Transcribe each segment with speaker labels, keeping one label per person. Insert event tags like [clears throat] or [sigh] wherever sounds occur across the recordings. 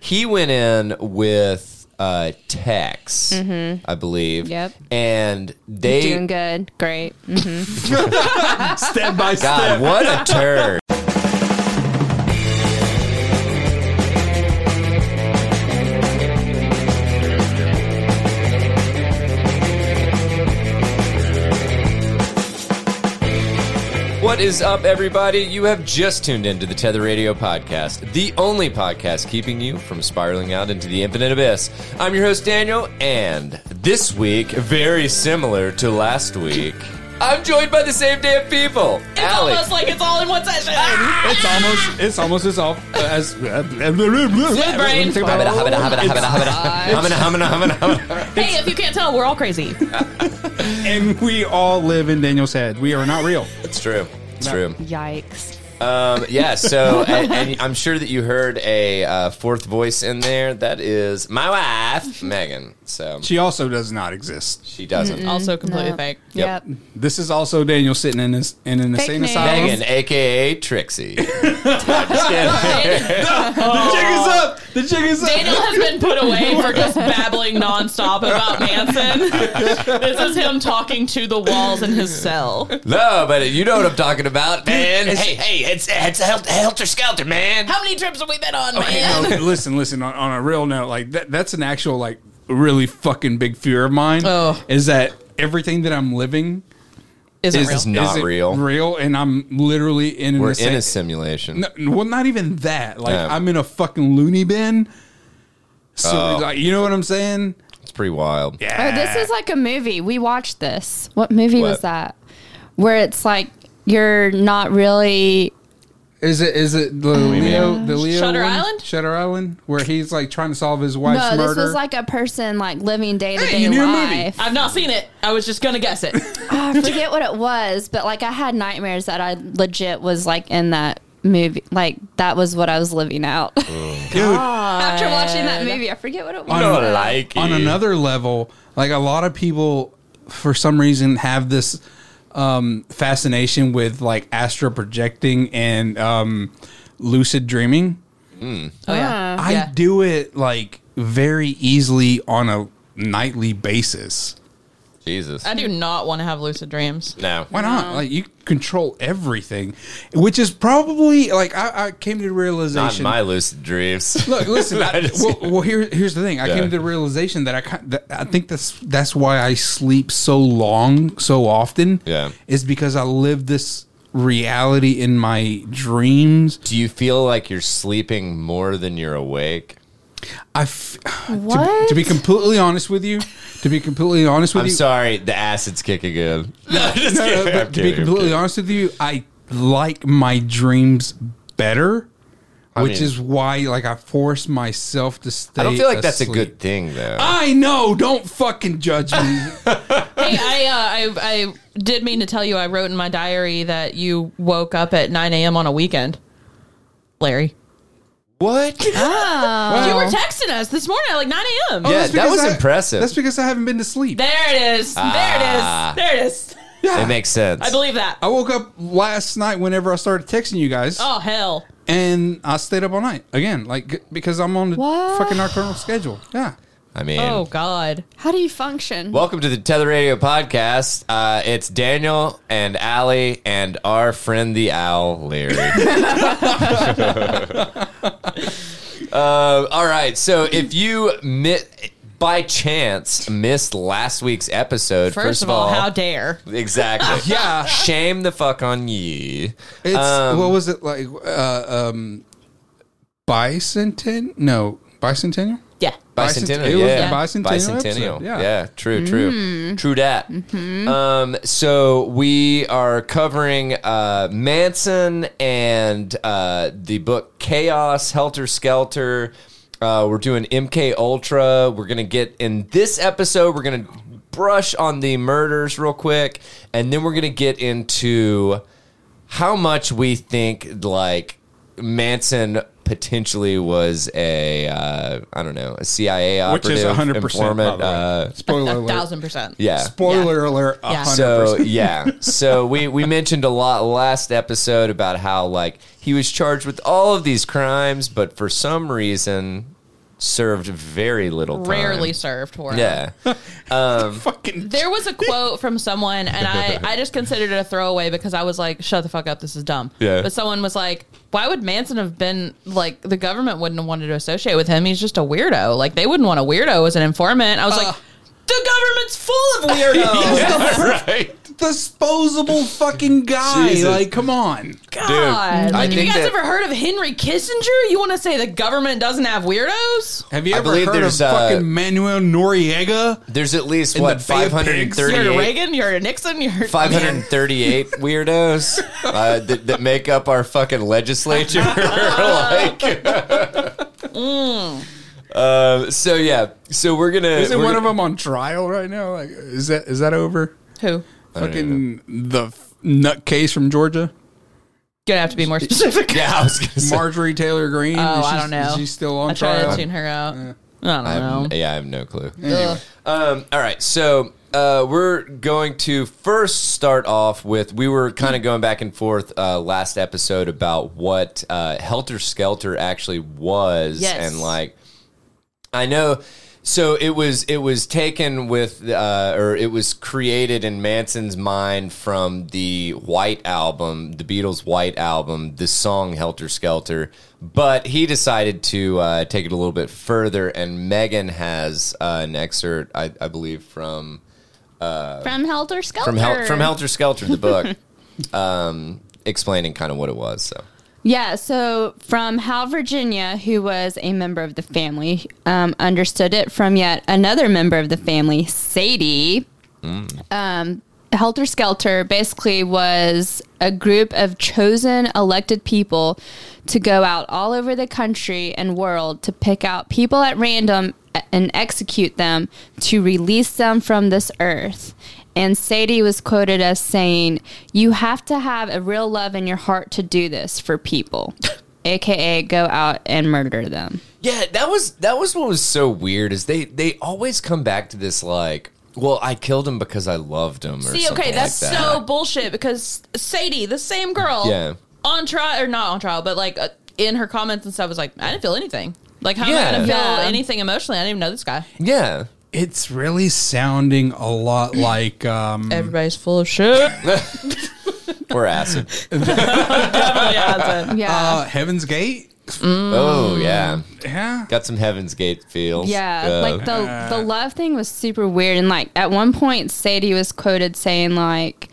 Speaker 1: He went in with uh, Tex, I believe.
Speaker 2: Yep.
Speaker 1: And they
Speaker 2: Doing good.
Speaker 3: [laughs]
Speaker 2: Great.
Speaker 4: step by
Speaker 1: [laughs] God,
Speaker 4: step.
Speaker 1: what a
Speaker 4: [laughs]
Speaker 1: turd. What is up, everybody? You have just tuned into the Tether Radio podcast, the only podcast keeping you from spiraling out into the infinite abyss. I'm your host, Daniel, and this week, very similar to last week, I'm joined by the same damn people.
Speaker 3: It's
Speaker 1: Allie.
Speaker 3: almost like it's all in
Speaker 2: [laughs]
Speaker 3: one session.
Speaker 4: It's almost it's almost as off uh, as
Speaker 3: brain.
Speaker 4: Think about
Speaker 1: Habada, habada,
Speaker 4: it.
Speaker 1: habada, habada, habada. Hamana, hamana, hamana, hamana.
Speaker 3: hey, if you can't tell, we're all crazy.
Speaker 4: and we all live in Daniel's head. We are not real.
Speaker 1: It's true. It's true.
Speaker 2: Yikes.
Speaker 1: Um, yeah, so, and, and I'm sure that you heard a uh, fourth voice in there. That is my wife, Megan. So
Speaker 4: She also does not exist.
Speaker 1: she doesn't.
Speaker 3: also completely fake.
Speaker 1: Yep.
Speaker 2: Yep.
Speaker 4: This is also Daniel sitting in his in an
Speaker 2: Fake
Speaker 4: insane
Speaker 2: news.
Speaker 4: asylum.
Speaker 1: Megan, aka Trixie. Just kidding.
Speaker 4: The jig is up. The jig is up.
Speaker 3: Daniel has been put
Speaker 2: [laughs]
Speaker 3: away for just babbling nonstop about Manson. this is him talking to the walls in his cell.
Speaker 1: no, but you know what I'm talking about, man. Hey, hey, it's it's help, helter skelter, man.
Speaker 3: How many trips have we been on,
Speaker 4: Okay,
Speaker 3: man?
Speaker 4: no, okay, listen, listen. On, on a real note, like that, that's an actual like really fucking big fear of mine.
Speaker 3: Oh.
Speaker 4: Is that everything that I'm living
Speaker 3: Isn't
Speaker 4: is
Speaker 3: real.
Speaker 1: not
Speaker 4: isn't
Speaker 1: real.
Speaker 4: real, and I'm literally in an
Speaker 1: We're
Speaker 4: insane,
Speaker 1: in a simulation.
Speaker 4: No, well, not even that. Like
Speaker 1: Yeah.
Speaker 4: I'm in a fucking loony bin. So like, you know what I'm saying?
Speaker 1: It's pretty wild. Yeah.
Speaker 2: Oh, this is like a movie. We watched this. What movie
Speaker 1: What?
Speaker 2: was that? Where it's like you're not really.
Speaker 4: Is it is it the Leo the Leo
Speaker 3: Shutter
Speaker 4: one?
Speaker 3: Island?
Speaker 4: Shutter Island, where he's like trying to solve his wife's
Speaker 2: No,
Speaker 4: murder.
Speaker 2: this was like a person like living day to
Speaker 4: Hey, you
Speaker 2: day
Speaker 4: knew a movie.
Speaker 3: [laughs]
Speaker 2: life.
Speaker 3: I've not seen it. I was just gonna guess it.
Speaker 2: I forget what it was, but like I had nightmares that I legit was like in that movie. Like that was what I was living out. [laughs] After watching that movie, I forget what it was. though.
Speaker 4: on another level, like a lot of people, for some reason, have this um, fascination with like astral projecting and um, lucid dreaming.
Speaker 3: [laughs] Oh yeah.
Speaker 4: I
Speaker 3: Yeah.
Speaker 4: do it like very easily on a nightly basis.
Speaker 1: Jesus.
Speaker 3: I do not want to have lucid dreams.
Speaker 1: No.
Speaker 4: Why not? Like you control everything, which is probably like I, I came to the
Speaker 1: Not in
Speaker 4: realization.
Speaker 1: my lucid dreams. [laughs]
Speaker 4: Look, listen.
Speaker 1: I'm
Speaker 4: I,
Speaker 1: just
Speaker 4: well, well, here, here's the thing. I
Speaker 1: Yeah.
Speaker 4: came to the realization that I ki- that I think that's that's why I sleep so long, so often.
Speaker 1: Yeah.
Speaker 4: is because I live this reality in my dreams.
Speaker 1: Do you feel like you're sleeping more than you're awake?
Speaker 4: I f- to,
Speaker 2: What?
Speaker 4: to be completely honest with you, to be completely honest with
Speaker 1: I'm
Speaker 4: you,
Speaker 1: sorry, the acid's kicking in. No, just
Speaker 4: No, no,
Speaker 1: kidding. I'm
Speaker 4: Uh, but to be
Speaker 1: kidding, I'm
Speaker 4: completely
Speaker 1: kidding.
Speaker 4: honest with you, I like my dreams better, which
Speaker 1: mean-
Speaker 4: is why like I force myself to stay.
Speaker 1: I don't feel like that's a
Speaker 4: asleep.
Speaker 1: good thing, though.
Speaker 4: I know. Don't fucking
Speaker 1: [laughs]
Speaker 4: judge me.
Speaker 3: Hey, I, uh, I I did mean to tell you I wrote in my diary that you woke up at 9 a.m. on a weekend, Larry.
Speaker 1: what?
Speaker 3: You were texting us this morning at like 9 a.m.
Speaker 1: Yeah,
Speaker 4: That's
Speaker 1: that
Speaker 4: because
Speaker 1: was impressive.
Speaker 4: That's because I haven't been to sleep.
Speaker 3: There it is.
Speaker 1: Ah.
Speaker 3: There it is. There it is.
Speaker 1: It makes sense.
Speaker 3: I believe that.
Speaker 4: I woke up last night whenever I started texting you guys,
Speaker 3: Oh hell.
Speaker 4: and I stayed up all night again, like g- because I'm on the
Speaker 2: What?
Speaker 4: fucking nocturnal schedule. Yeah.
Speaker 1: I mean,
Speaker 3: Oh god.
Speaker 2: How do you function?
Speaker 1: welcome to the Tether Radio podcast. Uh, it's Daniel and Allie and our friend the owl, Larry. [laughs] Uh, all right, so if you mi- by chance missed last week's episode,
Speaker 3: First, of all, how dare?
Speaker 1: Exactly.
Speaker 4: Yeah.
Speaker 1: Shame the fuck on ye.
Speaker 4: It's
Speaker 1: Um,
Speaker 4: what was it like? Uh, um, bicentennial? No, bicentennial.
Speaker 3: Yeah.
Speaker 1: Bicentennial.
Speaker 4: It was
Speaker 1: yeah.
Speaker 4: the bicentennial episode,
Speaker 1: Yeah.
Speaker 4: yeah.
Speaker 1: True. True. True dat. Um, so we are covering uh, Manson and uh, the book Chaos Helter Skelter. Uh, we're doing MK Ultra. We're gonna get in this episode. We're gonna brush on the murders real quick, and then we're gonna get into how much we think like Manson potentially was a uh, I don't know a CIA
Speaker 4: Which
Speaker 1: operative,
Speaker 4: is 100%, by the
Speaker 1: informant.
Speaker 4: way.
Speaker 1: Uh,
Speaker 4: Spoiler
Speaker 3: A
Speaker 4: alert.
Speaker 3: thousand percent.
Speaker 1: yeah.
Speaker 4: Spoiler alert.
Speaker 3: Yeah.
Speaker 4: 100%.
Speaker 1: So yeah, so we we mentioned a lot last episode about how like he was charged with all of these crimes, but for some reason served very little time.
Speaker 3: Rarely served for it.
Speaker 1: Yeah.
Speaker 4: Fucking
Speaker 3: There was a quote from someone, and I, I just considered it a throwaway because I was like, shut the fuck up, this is dumb.
Speaker 1: Yeah.
Speaker 3: But someone was like, why would Manson have been like, the government wouldn't have wanted to associate with him? He's just a weirdo. Like, they wouldn't want a weirdo as an informant. I was like, the government's full of
Speaker 1: [laughs]
Speaker 3: weirdos.
Speaker 1: right. [laughs]
Speaker 4: disposable fucking guy.
Speaker 1: Jesus.
Speaker 4: Like, come on.
Speaker 3: [laughs] God.
Speaker 1: Dude, I
Speaker 3: like, have you
Speaker 1: think
Speaker 3: guys
Speaker 1: that-
Speaker 3: ever heard of Henry Kissinger? You want to say the government doesn't have weirdos?
Speaker 4: Have you
Speaker 1: I
Speaker 4: ever
Speaker 1: believe
Speaker 4: heard of
Speaker 1: there's, uh,
Speaker 4: fucking Manuel Noriega?
Speaker 1: There's at least
Speaker 4: In
Speaker 1: what
Speaker 4: the Bay of Pigs.
Speaker 3: You're a
Speaker 1: 538
Speaker 3: Reagan, you're a Nixon, you're
Speaker 1: 538 [laughs] weirdos uh, that, that make up our fucking legislature. [laughs] like, Uh, so yeah, so we're gonna.
Speaker 4: Isn't
Speaker 1: we're
Speaker 4: one
Speaker 1: gonna-
Speaker 4: of them on trial right now? Like, is that is that over?
Speaker 3: who?
Speaker 1: don't
Speaker 4: Fucking the f- nutcase from Georgia,
Speaker 3: Gonna have to be more [laughs] specific.
Speaker 1: [laughs] Yeah, I was gonna say.
Speaker 4: Marjorie Taylor Greene.
Speaker 3: Oh,
Speaker 4: Is
Speaker 3: I
Speaker 4: she-
Speaker 3: don't know.
Speaker 4: Is she still on
Speaker 3: I tried
Speaker 4: trial?
Speaker 3: to tune her out.
Speaker 1: I
Speaker 3: I
Speaker 1: have-
Speaker 3: don't know.
Speaker 1: yeah, I have no clue.
Speaker 3: Ugh.
Speaker 1: Um, all right, so uh, we're going to first start off with we were kind of going back and forth uh, last episode about what uh, Helter Skelter actually was,
Speaker 3: Yes.
Speaker 1: and like I know. So it was it was taken with uh, or it was created in Manson's mind from the White album, the Beatles' White album, the song Helter Skelter. But he decided to uh, take it a little bit further, and Megan has uh, an excerpt, I, I believe, from
Speaker 2: From Helter Skelter.
Speaker 1: from Hel- from Helter Skelter, the book, [laughs] um, explaining kind of what it was. So
Speaker 2: Yeah, so from Hal Virginia, who was a member of the family, um, understood it from yet another member of the family, Sadie. Um, Helter Skelter basically was a group of chosen elected people to go out all over the country and world to pick out people at random a- and execute them to release them from this earth. And Sadie was quoted as saying, You have to have a real love in your heart to do this for people, [laughs] aka go out and murder them.
Speaker 1: Yeah, that was that was what was so weird is they they always come back to this like, well, I killed him because I loved him. Or
Speaker 3: See, okay, that's so bullshit because Sadie, the same girl,
Speaker 1: Yeah.
Speaker 3: on trial or not on trial, but like uh, in her comments and stuff, was like, I didn't feel anything. Like, how am I
Speaker 1: Yeah. Mm.
Speaker 3: gonna feel
Speaker 2: Yeah.
Speaker 3: anything emotionally? I didn't even know this guy.
Speaker 1: yeah.
Speaker 4: It's really sounding a lot like um,
Speaker 3: Everybody's full
Speaker 1: [laughs]
Speaker 3: of shit.
Speaker 1: Or acid.
Speaker 2: [laughs]
Speaker 3: yeah,
Speaker 2: Yeah.
Speaker 4: uh, Heaven's Gate.
Speaker 2: Mm.
Speaker 1: Oh yeah,
Speaker 4: Yeah.
Speaker 1: got some Heaven's Gate feels.
Speaker 2: Yeah,
Speaker 1: Uh,
Speaker 2: like the the love thing was super weird, and like at one point Sadie was quoted saying like,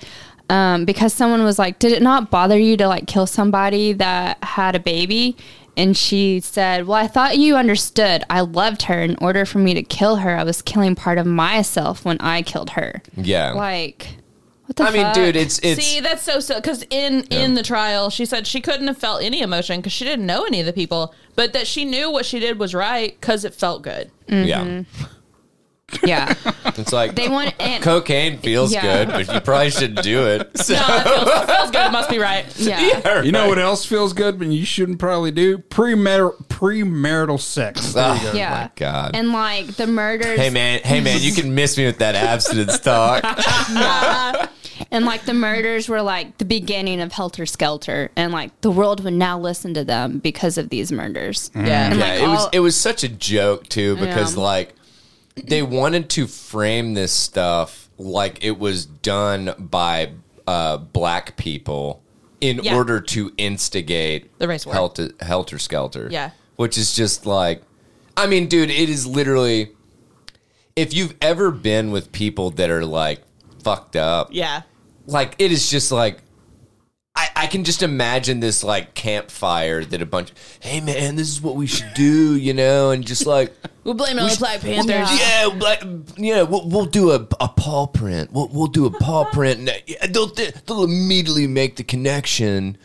Speaker 2: um, because someone was like, "Did it not bother you to like kill somebody that had a baby?" And she said, "Well, I thought you understood. I loved her. In order for me to kill her, I was killing part of myself when I killed her.
Speaker 1: yeah.
Speaker 2: Like, what the?
Speaker 1: I mean,
Speaker 2: fuck?
Speaker 1: dude, it's [laughs] it's
Speaker 3: See, that's so silly. Because in in the trial, she said she couldn't have felt any emotion because she didn't know any of the people, but that she knew what she did was right because it felt good.
Speaker 1: yeah.
Speaker 2: yeah,
Speaker 1: It's like
Speaker 2: mm-hmm. they want and
Speaker 1: [laughs] cocaine feels
Speaker 2: Yeah.
Speaker 1: good, but you probably shouldn't do it.
Speaker 2: [laughs]
Speaker 1: So, [laughs]
Speaker 3: No, it feels, it feels good. It must be right.
Speaker 2: yeah,
Speaker 4: You know what else feels good, but you shouldn't probably do premarital premarital sex. There you
Speaker 1: Oh,
Speaker 4: go.
Speaker 2: yeah,
Speaker 1: my God.
Speaker 2: and like the murders.
Speaker 1: Hey man, hey man, you can miss me with that abstinence
Speaker 2: [laughs]
Speaker 1: talk.
Speaker 2: And like the murders were like the beginning of Helter Skelter, and like the world would now listen to them because of these murders.
Speaker 3: Yeah.
Speaker 1: Yeah,
Speaker 2: like,
Speaker 1: it was
Speaker 3: "Oh."
Speaker 2: all-
Speaker 1: it was such a joke too because
Speaker 2: Yeah.
Speaker 1: like they wanted to frame this stuff like it was done by uh, black people in
Speaker 3: Yeah.
Speaker 1: order to instigate
Speaker 3: The race war.
Speaker 1: helter, helter skelter.
Speaker 3: Yeah.
Speaker 1: which is just like, I mean, dude, it is literally. If you've ever been with people that are like fucked up,
Speaker 3: Yeah.
Speaker 1: like it is just like I, I can just imagine this like campfire that a bunch hey man this is what we should do you know and just like
Speaker 3: We'll blame it on the Black Panthers.
Speaker 1: yeah like, yeah we'll, we'll do a, a paw print we'll, we'll do a paw print and yeah, they'll, they'll immediately make the connection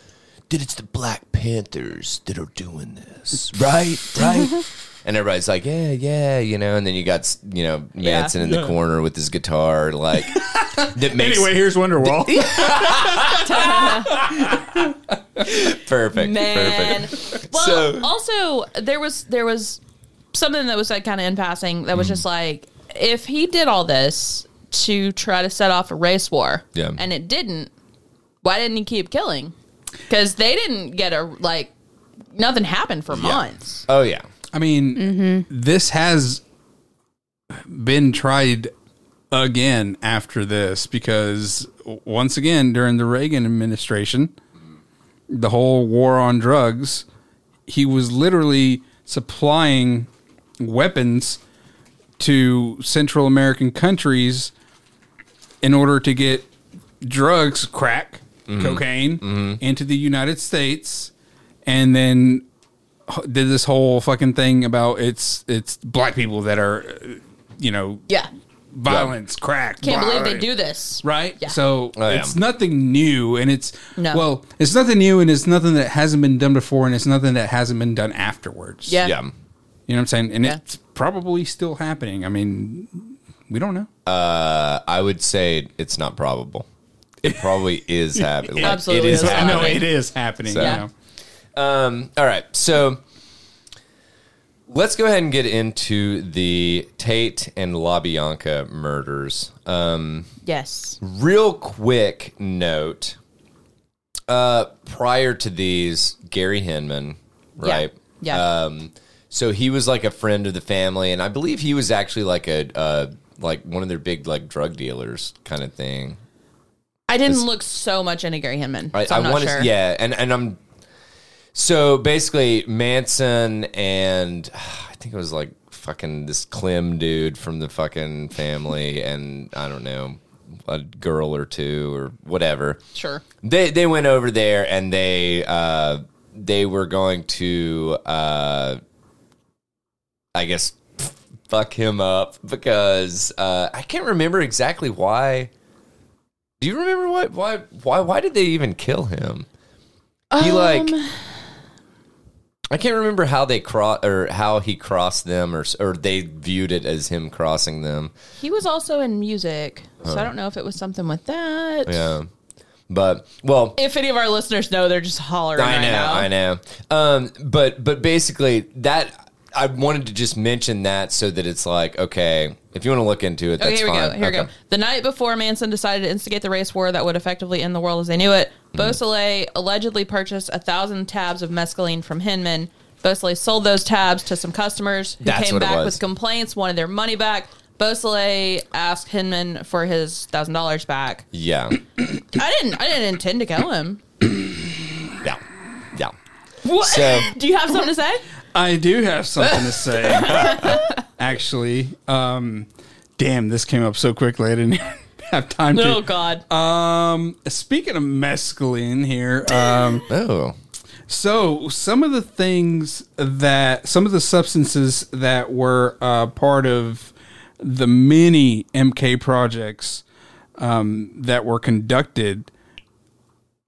Speaker 1: that it's the Black Panthers that are doing this right right and everybody's like yeah yeah you know and then you got you know Manson in the
Speaker 4: Yeah.
Speaker 1: corner with his guitar
Speaker 4: [laughs]
Speaker 1: like that makes
Speaker 4: Anyway, here's Wonderwall.
Speaker 1: perfect
Speaker 3: Man.
Speaker 1: perfect
Speaker 3: Well,
Speaker 1: So-
Speaker 3: also there was there was something that was said kind of in passing that was
Speaker 1: Mm-hmm.
Speaker 3: just like if he did all this to try to set off a race war,
Speaker 1: Yeah.
Speaker 3: and it didn't, why didn't he keep killing? Because they didn't get a like nothing happened for months.
Speaker 1: Oh yeah.
Speaker 4: I mean, this has been tried again after this because w- once again during the Reagan administration, the whole war on drugs, he was literally supplying weapons to Central American countries in order to get drugs, crack, cocaine into the United States and then h- did this whole fucking thing about it's it's black people that are uh, you know
Speaker 3: Yeah.
Speaker 4: violence, crack.
Speaker 3: Can't believe they
Speaker 4: violence.
Speaker 3: do this.
Speaker 4: Right?
Speaker 3: Yeah.
Speaker 4: So
Speaker 1: yeah.
Speaker 4: it's nothing new and it's
Speaker 3: No.
Speaker 4: well, it's nothing new and it's nothing that hasn't been done before and it's nothing that hasn't been done afterwards.
Speaker 3: Yeah.
Speaker 1: Yeah.
Speaker 4: You know what I'm saying? And
Speaker 3: Yeah.
Speaker 4: it's probably still happening. I mean, we don't know.
Speaker 1: I would say it's not probable. It probably is happening. Like,
Speaker 3: Absolutely
Speaker 1: It is
Speaker 4: I
Speaker 3: is
Speaker 4: know
Speaker 1: happening.
Speaker 3: happening.
Speaker 4: it is happening.
Speaker 1: So-
Speaker 4: you
Speaker 3: Yeah.
Speaker 4: know.
Speaker 1: Um, all right. So let's go ahead and get into the Tate and LaBianca murders.
Speaker 3: Yes.
Speaker 1: Real quick note. Uh, prior to these, Gary Hinman, right?
Speaker 3: Yeah.
Speaker 1: Um, so he was like a friend of the family, and I believe he was actually like a uh, like one of their big like drug dealers kind of thing.
Speaker 3: I didn't look so much into Gary Hinman.
Speaker 1: I,
Speaker 3: so I'm
Speaker 1: I
Speaker 3: not
Speaker 1: want to,
Speaker 3: sure.
Speaker 1: yeah, and and I'm so basically Manson and [sighs] I think it was like fucking this Clem dude from the fucking family, and I don't know a girl or two or whatever.
Speaker 3: Sure.
Speaker 1: They they went over there and they uh, they were going to uh, I guess fuck him up because uh, I can't remember exactly why. Do you remember what why why why did they even kill him? He like I can't remember how they cross or how he crossed them or s- or they viewed it as him crossing them.
Speaker 3: He was also in music, so I don't know if it was something with that.
Speaker 1: Yeah. But well,
Speaker 3: If any of our listeners know, they're just hollering.
Speaker 1: I know, I know. Um, but but basically that I wanted to just mention that so that it's like okay, if you want to look into it, that's
Speaker 3: Okay, Oh, here we
Speaker 1: fine.
Speaker 3: go. Here we
Speaker 1: Okay.
Speaker 3: go. The night before Manson decided to instigate the race war that would effectively end the world as they knew it,
Speaker 1: Mm.
Speaker 3: Beausoleil allegedly purchased a thousand tabs of mescaline from Hinman. Beausoleil sold those tabs to some customers who
Speaker 1: That's
Speaker 3: came
Speaker 1: what it
Speaker 3: back
Speaker 1: was.
Speaker 3: with complaints, wanted their money back. Beausoleil asked Hinman for his thousand dollars back.
Speaker 1: Yeah,
Speaker 3: I didn't. I didn't intend to kill him.
Speaker 1: yeah, yeah. [laughs]
Speaker 3: What? [coughs]
Speaker 1: So-
Speaker 3: Do you have something
Speaker 1: [laughs]
Speaker 3: to say?
Speaker 4: I do have something to say. Actually, um, damn, this came up so quickly. I didn't [laughs] even have time
Speaker 3: Oh
Speaker 4: to.
Speaker 3: God.
Speaker 1: uh,
Speaker 4: Um, speaking of mescaline here, um,
Speaker 1: Oh,
Speaker 4: so some of the things that some of the substances that were uh, part of the many MK projects um, that were conducted,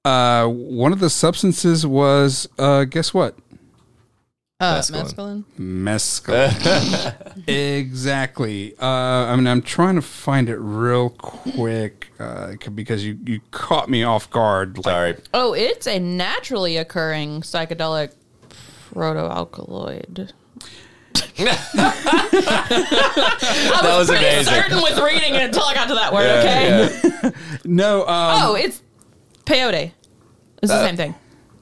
Speaker 4: uh, one of the substances was uh, guess what?
Speaker 3: Uh,
Speaker 1: mescaline.
Speaker 3: mescaline.
Speaker 4: mescaline. exactly. Uh, I mean, I'm trying to find it real quick uh, c- because you, you caught me off guard. Like,
Speaker 1: sorry.
Speaker 3: Oh, it's a naturally occurring psychedelic protoalkaloid.
Speaker 1: [laughs] that was amazing.
Speaker 3: Certain with reading it until I got to that word.
Speaker 1: Yeah,
Speaker 3: okay.
Speaker 1: yeah.
Speaker 4: No, um,
Speaker 3: Oh, it's peyote. It's the same thing.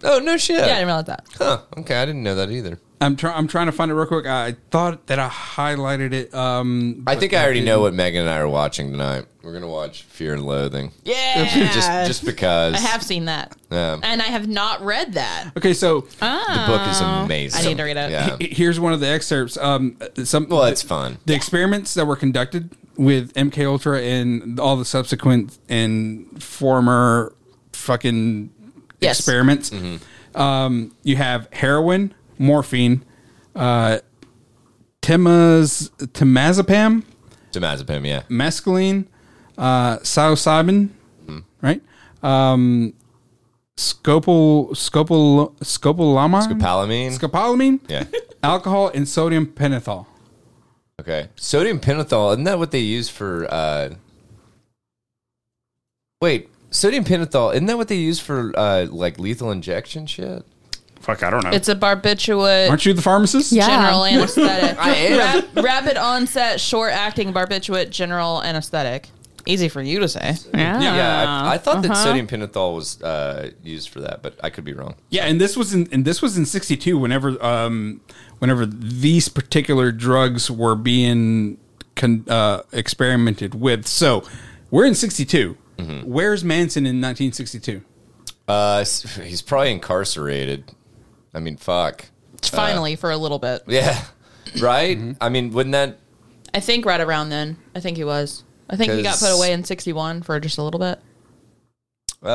Speaker 1: Oh no shit.
Speaker 3: Yeah, I didn't
Speaker 1: [laughs]
Speaker 3: realize that.
Speaker 1: Huh. Okay, I didn't know that either.
Speaker 4: I'm trying. I'm trying to find it real quick. I thought that I highlighted it. Um,
Speaker 1: I think I already know what Megan and I are watching tonight. We're gonna watch Fear and Loathing.
Speaker 3: Yeah.
Speaker 1: Just just because
Speaker 3: I have seen that,
Speaker 1: Yeah.
Speaker 3: and I have not read that.
Speaker 4: okay, so
Speaker 1: the book is amazing.
Speaker 3: I need to read it.
Speaker 1: Yeah.
Speaker 4: he- here's one of the excerpts. Um, some
Speaker 1: Well, it's fun.
Speaker 4: the experiments that were conducted with MK Ultra and all the subsequent and former fucking
Speaker 3: Yes.
Speaker 4: experiments.
Speaker 1: Mm-hmm.
Speaker 4: Um, you have heroin, morphine, uh, temaz- temazepam,
Speaker 1: Temazepam, yeah.
Speaker 3: Mm-hmm.
Speaker 4: mescaline, uh, psilocybin,
Speaker 1: Mm-hmm.
Speaker 4: right? Um, scopol scopol scopolamine,
Speaker 1: Scopolamine.
Speaker 4: scopolamine,
Speaker 3: [laughs]
Speaker 1: yeah.
Speaker 4: alcohol, and sodium pentothal.
Speaker 1: Okay. Sodium pentothal, isn't that what they use for uh Wait, sodium pentothal, isn't that what they use for uh like lethal injection shit?
Speaker 4: Fuck, I don't know.
Speaker 3: It's a barbiturate.
Speaker 4: Aren't you the pharmacist?
Speaker 2: Yeah.
Speaker 3: General anesthetic.
Speaker 1: I am.
Speaker 3: Rap- rapid onset, short acting barbiturate general anesthetic. Easy for you to say.
Speaker 2: Yeah.
Speaker 1: Yeah, I, I thought that
Speaker 3: Uh-huh.
Speaker 1: sodium pentothal was uh, used for that, but I could be wrong.
Speaker 4: Yeah, and this was in and this was in '62. Whenever um, whenever these particular drugs were being con- uh, experimented with, so we're in '62.
Speaker 1: Mm-hmm.
Speaker 4: Where's Manson in 1962?
Speaker 1: Uh, s- he's probably incarcerated. I mean, fuck.
Speaker 3: Finally, for a little bit.
Speaker 1: Yeah, [laughs] right. I mean, wouldn't that?
Speaker 3: I think right around then. I think he was. I think he got
Speaker 1: 'Cause-
Speaker 3: put away in 61 for just a little bit.
Speaker 1: Uh,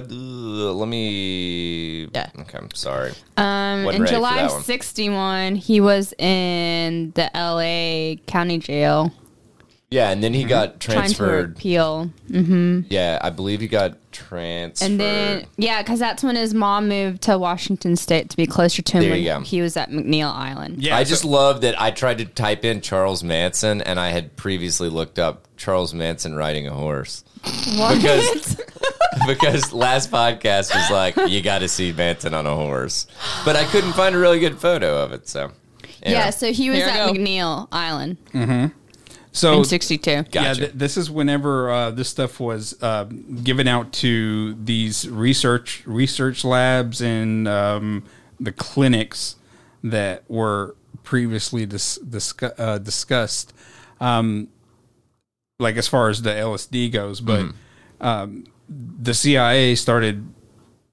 Speaker 1: ugh, let me.
Speaker 3: Yeah.
Speaker 1: Okay, I'm sorry.
Speaker 2: Um,
Speaker 1: Wasn't
Speaker 2: in
Speaker 1: ready for
Speaker 2: July
Speaker 1: that one.
Speaker 2: of 61, he was in the LA County Jail
Speaker 1: Yeah, and then he got
Speaker 2: trying Mm-hmm. to
Speaker 1: transferred.
Speaker 2: appeal.
Speaker 1: Yeah, I believe he got transferred.
Speaker 2: And then, yeah, because that's when his mom moved to Washington State to be closer to him
Speaker 1: There
Speaker 2: when
Speaker 1: you go.
Speaker 2: he was at McNeil Island.
Speaker 4: Yeah,
Speaker 1: I
Speaker 4: so-
Speaker 1: just love that I tried to type in Charles Manson and I had previously looked up Charles Manson riding a horse
Speaker 2: What? [laughs]
Speaker 1: Because- [laughs] because last podcast was like you got to see Manson on a horse, but I couldn't find a really good photo of it. So
Speaker 2: yeah, so he was
Speaker 3: There I
Speaker 2: at
Speaker 3: go.
Speaker 2: McNeil Island
Speaker 1: Oh.
Speaker 4: So
Speaker 2: in 62.
Speaker 1: Gotcha.
Speaker 4: Yeah, th- this is whenever uh, this stuff was uh, given out to these research research labs and um, the clinics that were previously dis- discu- uh, discussed, um, like as far as the LSD goes. But um, the CIA started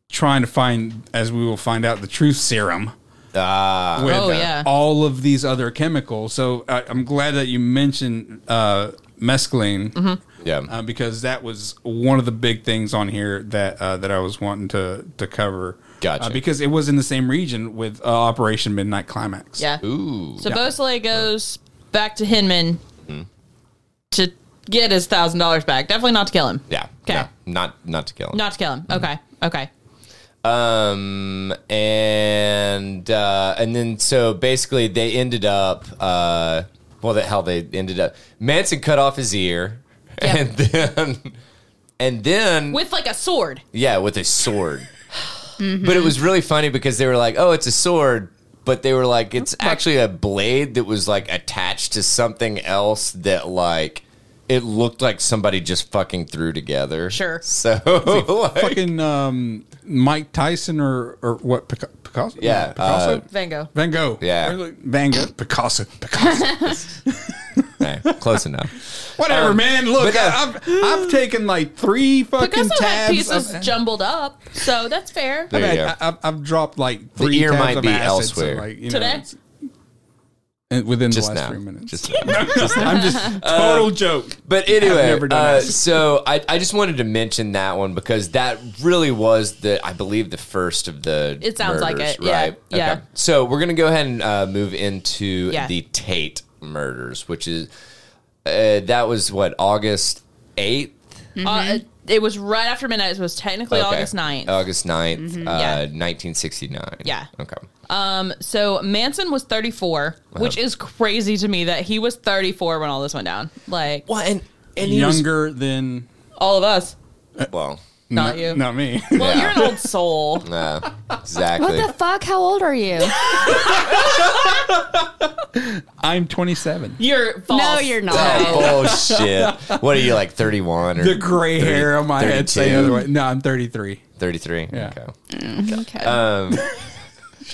Speaker 4: trying to find, as we will find out, the truth serum
Speaker 1: Ah,
Speaker 4: with
Speaker 3: Oh,
Speaker 4: uh,
Speaker 3: yeah.
Speaker 4: all of these other chemicals. So I, I'm glad that you mentioned uh, mescaline
Speaker 3: Mm-hmm.
Speaker 1: yeah.
Speaker 4: uh, because that was one of the big things on here that uh, that I was wanting to to cover.
Speaker 1: Gotcha.
Speaker 4: Uh, because it was in the same region with uh, Operation Midnight Climax.
Speaker 3: Yeah.
Speaker 1: Ooh,
Speaker 3: So Bosley goes back to Hinman
Speaker 1: Mm-hmm.
Speaker 3: to get his thousand dollars back. Definitely not to kill him.
Speaker 1: yeah. Mm-hmm.
Speaker 3: Okay.
Speaker 1: yeah. Not not to kill him.
Speaker 3: Not to kill him. Okay. Okay.
Speaker 1: Um, and uh, and then so basically they ended up uh, well that hell they ended up Manson cut off his ear
Speaker 3: Yep.
Speaker 1: and then and then
Speaker 3: With like a sword.
Speaker 1: yeah with a sword. But it was really funny because they were like, "Oh, it's a sword." But they were like, it's actually a blade that was like attached to something else that like it looked like somebody just fucking threw together.
Speaker 3: Sure.
Speaker 1: So [laughs] like-
Speaker 4: Fucking um, Mike Tyson or or what Pica- Picasso?
Speaker 1: Yeah,
Speaker 4: No, Picasso.
Speaker 1: uh,
Speaker 3: Oh, Van Gogh.
Speaker 4: Van Gogh.
Speaker 1: Yeah.
Speaker 4: Van Gogh. Picasso. Picasso.
Speaker 1: [laughs] Hey, uh, close enough.
Speaker 4: Whatever,
Speaker 1: Um,
Speaker 4: man. Look,
Speaker 1: but, uh,
Speaker 4: I, I've I've taken like three fucking
Speaker 3: Picasso had
Speaker 4: tabs.
Speaker 3: pieces
Speaker 4: of-
Speaker 3: jumbled up, so that's fair.
Speaker 1: There
Speaker 4: I,
Speaker 1: you go.
Speaker 4: I, I've, I've dropped like three
Speaker 1: ear
Speaker 4: tabs
Speaker 1: might
Speaker 4: of
Speaker 1: be
Speaker 4: acid, so,
Speaker 1: elsewhere.
Speaker 4: like, you know,
Speaker 3: Today,
Speaker 4: it's- and within
Speaker 1: just
Speaker 4: the last
Speaker 1: now.
Speaker 4: three minutes.
Speaker 1: Just
Speaker 4: [laughs]
Speaker 1: now.
Speaker 4: I'm
Speaker 3: [laughs]
Speaker 4: just
Speaker 3: Uh,
Speaker 4: total joke.
Speaker 1: But anyway,
Speaker 4: never done
Speaker 1: uh,
Speaker 4: that.
Speaker 1: so I, I just wanted to mention that one because that really was the I believe the first of the.
Speaker 3: It sounds like
Speaker 1: murders,
Speaker 3: it. Yeah.
Speaker 1: Right.
Speaker 3: Yeah.
Speaker 1: So we're gonna go ahead and uh, move into
Speaker 3: Yeah.
Speaker 1: the Tate murders, which is uh, that was what August eighth.
Speaker 3: uh, it was right after midnight. It was technically
Speaker 1: Okay.
Speaker 3: August 9th.
Speaker 1: August 9th, uh,
Speaker 3: Yeah.
Speaker 1: 1969.
Speaker 3: Yeah.
Speaker 1: Okay.
Speaker 3: So Manson was 34, which
Speaker 1: uh,
Speaker 3: is crazy to me that he was 34 when all this went down. Like
Speaker 1: Well, and, and he was-
Speaker 4: Younger uh, than
Speaker 3: all of us,
Speaker 1: well,
Speaker 3: not you.
Speaker 4: not [laughs] me.
Speaker 3: Well,
Speaker 1: Yeah.
Speaker 3: you're an
Speaker 1: [laughs]
Speaker 3: old soul. [laughs]
Speaker 1: uh,
Speaker 2: What
Speaker 1: exactly.
Speaker 2: the fuck? How old are you?
Speaker 4: I'm 27.
Speaker 3: You're false.
Speaker 2: no, you're not.
Speaker 1: Oh, bullshit. What are you, like 31 or
Speaker 4: The gray hair on my head saying
Speaker 1: 32.
Speaker 4: otherwise. No, I'm 33.
Speaker 1: 33?
Speaker 4: Yeah.
Speaker 1: Okay.
Speaker 3: Mm,
Speaker 2: Okay.
Speaker 3: [laughs]
Speaker 1: Um,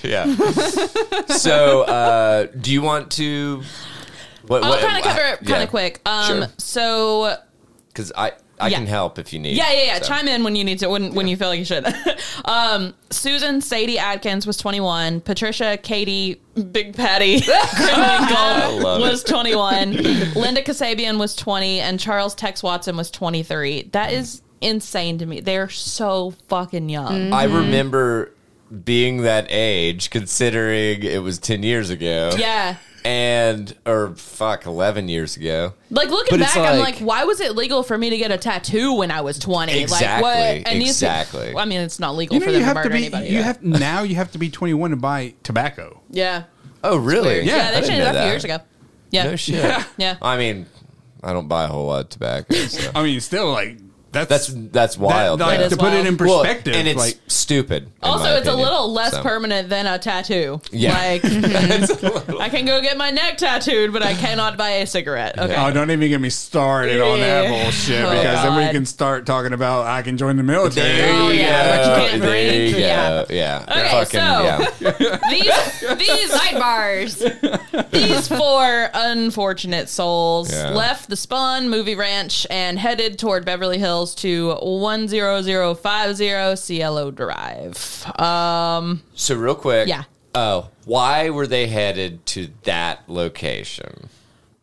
Speaker 1: yeah. so, uh, do you want to? What,
Speaker 3: I'll kind of cover it kind of quick. Um,
Speaker 1: Sure.
Speaker 3: so
Speaker 1: because I I
Speaker 3: Yeah.
Speaker 1: can help if you need.
Speaker 3: yeah, yeah, yeah.
Speaker 1: so.
Speaker 3: Chime in when you need to, when when you feel like you should. [laughs] um, Susan Sadie Adkins was 21. Patricia Katie
Speaker 1: [laughs]
Speaker 3: Big Patty Grimling
Speaker 1: love
Speaker 3: Gold
Speaker 1: it.
Speaker 3: was 21. Linda Kasabian was 20, and Charles Tex Watson was 23. That is insane to me. They're so fucking
Speaker 2: Mm.
Speaker 3: young.
Speaker 1: I remember being that age, considering it was ten years ago.
Speaker 3: Yeah.
Speaker 1: and or fuck, eleven years ago.
Speaker 3: Like looking
Speaker 1: But it's
Speaker 3: back, I'm
Speaker 1: like-
Speaker 3: like, why was it legal for me to get a tattoo when I was 20? Like
Speaker 1: Exactly,
Speaker 3: these-
Speaker 1: exactly.
Speaker 3: I mean, it's not legal
Speaker 4: You know,
Speaker 3: for
Speaker 4: you
Speaker 3: them to
Speaker 4: have
Speaker 3: murder
Speaker 4: to be.
Speaker 3: anybody.
Speaker 4: You
Speaker 3: though.
Speaker 4: have now. You have to be 21 to buy tobacco.
Speaker 3: yeah.
Speaker 1: Oh, really?
Speaker 3: Yeah,
Speaker 1: I
Speaker 3: they
Speaker 1: didn't
Speaker 3: changed
Speaker 1: know
Speaker 3: that a few years ago. Yeah. [laughs]
Speaker 1: No shit.
Speaker 3: Yeah. [laughs]
Speaker 1: I mean, I don't buy a whole lot of tobacco. So.
Speaker 4: I mean, still like
Speaker 1: That's that's wild.
Speaker 4: That, like,
Speaker 1: yeah.
Speaker 3: is
Speaker 4: to put it in
Speaker 1: Well,
Speaker 4: perspective,
Speaker 1: and it's
Speaker 4: like
Speaker 1: stupid. in
Speaker 3: Also,
Speaker 1: my
Speaker 3: it's a
Speaker 1: opinion.
Speaker 3: little less
Speaker 1: So- [laughs]
Speaker 3: permanent than a tattoo.
Speaker 1: Yeah.
Speaker 3: Like, [laughs]
Speaker 1: [laughs]
Speaker 3: I can go get my neck tattooed, but I cannot buy a cigarette. Okay.
Speaker 4: Oh, don't even get me started on that
Speaker 3: Yeah.
Speaker 4: bullshit
Speaker 3: Oh,
Speaker 4: because then we
Speaker 3: God.
Speaker 4: can start talking about I can join the military.
Speaker 1: There
Speaker 3: Oh,
Speaker 1: you
Speaker 3: yeah,
Speaker 1: go.
Speaker 3: but you can't
Speaker 1: there
Speaker 3: breathe.
Speaker 1: you
Speaker 3: Yeah.
Speaker 1: go. Yeah.
Speaker 3: Okay,
Speaker 1: Fucking,
Speaker 3: so-
Speaker 1: yeah.
Speaker 3: These, these
Speaker 2: sidebars.
Speaker 3: These four unfortunate souls
Speaker 1: Yeah.
Speaker 3: left the Spawn movie ranch and headed toward Beverly Hills to 10050 CLO Drive. Um,
Speaker 1: So real quick.
Speaker 3: Yeah.
Speaker 1: Oh, why were they headed to that location?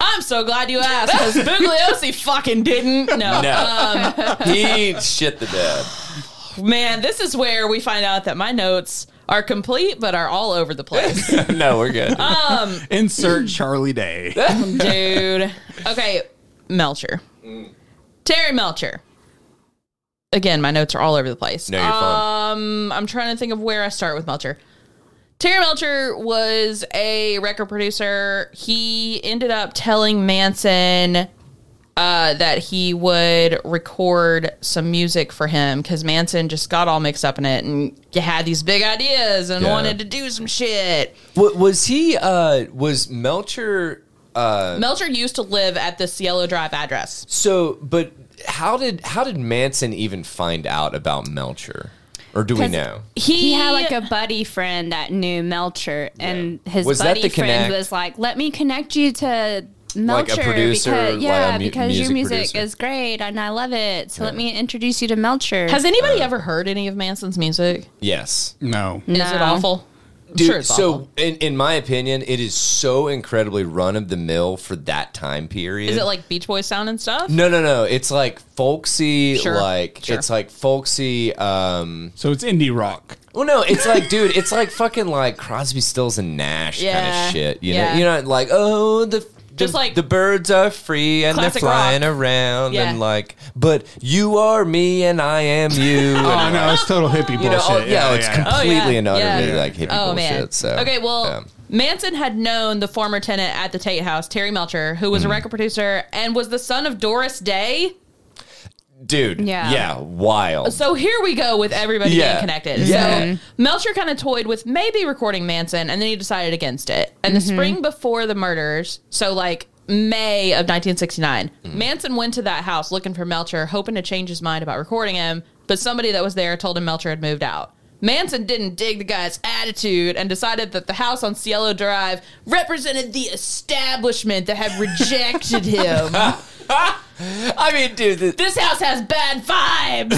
Speaker 3: I'm so glad you asked
Speaker 1: [laughs]
Speaker 3: because Bugliosi fucking didn't. No.
Speaker 1: No. [laughs]
Speaker 3: Um,
Speaker 1: he shit the bed.
Speaker 3: Man, this is where we find out that my notes are complete but are all over
Speaker 1: [laughs]
Speaker 3: the place.
Speaker 1: [laughs] no, we're good.
Speaker 3: Uh,
Speaker 4: Insert
Speaker 1: [laughs]
Speaker 4: Charlie Day.
Speaker 3: Dude. Okay, Melcher.
Speaker 1: Mm.
Speaker 3: Terry Melcher. Again, my notes are all over the place.
Speaker 1: no, you're
Speaker 3: uh,
Speaker 1: fine.
Speaker 3: I'm trying to think of where I start with Melcher. Terry Melcher was a record producer. He ended up telling Manson uh, that he would record some music for him because Manson just got all mixed up in it and had these big ideas and
Speaker 1: Yeah.
Speaker 3: wanted to do some shit.
Speaker 1: Wa- was he? Uh, was Melcher? Uh,
Speaker 3: Melcher used to live at the Cielo Drive address.
Speaker 1: So, but how did how did Manson even find out about Melcher? Or do we
Speaker 2: 'Cause
Speaker 1: know?
Speaker 2: He had like a buddy friend that knew Melcher, and his
Speaker 1: Was that
Speaker 2: buddy
Speaker 1: the
Speaker 2: friend
Speaker 1: connect?
Speaker 2: was like, "Let me connect you to Melcher
Speaker 1: producer, like
Speaker 2: because
Speaker 1: a
Speaker 2: yeah,
Speaker 1: mu-
Speaker 2: because your
Speaker 1: music
Speaker 2: music
Speaker 1: producer."
Speaker 2: is great and I love it. So let me introduce you to Melcher."
Speaker 3: Has anybody
Speaker 1: Uh,
Speaker 3: ever heard any of Manson's music?
Speaker 1: Yes.
Speaker 4: No.
Speaker 3: Is it
Speaker 2: No.
Speaker 3: awful? I'm
Speaker 1: Dude,
Speaker 3: sure it's awful.
Speaker 1: so in, in my opinion, it is so incredibly run of the mill for that time period.
Speaker 3: Is it like Beach Boys sound and stuff?
Speaker 1: No, no, no. It's like folksy,
Speaker 3: Sure,
Speaker 1: like
Speaker 3: sure.
Speaker 1: it's like folksy. Um,
Speaker 4: So it's indie rock.
Speaker 1: well, no, it's like, dude, it's like fucking like Crosby, Stills, and Nash kind
Speaker 3: Yeah,
Speaker 1: of shit. You
Speaker 3: yeah.
Speaker 1: know, you know, like oh the.
Speaker 3: Just
Speaker 1: the,
Speaker 3: like-
Speaker 1: the birds are free and they're
Speaker 3: Classic
Speaker 1: flying
Speaker 3: rock.
Speaker 1: around
Speaker 3: Yeah.
Speaker 1: and like, but you are me and I am you. and,
Speaker 4: Oh no, it's total hippie bullshit.
Speaker 1: you know, oh, yeah, it's completely
Speaker 3: yeah,
Speaker 1: and utterly
Speaker 3: yeah. Oh,
Speaker 1: like hippie bullshit. So
Speaker 3: okay, well,
Speaker 1: um,
Speaker 3: Manson had known the former tenant at the Tate House, Terry Melcher, who was
Speaker 1: Mm-hmm.
Speaker 3: a record producer and was the son of Doris Day.
Speaker 1: dude, yeah,
Speaker 2: Yeah.
Speaker 1: yeah, wild.
Speaker 3: So here we go with everybody
Speaker 1: Yeah.
Speaker 3: being connected.
Speaker 1: Yeah.
Speaker 3: So Melcher kind of toyed with maybe recording Manson, and then he decided against it. And the spring before the murders, so like. May of 1969. Manson went to that house looking for Melcher, hoping to change his mind about recording him, but somebody that was there told him Melcher had moved out. Manson didn't dig the guy's attitude and decided that the house on Cielo Drive represented the establishment that had
Speaker 1: [laughs]
Speaker 3: rejected him.
Speaker 1: I mean, dude, th-
Speaker 3: this house has bad vibes.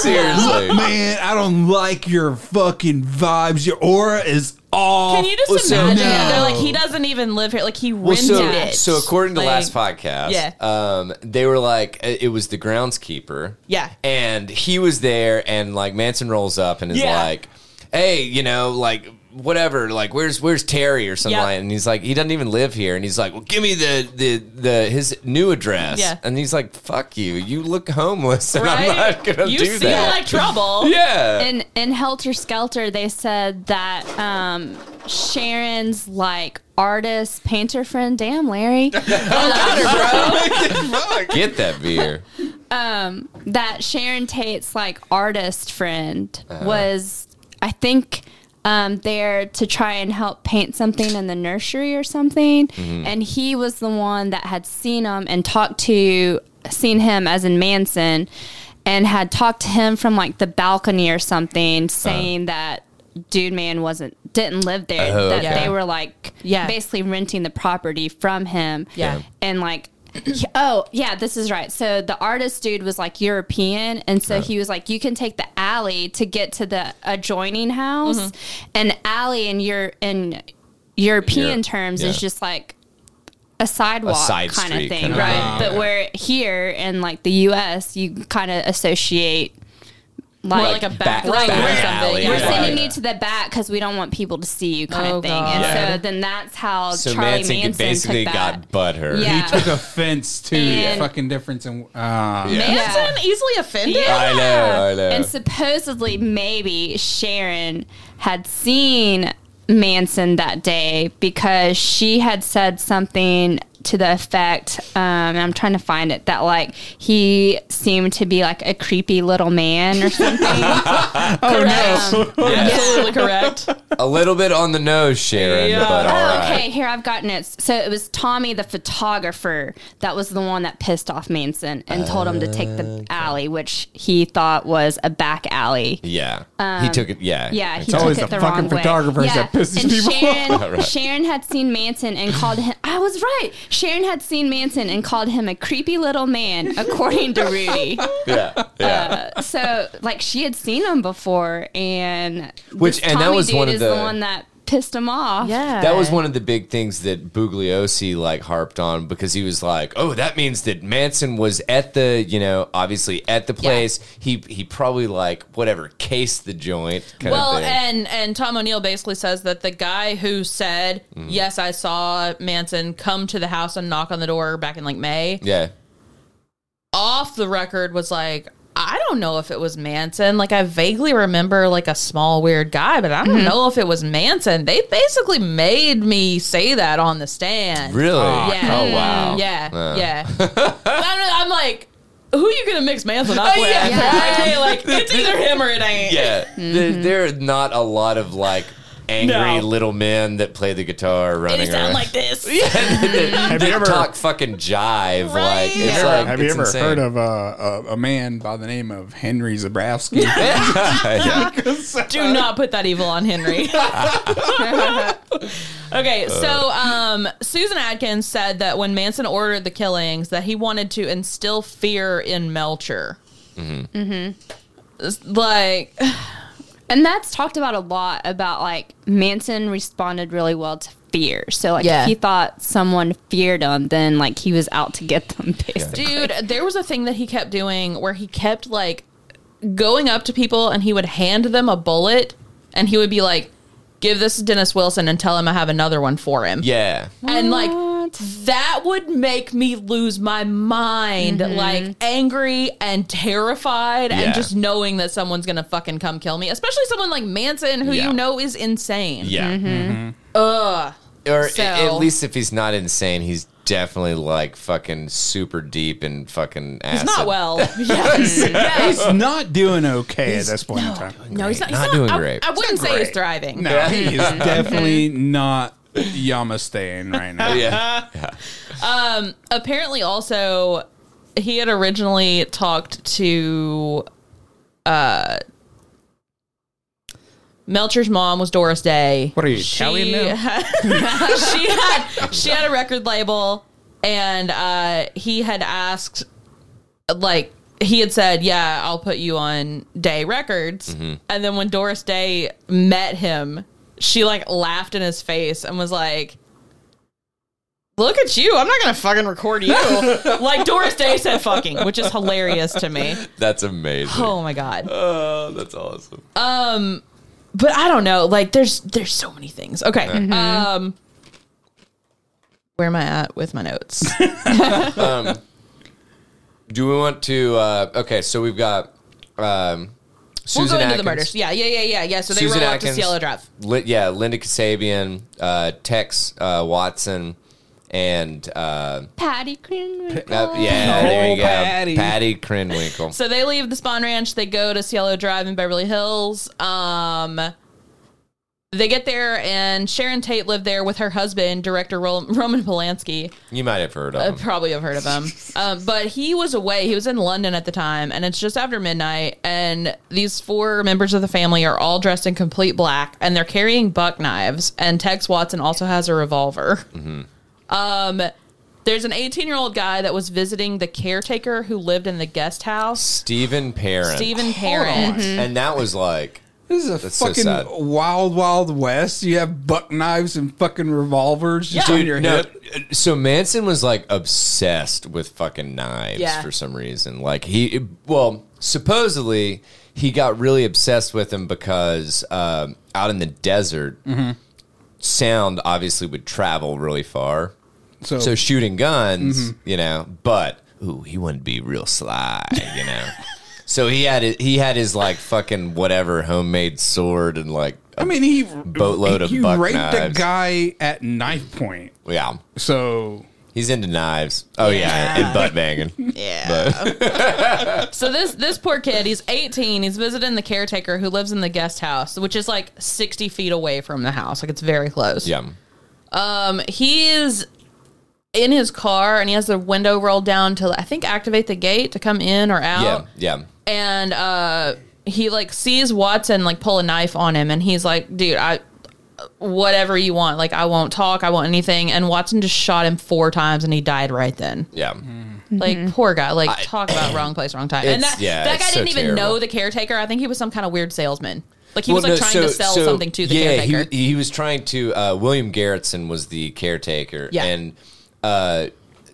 Speaker 1: seriously,
Speaker 4: Man, I don't like your fucking vibes. Your aura is off.
Speaker 3: Can you just
Speaker 1: Well, so-
Speaker 3: imagine
Speaker 1: No.
Speaker 3: that? They're like, he doesn't even live here. Like, he rented
Speaker 1: Well, so,
Speaker 3: it.
Speaker 1: so according to
Speaker 3: Like,
Speaker 1: last podcast,
Speaker 3: Yeah.
Speaker 1: um, they were like it it was the groundskeeper,
Speaker 3: Yeah.
Speaker 1: and he was there, and like Manson rolls up and is
Speaker 3: Yeah.
Speaker 1: like, "Hey, you know, like whatever, like where's where's Terry or something
Speaker 3: Yeah.
Speaker 1: like," and he's like, "He doesn't even live here," and he's like, "Well, give me the the the his new address,"
Speaker 3: Yeah.
Speaker 1: and he's like, "Fuck you, you look homeless, and [laughs] I'm
Speaker 3: Right?
Speaker 1: not gonna
Speaker 3: you
Speaker 1: do
Speaker 3: seem
Speaker 1: that."
Speaker 3: like trouble.
Speaker 1: yeah,
Speaker 2: in in Helter Skelter, they said that um, Sharon's like artist painter friend. Damn, Larry.
Speaker 1: [laughs]
Speaker 3: [laughs]
Speaker 1: get that beer.
Speaker 2: um, that Sharon Tate's like artist friend
Speaker 1: Uh-huh.
Speaker 2: was, I think, um, there to try and help paint something in the nursery or something,
Speaker 1: Mm-hmm.
Speaker 2: and he was the one that had seen him and talked to, seen him as in Manson, and had talked to him from like the balcony or
Speaker 1: Uh-huh.
Speaker 2: something, saying that. Dude, man, wasn't didn't live there.
Speaker 1: Oh,
Speaker 2: that
Speaker 1: okay.
Speaker 2: they were like,
Speaker 3: Yeah.
Speaker 2: basically renting the property from him.
Speaker 3: Yeah.
Speaker 2: and like oh yeah this is right so the artist dude was like european and so he was like you can take the alley to get to the adjoining house and alley in your in european
Speaker 1: Mm-hmm. Europe,
Speaker 2: terms
Speaker 1: yeah.
Speaker 2: is just like a sidewalk
Speaker 1: side
Speaker 2: kind
Speaker 1: street
Speaker 2: of thing
Speaker 1: kinda Oh,
Speaker 2: right
Speaker 1: thing,
Speaker 2: but
Speaker 1: yeah.
Speaker 2: where here in like the us you kind of associate like,
Speaker 3: More like a
Speaker 1: back-
Speaker 3: back, road
Speaker 1: back
Speaker 3: or
Speaker 1: alley.
Speaker 3: something.
Speaker 2: we're
Speaker 1: Yeah.
Speaker 2: sending
Speaker 1: Yeah.
Speaker 2: you to the back because we don't want people to see you kind
Speaker 3: Oh,
Speaker 2: of thing
Speaker 3: God.
Speaker 2: and
Speaker 1: Yeah.
Speaker 2: so then that's how
Speaker 1: So
Speaker 2: charlie
Speaker 1: Manson,
Speaker 2: manson,
Speaker 1: basically
Speaker 2: took that.
Speaker 1: got butthurt. [laughs]
Speaker 2: Yeah.
Speaker 4: He took offense to
Speaker 2: And-
Speaker 4: the fucking difference in. Uh,
Speaker 1: Yeah.
Speaker 3: Manson easily offended?
Speaker 2: Yeah.
Speaker 1: I know, I know.
Speaker 2: And supposedly, maybe Sharon had seen Manson that day because she had said something to the effect, um, and I'm trying to find it, that like he seemed to be like a creepy little man or
Speaker 3: [laughs]
Speaker 2: something.
Speaker 3: correct. Oh, Absolutely correct.
Speaker 1: A little bit on the nose, Sharon,
Speaker 3: Yeah.
Speaker 1: but all
Speaker 2: Oh,
Speaker 1: right.
Speaker 2: okay, here I've gotten it. So it was Tommy, the photographer, that was the one that pissed off Manson and told him to take the alley, which he thought was a back alley.
Speaker 1: Yeah. he took it. Yeah.
Speaker 2: Um, Yeah, he
Speaker 1: It's always
Speaker 4: always
Speaker 2: took it
Speaker 4: the
Speaker 2: the
Speaker 4: fucking
Speaker 2: wrong way.
Speaker 4: photographers
Speaker 2: yeah.
Speaker 4: that pisses
Speaker 2: and
Speaker 4: people
Speaker 1: [laughs]
Speaker 4: off.
Speaker 2: Sharon,
Speaker 1: Right.
Speaker 2: Sharon had seen Manson and called him. I was right. Sharon had seen Manson and called him a creepy little man, according to
Speaker 1: [laughs]
Speaker 2: Rudy. [laughs]
Speaker 1: Yeah. Yeah.
Speaker 2: Uh, so, like, she had seen him before, and
Speaker 1: Which-
Speaker 2: this
Speaker 1: and that
Speaker 2: Tommy
Speaker 1: was
Speaker 2: dude
Speaker 1: one of
Speaker 2: is
Speaker 1: the-
Speaker 2: one that pissed him off.
Speaker 3: Yeah.
Speaker 1: That was one of the big things that Bugliosi like harped on because he was like, "Oh, that means that Manson was at the, you know, obviously at the place. He he probably like whatever cased the joint kind
Speaker 3: Well,
Speaker 1: of thing."
Speaker 3: and and Tom O'Neill basically says that the guy who said
Speaker 1: Mm.
Speaker 3: yes, I saw Manson come to the house and knock on the door back in like May,
Speaker 1: yeah,
Speaker 3: off the record was like, I don't know if it was Manson. Like I vaguely remember like a small weird guy, but I
Speaker 1: Mm-hmm.
Speaker 3: don't know if it was Manson. They basically made me say that on the stand.
Speaker 1: really?
Speaker 3: Yeah. Mm-hmm.
Speaker 1: Oh wow.
Speaker 3: Yeah,
Speaker 1: Uh.
Speaker 3: yeah.
Speaker 1: [laughs]
Speaker 3: I'm, I'm like, who are you gonna mix Manson up
Speaker 1: [laughs]
Speaker 3: with?
Speaker 1: yeah. [laughs]
Speaker 3: Okay, like it's either him or it ain't.
Speaker 1: Yeah. There,
Speaker 3: Mm-hmm.
Speaker 1: there are not a lot of like angry
Speaker 3: No.
Speaker 1: little men that play the guitar running
Speaker 3: They sound
Speaker 1: around. [laughs]
Speaker 3: like this.
Speaker 5: Have you
Speaker 1: they
Speaker 5: ever
Speaker 1: talk fucking jive
Speaker 3: Right?
Speaker 1: like
Speaker 3: Yeah.
Speaker 1: it's like
Speaker 4: Have you
Speaker 1: it's
Speaker 4: ever
Speaker 1: insane.
Speaker 4: heard of uh, a, a man by the name of Henry Zabrowski?
Speaker 1: [laughs] yeah.
Speaker 3: Do not put that evil on Henry. [laughs] okay, so um, Susan Adkins said that when Manson ordered the killings, that he wanted to instill fear in Melcher. Mm-hmm. Like,
Speaker 2: And that's talked about a lot about like Manson responded really well to fear. So like
Speaker 3: Yeah.
Speaker 2: if he thought someone feared him, then like he was out to get them [laughs] basically.
Speaker 3: dude, there was a thing that he kept doing where he kept like going up to people and he would hand them a bullet, and he would be like, "Give this to Dennis Wilson and tell him I have another one for him."
Speaker 1: Yeah.
Speaker 3: and like
Speaker 2: What?
Speaker 3: that would make me lose my mind like angry and terrified
Speaker 1: Yeah.
Speaker 3: and just knowing that someone's gonna fucking come kill me especially someone like manson who
Speaker 1: Yeah.
Speaker 3: you know is insane
Speaker 1: Yeah.
Speaker 4: Mm-hmm.
Speaker 1: Or a-
Speaker 3: Mm-hmm. So-
Speaker 1: at least if he's not insane, he's definitely like fucking super deep and fucking acid.
Speaker 3: he's
Speaker 4: [laughs]
Speaker 3: not well yes.
Speaker 4: He's not doing okay at this point in
Speaker 3: no.
Speaker 4: time.
Speaker 3: no he's not, he's
Speaker 1: Not
Speaker 3: not,
Speaker 1: doing
Speaker 3: I,
Speaker 1: great.
Speaker 3: I wouldn't say he's thriving
Speaker 4: No, he is
Speaker 3: Mm-hmm.
Speaker 4: definitely not Yamastein right now.
Speaker 1: [laughs] Yeah.
Speaker 4: [laughs]
Speaker 3: apparently also he had originally talked to uh Melcher's mom was Doris Day.
Speaker 4: What are you,
Speaker 3: she
Speaker 4: Italian now?
Speaker 3: had, she had she had a record label and uh he had asked like he had said, "Yeah, I'll put you on Day Records." And then when Doris Day met him, she like laughed in his face and was like, "Look at you! I'm not gonna fucking record you." like Doris Day said, "Fucking," which is hilarious to me.
Speaker 1: That's amazing.
Speaker 3: Oh my god!
Speaker 1: Oh, that's awesome.
Speaker 3: But I don't know. Like, there's there's so many things. Okay. Um, where am I at with my notes?
Speaker 1: Do we want to? Uh, okay, so we've got um, Susan
Speaker 3: we'll go into
Speaker 1: Atkins,
Speaker 3: the murders. Yeah, yeah, yeah, yeah, yeah. So they
Speaker 1: Susan
Speaker 3: roll up
Speaker 1: Atkins.
Speaker 3: to Cielo Drive.
Speaker 1: Li- yeah, Linda Kasabian, uh, Tex uh, Watson, and uh,
Speaker 2: Patty Greenwood.
Speaker 1: uh, yeah, there you
Speaker 4: Oh,
Speaker 1: go,
Speaker 4: Patty.
Speaker 1: Patty Krenwinkel.
Speaker 3: So they leave the Spawn Ranch. They go to Cielo Drive in Beverly Hills. Um, they get there, and Sharon Tate lived there with her husband, director Ro- Roman Polanski.
Speaker 1: you might have heard of
Speaker 3: I
Speaker 1: him.
Speaker 3: Uh, probably have heard of him, um, but he was away. He was in London at the time, and it's just after midnight. And these four members of the family are all dressed in complete black, and they're carrying buck knives. And Tex Watson also has a revolver. Um, there's an 18 year old guy that was visiting the caretaker who lived in the guest house.
Speaker 1: Stephen Parent.
Speaker 3: Stephen Parent.
Speaker 1: and that was like
Speaker 4: This is a
Speaker 1: That's so
Speaker 4: fucking
Speaker 1: sad.
Speaker 4: wild, wild west. You have buck knives and fucking revolvers just on your
Speaker 1: Dude, no.
Speaker 4: hip.
Speaker 1: So Manson was like obsessed with fucking knives
Speaker 3: Yeah.
Speaker 1: for some reason. Like he, well, supposedly he got really obsessed with them because um, out in the desert, sound obviously would travel really far.
Speaker 4: So,
Speaker 1: So shooting guns, you know, but ooh, he wouldn't be real sly, you know. so he had his, he had his like fucking whatever homemade sword and like oh,
Speaker 4: I mean, he
Speaker 1: boatload of
Speaker 4: you
Speaker 1: buck
Speaker 4: raped
Speaker 1: knives.
Speaker 4: a guy at knife point.
Speaker 1: yeah.
Speaker 4: So
Speaker 1: He's into knives. Oh yeah, and butt banging.
Speaker 3: Yeah.
Speaker 1: But
Speaker 3: [laughs] So this this poor kid, he's 18. He's visiting the caretaker who lives in the guest house, which is like 60 feet away from the house. Like it's very close.
Speaker 1: yeah.
Speaker 3: Um, he is in his car and he has the window rolled down to I think activate the gate to come in or out.
Speaker 1: Yeah, yeah.
Speaker 3: and uh he like sees Watson like pull a knife on him and he's like, dude, I whatever you want. Like I won't talk, I won't anything. And Watson just shot him four times and he died right then.
Speaker 1: Yeah.
Speaker 3: Like poor guy. Like talk about wrong place, wrong time. And
Speaker 1: It's-
Speaker 3: that
Speaker 1: yeah,
Speaker 3: that
Speaker 1: it's
Speaker 3: guy
Speaker 1: so
Speaker 3: didn't even know
Speaker 1: terrible.
Speaker 3: the caretaker. I think he was some kind of weird salesman. Like he was
Speaker 1: Well,
Speaker 3: like
Speaker 1: no, so-
Speaker 3: trying to sell
Speaker 1: so,
Speaker 3: something to the
Speaker 1: yeah, he-
Speaker 3: caretaker.
Speaker 1: He, was trying to. Uh, William Garretson was the caretaker,
Speaker 3: Yeah.
Speaker 1: and uh,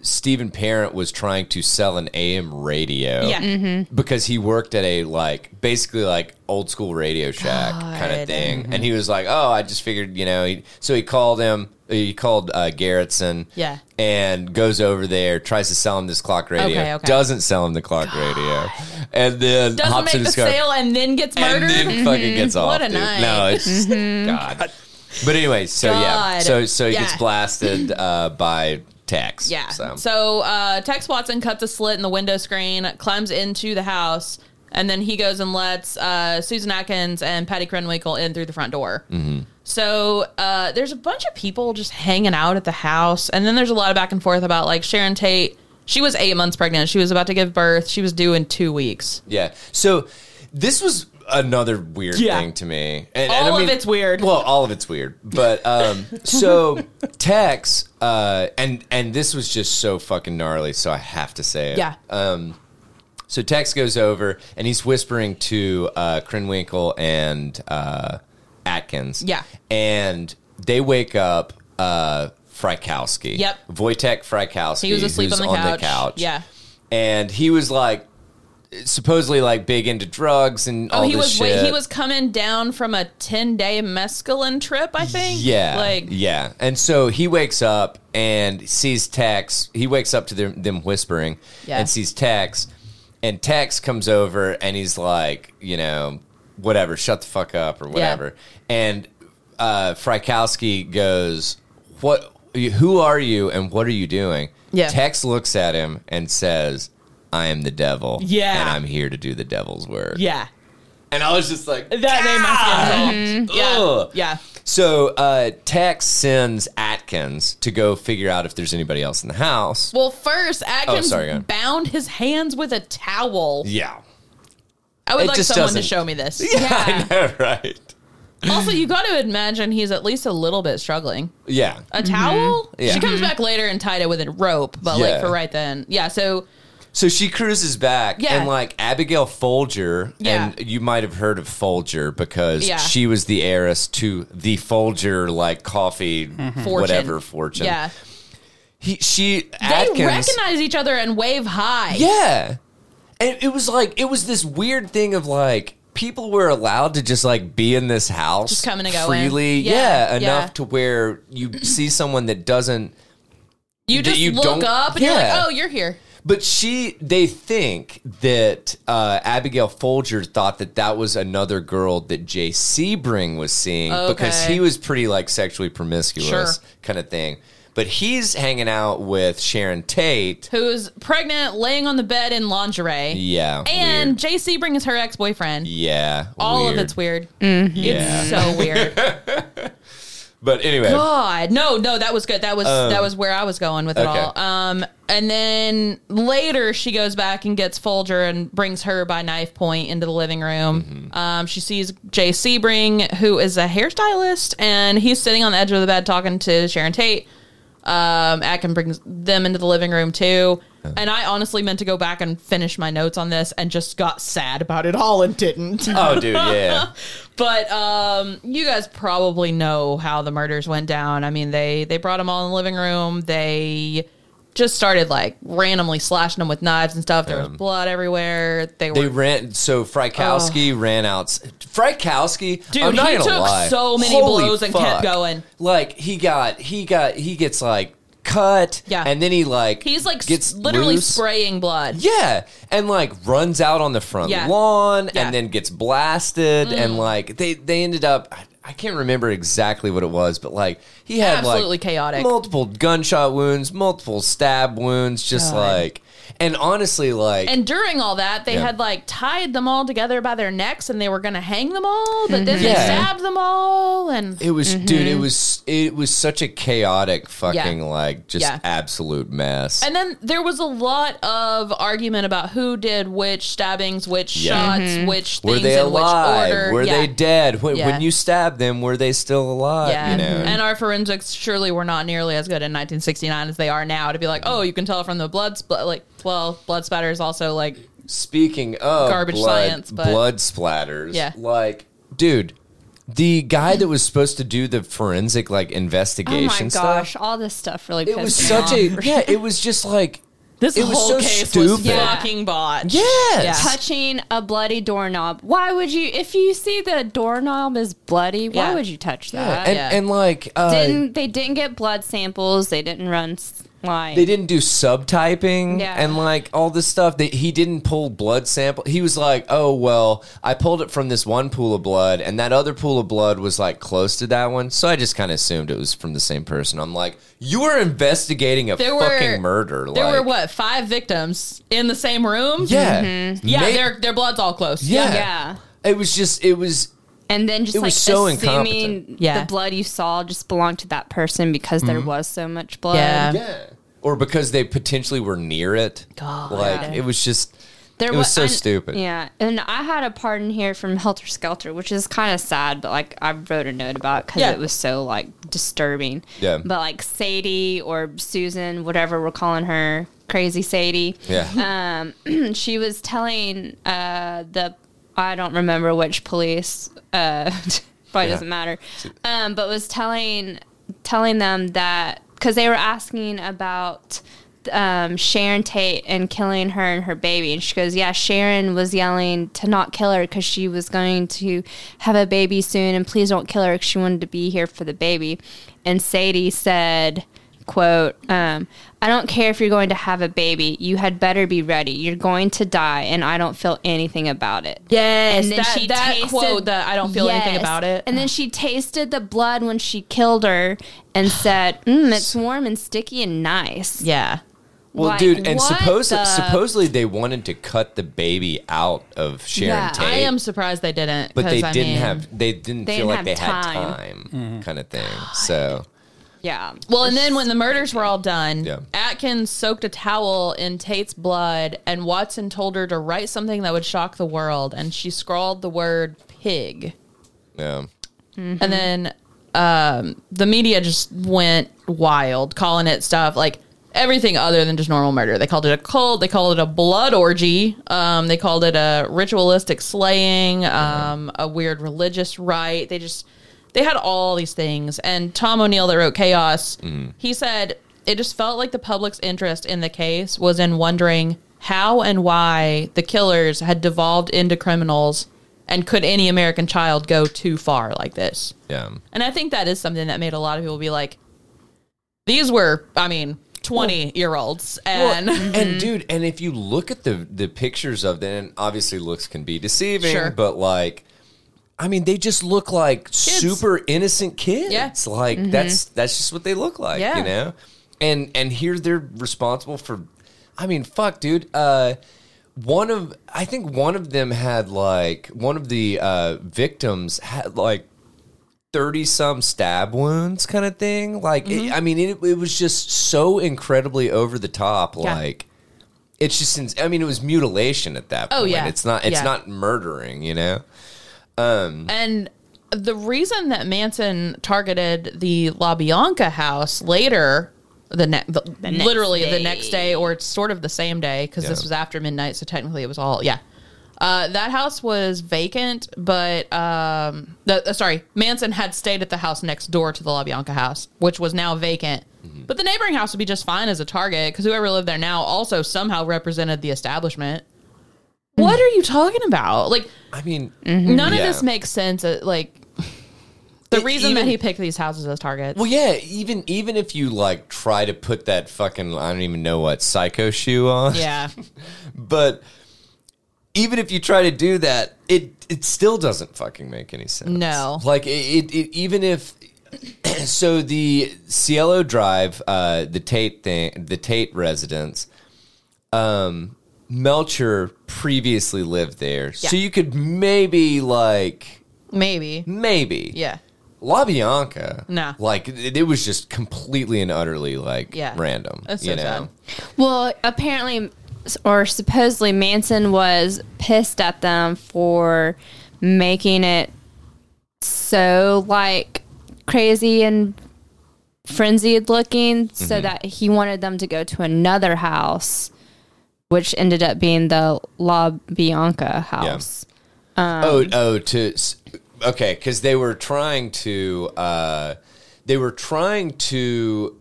Speaker 1: Stephen Parent was trying to sell an AM radio.
Speaker 3: yeah. Mm-hmm.
Speaker 1: because he worked at a like basically like old school radio shack kind
Speaker 3: God.
Speaker 1: of thing and he was like oh i just figured you know he, so he called him he called uh, garrettson
Speaker 3: Yeah.
Speaker 1: and goes over there tries to sell him this clock radio
Speaker 3: Okay, okay.
Speaker 1: doesn't sell him the clock radio and then
Speaker 3: Doesn't
Speaker 1: hops
Speaker 3: make
Speaker 1: in
Speaker 3: the
Speaker 1: his car
Speaker 3: sale and then gets
Speaker 1: and
Speaker 3: murdered.
Speaker 1: then fucking gets off
Speaker 3: Mm-hmm. What a
Speaker 1: dude.
Speaker 3: night. Mm-hmm.
Speaker 1: no
Speaker 3: [laughs]
Speaker 1: it's just god but anyway so yeah
Speaker 3: God.
Speaker 1: so so he
Speaker 3: Yeah.
Speaker 1: gets
Speaker 3: [clears throat]
Speaker 1: blasted uh, by text
Speaker 3: Yeah.
Speaker 1: so,
Speaker 3: So, uh, Tex Watson cuts a slit in the window screen, climbs into the house, and then he goes and lets uh, Susan Atkins and Patty Krenwinkel in through the front door. Mm-hmm. So uh, there's a bunch of people just hanging out at the house, and then there's a lot of back and forth about like Sharon Tate. She was eight months pregnant. She was about to give birth. She was due in two weeks.
Speaker 1: Yeah. So this was another weird
Speaker 3: Yeah.
Speaker 1: thing to me. And,
Speaker 3: All of it's weird.
Speaker 1: Well, all of it's weird. But um, so
Speaker 3: [laughs]
Speaker 1: Tex, uh, and and this was just so fucking gnarly. So I have to say it.
Speaker 3: Yeah. Uh,
Speaker 1: So Tex goes over and he's whispering to uh, Krenwinkel and uh, Atkins.
Speaker 3: Yeah.
Speaker 1: And they wake up uh, Frykowski.
Speaker 3: Yep.
Speaker 1: Wojtek Frykowski.
Speaker 3: he was asleep
Speaker 1: who's
Speaker 3: on, the, couch. Yeah.
Speaker 1: And he was like, supposedly like big into drugs and all
Speaker 3: Oh, he
Speaker 1: this
Speaker 3: was
Speaker 1: shit.
Speaker 3: wait, he was coming down from a ten day mescaline trip. I think.
Speaker 1: Yeah.
Speaker 3: Like
Speaker 1: yeah. And so he wakes up and sees Tex. He wakes up to them, them whispering
Speaker 3: Yeah.
Speaker 1: and sees Tex. And Tex comes over and he's like, you know, whatever, shut the fuck up or whatever. And uh, Frykowski goes, "What? Who are you and what are you doing?"
Speaker 3: Yeah.
Speaker 1: Tex looks at him and says, "I am the devil.
Speaker 3: Yeah.
Speaker 1: and I'm here to do the devil's work."
Speaker 3: Yeah.
Speaker 1: And I was just like,
Speaker 3: That made my skin crawl.
Speaker 1: Mm-hmm. Ugh.
Speaker 3: Yeah.
Speaker 1: So uh, Tex sends Atkins to go figure out if there's anybody else in the house.
Speaker 3: Well, first Atkins
Speaker 1: Oh, sorry, go.
Speaker 3: bound his hands with a towel.
Speaker 1: yeah.
Speaker 3: I would
Speaker 1: It
Speaker 3: like
Speaker 1: just
Speaker 3: someone
Speaker 1: doesn't-
Speaker 3: to show
Speaker 1: [laughs]
Speaker 3: me this.
Speaker 1: I know, right?
Speaker 3: also, you got to imagine he's at least a little bit struggling.
Speaker 1: Yeah.
Speaker 3: A towel?
Speaker 1: Mm-hmm. Yeah. Mm-hmm.
Speaker 3: She comes back later and tied it with a rope, but
Speaker 1: Yeah.
Speaker 3: like for right then, yeah. So
Speaker 1: So she cruises back,
Speaker 3: Yeah.
Speaker 1: and like Abigail Folger,
Speaker 3: Yeah.
Speaker 1: and you might have heard of Folger because
Speaker 3: Yeah.
Speaker 1: she was the heiress to the Folger like coffee, whatever fortune.
Speaker 3: Mm-hmm. yeah,
Speaker 1: He, she
Speaker 3: they
Speaker 1: Atkins.
Speaker 3: recognize each other and wave hi.
Speaker 1: Yeah. And it was like it was this weird thing of like people were allowed to just like be in this house
Speaker 3: Just coming and going.
Speaker 1: freely.
Speaker 3: Yeah,
Speaker 1: Yeah,
Speaker 3: yeah.
Speaker 1: enough to where you see someone that doesn't
Speaker 3: you
Speaker 1: that
Speaker 3: just
Speaker 1: you
Speaker 3: look
Speaker 1: don't-
Speaker 3: up and you're
Speaker 1: Yeah.
Speaker 3: like, oh, you're here.
Speaker 1: but she they think that uh, Abigail Folger thought that that was another girl that Jay Sebring was seeing because
Speaker 3: Oh, Okay.
Speaker 1: he was pretty like sexually promiscuous
Speaker 3: Sure.
Speaker 1: kind of thing. But he's hanging out with Sharon Tate.
Speaker 3: Who's pregnant, laying on the bed in lingerie,
Speaker 1: Yeah.
Speaker 3: and
Speaker 1: weird.
Speaker 3: Jay Sebring is her ex boyfriend.
Speaker 1: yeah.
Speaker 3: All
Speaker 1: weird.
Speaker 3: of it's weird.
Speaker 1: Yeah.
Speaker 3: It's so weird.
Speaker 1: [laughs] But anyway,
Speaker 3: God, no, no, that was good. That was that was where I was going with it
Speaker 1: Um, okay.
Speaker 3: all. Um, and then later she goes back and gets Folger and brings her by knife point into the living room.
Speaker 1: Mm-hmm.
Speaker 3: Um, she sees Jay Sebring, who is a hairstylist, and he's sitting on the edge of the bed talking to Sharon Tate. Um, Atkin brings them into the living room too. And I honestly meant to go back and finish my notes on this and just got sad about it all and didn't. [laughs]
Speaker 1: Oh, dude, yeah.
Speaker 3: But um, you guys probably know how the murders went down. I mean, they they brought them all in the living room. They just started like randomly slashing them with knives and stuff. There was blood everywhere. They were.
Speaker 1: They ran. So Frykowski ran out. Frykowski,
Speaker 3: Dude,
Speaker 1: I'm not
Speaker 3: he
Speaker 1: gonna
Speaker 3: took
Speaker 1: lie.
Speaker 3: so many
Speaker 1: Holy
Speaker 3: blows and kept
Speaker 1: fuck.
Speaker 3: going.
Speaker 1: Like he got, he got, he gets like cut.
Speaker 3: Yeah.
Speaker 1: and then he like
Speaker 3: he's like
Speaker 1: gets
Speaker 3: s- literally
Speaker 1: loose.
Speaker 3: spraying blood.
Speaker 1: Yeah, and like runs out on the front
Speaker 3: Yeah.
Speaker 1: lawn,
Speaker 3: Yeah. Mm.
Speaker 1: and then gets blasted, and like they they ended up. I, I can't remember exactly what it was, but like he had
Speaker 3: Absolutely
Speaker 1: like
Speaker 3: chaotic.
Speaker 1: multiple gunshot wounds, multiple stab wounds, just
Speaker 3: God.
Speaker 1: like and honestly, like
Speaker 3: And during all that, they
Speaker 1: Yeah.
Speaker 3: had like tied them all together by their necks and they were going to hang them all, but then they
Speaker 1: Yeah.
Speaker 3: stabbed them all. And
Speaker 1: it was, dude,
Speaker 3: Mm-hmm.
Speaker 1: it was it was such a chaotic fucking like just
Speaker 3: Yeah.
Speaker 1: absolute mess.
Speaker 3: and then there was a lot of argument about who did which stabbings, which
Speaker 1: Yeah.
Speaker 3: shots, which things
Speaker 1: were they
Speaker 3: in
Speaker 1: alive?
Speaker 3: which order.
Speaker 1: Were
Speaker 3: Yeah.
Speaker 1: they dead? When,
Speaker 3: Yeah.
Speaker 1: when you stabbed them, were they still alive?
Speaker 3: Yeah. Mm-hmm.
Speaker 1: You know?
Speaker 3: And our forensics surely were not nearly as good in 1969 as they are now to be like, oh, you can tell from the blood spl Like, well, blood splatter is also like,
Speaker 1: Speaking of
Speaker 3: Garbage
Speaker 1: blood,
Speaker 3: science, but-
Speaker 1: blood splatters.
Speaker 3: Yeah.
Speaker 1: Like, dude, the guy that was supposed to do the forensic like
Speaker 2: Oh
Speaker 1: investigation
Speaker 2: my
Speaker 1: stuff.
Speaker 2: gosh, all this stuff really
Speaker 1: It
Speaker 2: pissed
Speaker 1: was
Speaker 2: me
Speaker 1: such
Speaker 2: off.
Speaker 1: a yeah. It was just
Speaker 3: [laughs]
Speaker 1: like
Speaker 3: this
Speaker 1: It was
Speaker 3: whole
Speaker 1: so
Speaker 3: case was
Speaker 1: stupid.
Speaker 2: Yeah.
Speaker 3: fucking botched.
Speaker 1: Yes.
Speaker 3: Yeah.
Speaker 2: [laughs] touching a bloody doorknob. Why would you if you see that a doorknob is bloody, why
Speaker 3: Yeah.
Speaker 2: would you touch that?
Speaker 1: and
Speaker 3: yeah.
Speaker 1: and like uh,
Speaker 2: didn't they didn't get blood samples, they didn't run s- like
Speaker 1: they didn't do subtyping
Speaker 2: Yeah.
Speaker 1: and like all this stuff that he didn't pull blood sample he was like oh well i pulled it from this one pool of blood and that other pool of blood was like close to that one so i just kind of assumed it was from the same person i'm like you were investigating a
Speaker 3: There were-
Speaker 1: fucking murder
Speaker 3: There
Speaker 1: like,
Speaker 3: were what five victims in the same room?
Speaker 1: [laughs] yeah
Speaker 3: Mm-hmm. yeah.
Speaker 1: Ma-
Speaker 3: their their blood's all close.
Speaker 1: yeah
Speaker 2: Yeah.
Speaker 1: it was just it was
Speaker 2: and then just
Speaker 1: It
Speaker 2: like
Speaker 1: was so
Speaker 2: assuming
Speaker 1: incompetent. Mm-hmm.
Speaker 3: Yeah.
Speaker 2: the blood you saw just belonged to that person because there was so much blood.
Speaker 3: Yeah.
Speaker 1: yeah or because they potentially were near it
Speaker 3: God.
Speaker 1: like
Speaker 2: Yeah.
Speaker 1: it was just
Speaker 2: There
Speaker 1: It was so
Speaker 2: I-
Speaker 1: stupid.
Speaker 2: Yeah, and I had a part in here from Helter Skelter, which is kind of sad, but like I wrote a note about because
Speaker 3: Yeah.
Speaker 2: it was so like disturbing.
Speaker 1: Yeah.
Speaker 2: But like Sadie or Susan, whatever we're calling her, crazy Sadie,
Speaker 3: [laughs]
Speaker 1: yeah
Speaker 2: [clears throat] she was telling uh, the I don't remember which police. Uh, [laughs] probably
Speaker 1: Yeah.
Speaker 2: doesn't matter. Um, but was telling telling them that because they were asking about um, Sharon Tate and killing her and her baby, and she goes, "Yeah, Sharon was yelling to not kill her because she was going to have a baby soon, and please don't kill her 'cause she wanted to be here for the baby." And Sadie said quote um, i don't care if you're going to have a baby you had better be ready you're going to die and i don't feel anything about it
Speaker 3: Yes,
Speaker 2: and then
Speaker 3: that,
Speaker 2: she
Speaker 3: that
Speaker 2: tasted,
Speaker 3: quote that I don't feel anything
Speaker 2: Yes.
Speaker 3: about it.
Speaker 2: and then she tasted the blood when she killed her and said mm, it's warm and sticky and nice
Speaker 3: yeah,
Speaker 1: Well,
Speaker 2: Like,
Speaker 1: dude, and
Speaker 2: what
Speaker 1: suppose
Speaker 2: the-
Speaker 1: supposedly they wanted to cut the baby out of Sharon
Speaker 2: Yeah.
Speaker 1: Tate,
Speaker 3: I am surprised they didn't.
Speaker 1: but they
Speaker 3: 'cause, I
Speaker 1: didn't
Speaker 3: mean-
Speaker 1: have they didn't
Speaker 2: They
Speaker 1: feel
Speaker 2: didn't
Speaker 1: like they
Speaker 2: have time.
Speaker 1: had time, kind of thing. So
Speaker 2: yeah
Speaker 3: Well, and then when the murders were all done,
Speaker 1: Yeah.
Speaker 3: Atkins soaked a towel in Tate's blood, and Watson told her to write something that would shock the world, and she scrawled the word pig.
Speaker 1: yeah,
Speaker 3: And then um, the media just went wild, calling it stuff like everything other than just normal murder. They called it a cult. They called it a blood orgy. Um, they called it a ritualistic slaying, um, a weird religious rite. They just they had all these things. And Tom O'Neill that wrote Chaos, he said it just felt like the public's interest in the case was in wondering how and why the killers had devolved into criminals and could any American child go too far like this?
Speaker 1: yeah.
Speaker 3: And I think that is something that made a lot of people be like, these were, I mean, 20 year olds. And
Speaker 1: and dude, and if you look at the the pictures of them, and obviously looks can be deceiving,
Speaker 3: Sure.
Speaker 1: but like. I mean, they just look like super innocent kids.
Speaker 3: Yeah. Mm-hmm.
Speaker 1: Like that's that's just what they look like,
Speaker 3: Yeah.
Speaker 1: you know? And and here they're responsible for I mean, fuck, dude. Uh one of I think one of them had like one of the uh victims had like 30 some stab wounds kind of thing. Like
Speaker 3: Mm-hmm.
Speaker 1: it, I mean, it, it was just so incredibly over the top
Speaker 3: Yeah.
Speaker 1: like it's just ins- I mean, it was mutilation at that
Speaker 3: Oh,
Speaker 1: point.
Speaker 3: yeah.
Speaker 1: It's not it's
Speaker 3: Yeah.
Speaker 1: not murdering, you know?
Speaker 3: And the reason that Manson targeted the La Bianca house later, the, ne- the,
Speaker 2: next
Speaker 3: literally the
Speaker 2: day.
Speaker 3: next day, or it's sort of the same day because this
Speaker 1: Yeah.
Speaker 3: was after midnight, so technically it was all yeah. Uh, that house was vacant, but um, the, uh, sorry, Manson had stayed at the house next door to the La Bianca house, which was now vacant. But the neighboring house would be just fine as a target because whoever lived there now also somehow represented the establishment. What are you talking about? Like,
Speaker 1: I mean,
Speaker 3: None
Speaker 1: Yeah.
Speaker 3: of this makes sense. uh, Like the
Speaker 1: It
Speaker 3: reason that
Speaker 1: even-
Speaker 3: he picked these houses as targets. [laughs]
Speaker 1: Well, yeah. Even even if you like try to put that fucking I don't even know what psycho shoe on,
Speaker 3: yeah,
Speaker 1: but even if you try to do that, it it still doesn't fucking make any sense.
Speaker 3: No.
Speaker 1: like it, it, it even if. [clears throat] so the Cielo Drive, uh, the Tate thing, the Tate residence, um, Melcher previously lived there, so
Speaker 3: Yeah.
Speaker 1: you could maybe like
Speaker 3: Maybe.
Speaker 1: maybe
Speaker 3: Yeah.
Speaker 1: La Bianca,
Speaker 3: Nah.
Speaker 1: like it, it was just completely and utterly like
Speaker 3: Yeah.
Speaker 1: random.
Speaker 3: That's so
Speaker 1: you know?
Speaker 3: sad.
Speaker 2: Well, apparently, or supposedly, Manson was pissed at them for making it so like crazy and frenzied looking,
Speaker 1: Mm-hmm.
Speaker 2: so that he wanted them to go to another house, which ended up being the La Bianca house.
Speaker 3: Um,
Speaker 1: oh, oh, to s- okay, because they were trying to, uh, they were trying to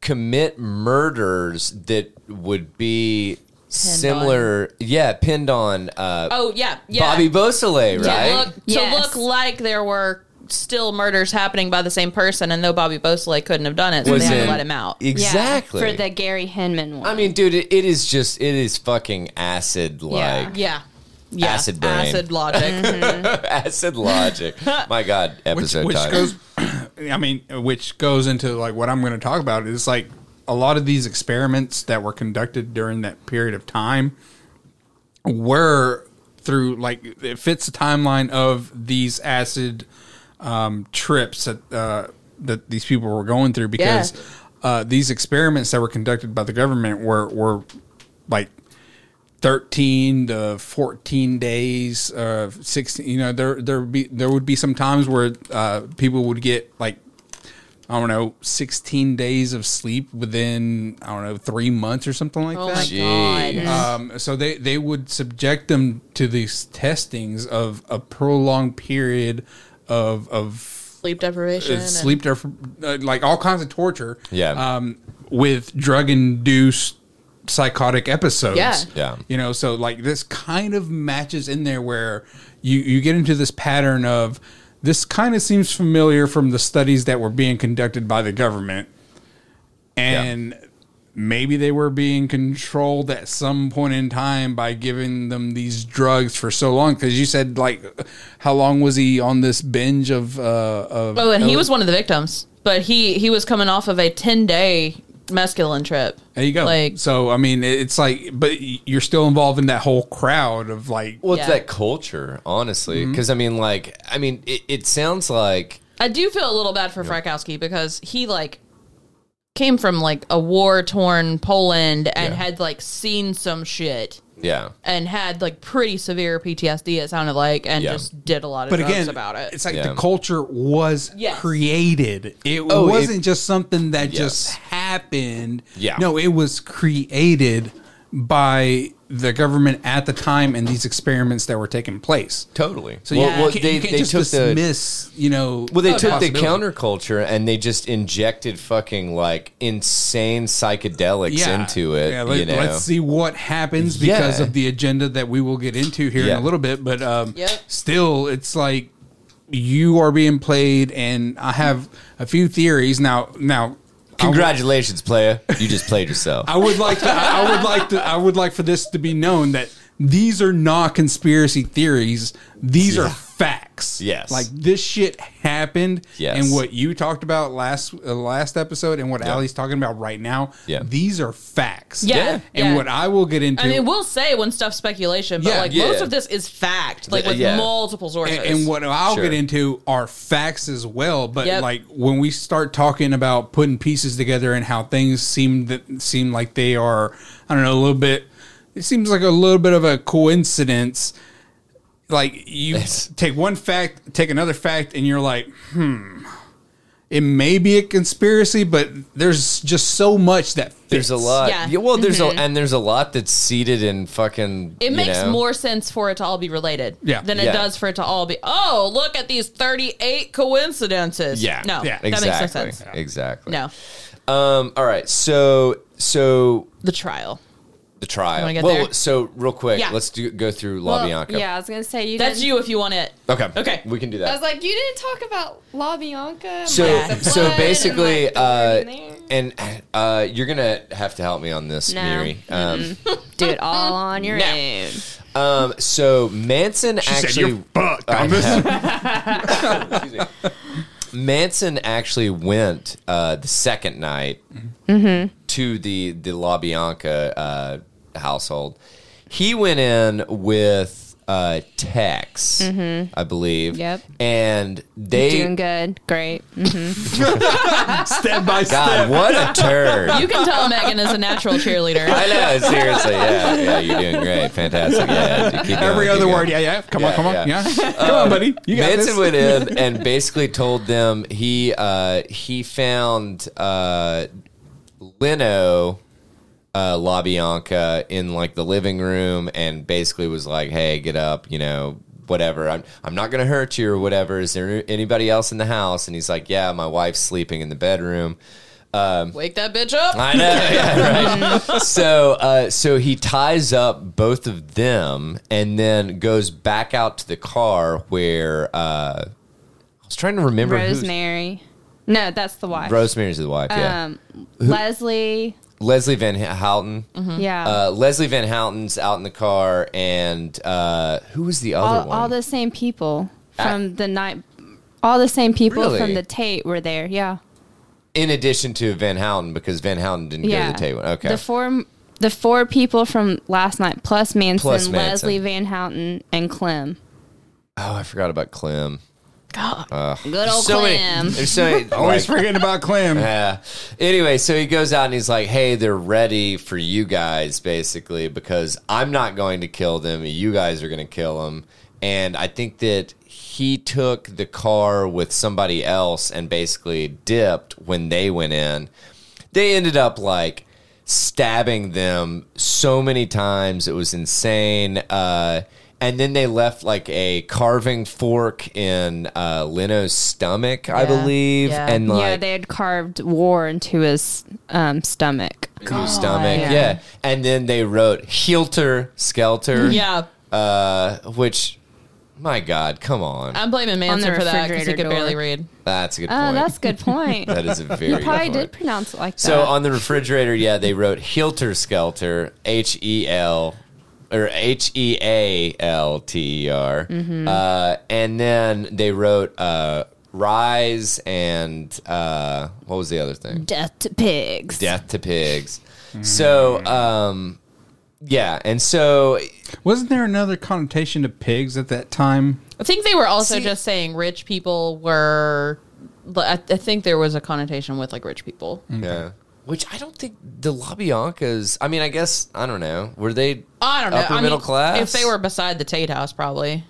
Speaker 1: commit murders that would be similar, yeah, pinned on uh,
Speaker 3: Oh yeah. Yeah.
Speaker 1: Bobby Beausoleil,
Speaker 3: to
Speaker 1: right?
Speaker 3: look, to
Speaker 2: Yes.
Speaker 3: look like there were still murders happening by the same person, and though Bobby Beausoleil couldn't have done it, so
Speaker 1: Was
Speaker 3: they had
Speaker 1: it- e-
Speaker 3: to let him out.
Speaker 2: Yeah,
Speaker 1: exactly
Speaker 2: for the Gary Hinman one.
Speaker 1: I mean, dude, it, it is just it is fucking acid like.
Speaker 3: Yeah. Yeah.
Speaker 1: Acid brain.
Speaker 3: Acid [laughs]
Speaker 1: [laughs]
Speaker 3: logic.
Speaker 1: acid logic. My [laughs] God,
Speaker 4: which,
Speaker 1: episode
Speaker 4: which
Speaker 1: title.
Speaker 4: goes [clears throat] i mean which goes into like what i'm going to talk about is like a lot of these experiments that were conducted during that period of time were through like it fits the timeline of these acid um, trips that uh, that these people were going through because uh, these experiments that were conducted by the government were were like 13 to 14 days uh 16 you know there there would be there would be some times where uh people would get like i don't know 16 days of sleep within i don't know 3 months or something like
Speaker 3: oh
Speaker 4: that
Speaker 3: my
Speaker 1: Jeez.
Speaker 3: god.
Speaker 4: um, so they, they would subject them to these testings of a prolonged period of of
Speaker 3: Sleep deprivation.
Speaker 4: uh,
Speaker 3: and-
Speaker 4: sleep def- uh, like all kinds of torture.
Speaker 1: Yeah.
Speaker 4: Um, with drug induced psychotic episodes.
Speaker 3: Yeah.
Speaker 1: Yeah.
Speaker 4: You know, so like this kind of matches in there where you you get into this pattern of this kind of seems familiar from the studies that were being conducted by the government and maybe they were being controlled at some point in time by giving them these drugs for so long because you said like how long was he on this binge of uh of
Speaker 3: oh, and he was one of the victims, but he he was coming off of a ten day mescaline trip.
Speaker 4: there you go
Speaker 3: Like
Speaker 4: so i mean it- it's like but y- you're still involved in that whole crowd of like
Speaker 1: Well, it's
Speaker 3: Yeah.
Speaker 1: that culture, honestly, because I mean, like, I mean, it, it sounds like
Speaker 3: I do feel a little bad for Frakowski because he like came from like a war torn Poland and
Speaker 1: Yeah.
Speaker 3: had like seen some shit
Speaker 1: yeah,
Speaker 3: and had like pretty severe PTSD. It sounded like and
Speaker 1: Yeah.
Speaker 3: just did a lot of
Speaker 4: but
Speaker 3: drugs
Speaker 4: again
Speaker 3: about it.
Speaker 4: it's like
Speaker 1: Yeah. Oh,
Speaker 4: the culture was
Speaker 3: Yes.
Speaker 4: created it
Speaker 1: it-
Speaker 4: wasn't just something that
Speaker 1: Yes.
Speaker 4: just happened
Speaker 1: Yeah.
Speaker 4: no it was created by the government at the time and these experiments that were taking place
Speaker 1: totally.
Speaker 4: so
Speaker 1: well,
Speaker 4: you,
Speaker 1: well,
Speaker 4: can't,
Speaker 1: they
Speaker 4: you can't
Speaker 1: they
Speaker 4: just
Speaker 1: took the
Speaker 4: dismiss you know
Speaker 1: well, they took the
Speaker 4: possibility.
Speaker 1: counterculture and they just injected fucking like insane psychedelics into it.
Speaker 4: Yeah, let,
Speaker 1: you know,
Speaker 4: us see what happens because
Speaker 1: Yeah.
Speaker 4: of the agenda that we will get into here
Speaker 1: Yeah.
Speaker 4: in a little bit. But um,
Speaker 3: Yep.
Speaker 4: still, it's like you are being played, and I have a few theories now. Now, I w-
Speaker 1: congratulations, player, you just played yourself.
Speaker 4: I would like to. I I would like to. I would like for this to be known that these are not conspiracy theories. These are facts.
Speaker 1: Yes.
Speaker 4: like this shit happened.
Speaker 1: Yes.
Speaker 4: and what you talked about last uh, last episode and what Allie's talking about right now.
Speaker 1: Yeah.
Speaker 4: these are facts.
Speaker 3: Yeah. Yeah.
Speaker 4: and
Speaker 3: Yeah.
Speaker 4: what I will get into.
Speaker 3: I mean, we'll say when stuff's speculation, but
Speaker 4: Yeah,
Speaker 3: like
Speaker 1: yeah.
Speaker 3: most of this is fact, like with
Speaker 1: Yeah.
Speaker 3: multiple sources.
Speaker 4: and, and what I'll
Speaker 1: Sure.
Speaker 4: get into are facts as well. But
Speaker 3: Yep.
Speaker 4: like when we start talking about putting pieces together and how things seem that seem like they are, I don't know, a little bit. It seems like a little bit of a coincidence. Like you
Speaker 1: Yes.
Speaker 4: take one fact, take another fact, and you're like, hmm. It may be a conspiracy, but there's just so much that fits.
Speaker 1: there's a lot.
Speaker 3: Yeah. Mm-hmm.
Speaker 1: well, there's a and there's a lot that's seated in fucking.
Speaker 3: it
Speaker 1: you
Speaker 3: makes
Speaker 1: know,
Speaker 3: more sense for it to all be related
Speaker 4: Yeah.
Speaker 3: than it
Speaker 1: Yeah.
Speaker 3: does for it to all be, oh, look at these 38 coincidences.
Speaker 1: Yeah.
Speaker 3: No,
Speaker 4: Yeah.
Speaker 3: that makes no
Speaker 1: Exactly.
Speaker 3: sense.
Speaker 1: Exactly.
Speaker 3: No,
Speaker 1: Um. All right. So so
Speaker 3: the trial.
Speaker 1: the trial.
Speaker 3: wanna get
Speaker 1: well,
Speaker 3: there?
Speaker 1: so real quick,
Speaker 3: Yeah.
Speaker 1: let's do, go through La
Speaker 2: Well,
Speaker 1: Bianca.
Speaker 2: Yeah, I was gonna say you.
Speaker 3: That's
Speaker 2: didn't-
Speaker 3: you if you want it.
Speaker 1: Okay.
Speaker 3: Okay.
Speaker 1: We can do
Speaker 2: I was
Speaker 1: that.
Speaker 2: like, you didn't talk about La Bianca. and,
Speaker 1: So
Speaker 2: like, the blood
Speaker 1: so
Speaker 2: and,
Speaker 1: basically,
Speaker 2: like, the word in
Speaker 1: uh,
Speaker 2: there.
Speaker 1: and
Speaker 2: Mm-hmm.
Speaker 1: uh, you're gonna have to help me on this,
Speaker 2: No.
Speaker 1: Miri. Um,
Speaker 2: [laughs] do it all on your own.
Speaker 1: Um, so Manson
Speaker 5: said,
Speaker 1: actually
Speaker 5: "You're fucked."
Speaker 1: I
Speaker 5: I'm just- [laughs]
Speaker 1: know. Excuse me. Manson actually went uh, the second night
Speaker 2: Mm-hmm.
Speaker 1: to the the LaBianca uh, household. He went in with uh, Tex, I believe.
Speaker 2: Mm-hmm. Yep.
Speaker 1: and they
Speaker 2: Doing good. Great.
Speaker 4: step by
Speaker 1: [laughs] God, what a turd!
Speaker 3: You can tell Megan is a natural [laughs] cheerleader.
Speaker 1: [laughs] I know, seriously. Yeah, yeah, you're doing great, fantastic. Yeah, keep going,
Speaker 4: Every
Speaker 1: keep
Speaker 4: other
Speaker 1: going.
Speaker 4: word. Yeah, yeah. Come on,
Speaker 1: Yeah,
Speaker 4: come on.
Speaker 1: yeah. Uh,
Speaker 4: Yeah. come on, buddy. You got
Speaker 1: Manson
Speaker 4: this.
Speaker 1: went
Speaker 4: [laughs]
Speaker 1: in and basically told them he uh, he found uh, Leno uh, LaBianca in like the living room and basically was like, "Hey, get up, you know." Whatever, I'm, I'm not gonna hurt you or whatever. Is there anybody else in the house? And he's like, Yeah, my wife's sleeping in the bedroom.
Speaker 3: Wake that bitch up.
Speaker 1: I know. [laughs] Yeah, right. so, uh, so he ties up both of them and then goes back out to the car where uh, I was trying to remember who's-
Speaker 2: Rosemary. No, that's the wife.
Speaker 1: Rosemary's the wife. Yeah,
Speaker 2: Um, Leslie.
Speaker 1: Leslie Van Houten.
Speaker 2: Yeah.
Speaker 1: Uh, Leslie Van Houten's out in the car, and uh, who was the other
Speaker 2: all,
Speaker 1: one?
Speaker 2: all the same people
Speaker 1: I-
Speaker 2: from the night. All the same people
Speaker 1: Really?
Speaker 2: from the Tate were there. Yeah.
Speaker 1: In addition to Van Houten, because Van Houten didn't go
Speaker 2: Yeah.
Speaker 1: to the table. Okay,
Speaker 2: The four. The four people from last night, plus Manson,
Speaker 1: Plus Manson.
Speaker 2: Leslie Van Houten, and Clem.
Speaker 1: oh, I forgot about Clem.
Speaker 2: Good old
Speaker 1: so
Speaker 2: Oh, Clem.
Speaker 1: many. There's so many.
Speaker 4: Always
Speaker 1: like-
Speaker 4: forgetting about Clem.
Speaker 1: [laughs] Yeah. Anyway, so he goes out and he's like, "Hey, they're ready for you guys, basically, because I'm not going to kill them. You guys are going to kill them." And I think that he took the car with somebody else and basically dipped when they went in. They ended up like stabbing them so many times; it was insane. Uh, and then they left like a carving fork in uh, Leno's stomach, I
Speaker 3: Yeah.
Speaker 1: believe,
Speaker 3: Yeah.
Speaker 1: and like
Speaker 2: yeah, they had carved war into his um, stomach.
Speaker 1: in your stomach. Yeah.
Speaker 3: Yeah.
Speaker 1: And then they wrote Hilter Skelter.
Speaker 3: Yeah.
Speaker 1: Uh, which, my God, come on.
Speaker 2: Uh,
Speaker 3: I'm blaming
Speaker 2: the
Speaker 3: Manson for that because he
Speaker 2: refrigerator
Speaker 3: could barely
Speaker 2: door.
Speaker 3: read.
Speaker 1: that's a good
Speaker 2: Oh,
Speaker 1: point.
Speaker 2: that's
Speaker 1: [laughs]
Speaker 2: a good point.
Speaker 1: that
Speaker 2: [laughs]
Speaker 1: is a very good
Speaker 2: Probably
Speaker 1: point.
Speaker 2: did pronounce it like that.
Speaker 1: so on the refrigerator, yeah, they wrote Hilter Skelter, H E L. Or H E A L T E R,
Speaker 2: Mm-hmm.
Speaker 1: Uh, and then they wrote uh, "Rise" and uh, what was the other thing?
Speaker 2: death to pigs.
Speaker 1: "Death to Pigs." So, um, yeah, and so
Speaker 4: Wasn't there another connotation to pigs at that time?
Speaker 3: I think they were also
Speaker 1: See-
Speaker 3: just saying rich people were. I, I think there was a connotation with like rich people.
Speaker 1: Yeah. Which I don't think the LaBiancas. I mean, I guess I don't know. Were they?
Speaker 3: I don't know.
Speaker 1: Upper
Speaker 3: I mean,
Speaker 1: middle class.
Speaker 3: If they were beside the Tate House, probably.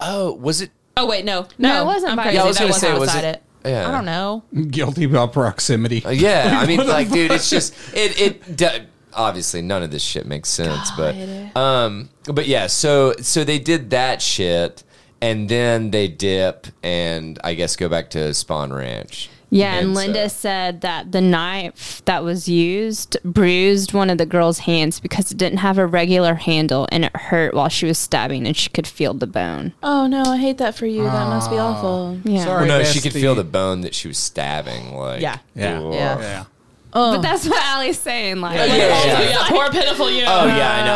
Speaker 1: Oh, was it?
Speaker 3: Oh wait, no, no,
Speaker 2: No, it wasn't
Speaker 3: I'm
Speaker 2: by-
Speaker 3: crazy.
Speaker 2: Yeah, I
Speaker 1: was
Speaker 3: that
Speaker 1: gonna
Speaker 3: wasn't
Speaker 1: say, was
Speaker 3: beside
Speaker 1: it-
Speaker 3: it.
Speaker 1: yeah.
Speaker 3: I don't know.
Speaker 4: Guilty by proximity.
Speaker 1: Uh,
Speaker 4: [laughs]
Speaker 1: yeah. I mean, like, dude, it's just it. It d- obviously none of this shit makes sense, but um, but yeah. So so they did that shit, and then they dip, and I guess go back to Spawn Ranch.
Speaker 2: Yeah, and
Speaker 1: so-
Speaker 2: Linda said that the knife that was used bruised one of the girl's hands because it didn't have a regular handle and it hurt while she was stabbing and she could feel the bone.
Speaker 3: Oh no, I hate that for you. That must be awful.
Speaker 2: Yeah.
Speaker 4: Sorry.
Speaker 1: Well, Oh, no,
Speaker 4: that's
Speaker 1: she could feel the bone that she was stabbing. Like,
Speaker 3: Yeah.
Speaker 4: Yeah.
Speaker 1: Ugh.
Speaker 3: Yeah.
Speaker 4: Yeah.
Speaker 2: But that's what Allie's saying. Like,
Speaker 1: Yeah, yeah, yeah.
Speaker 3: poor pitiful you.
Speaker 1: Oh yeah, I know.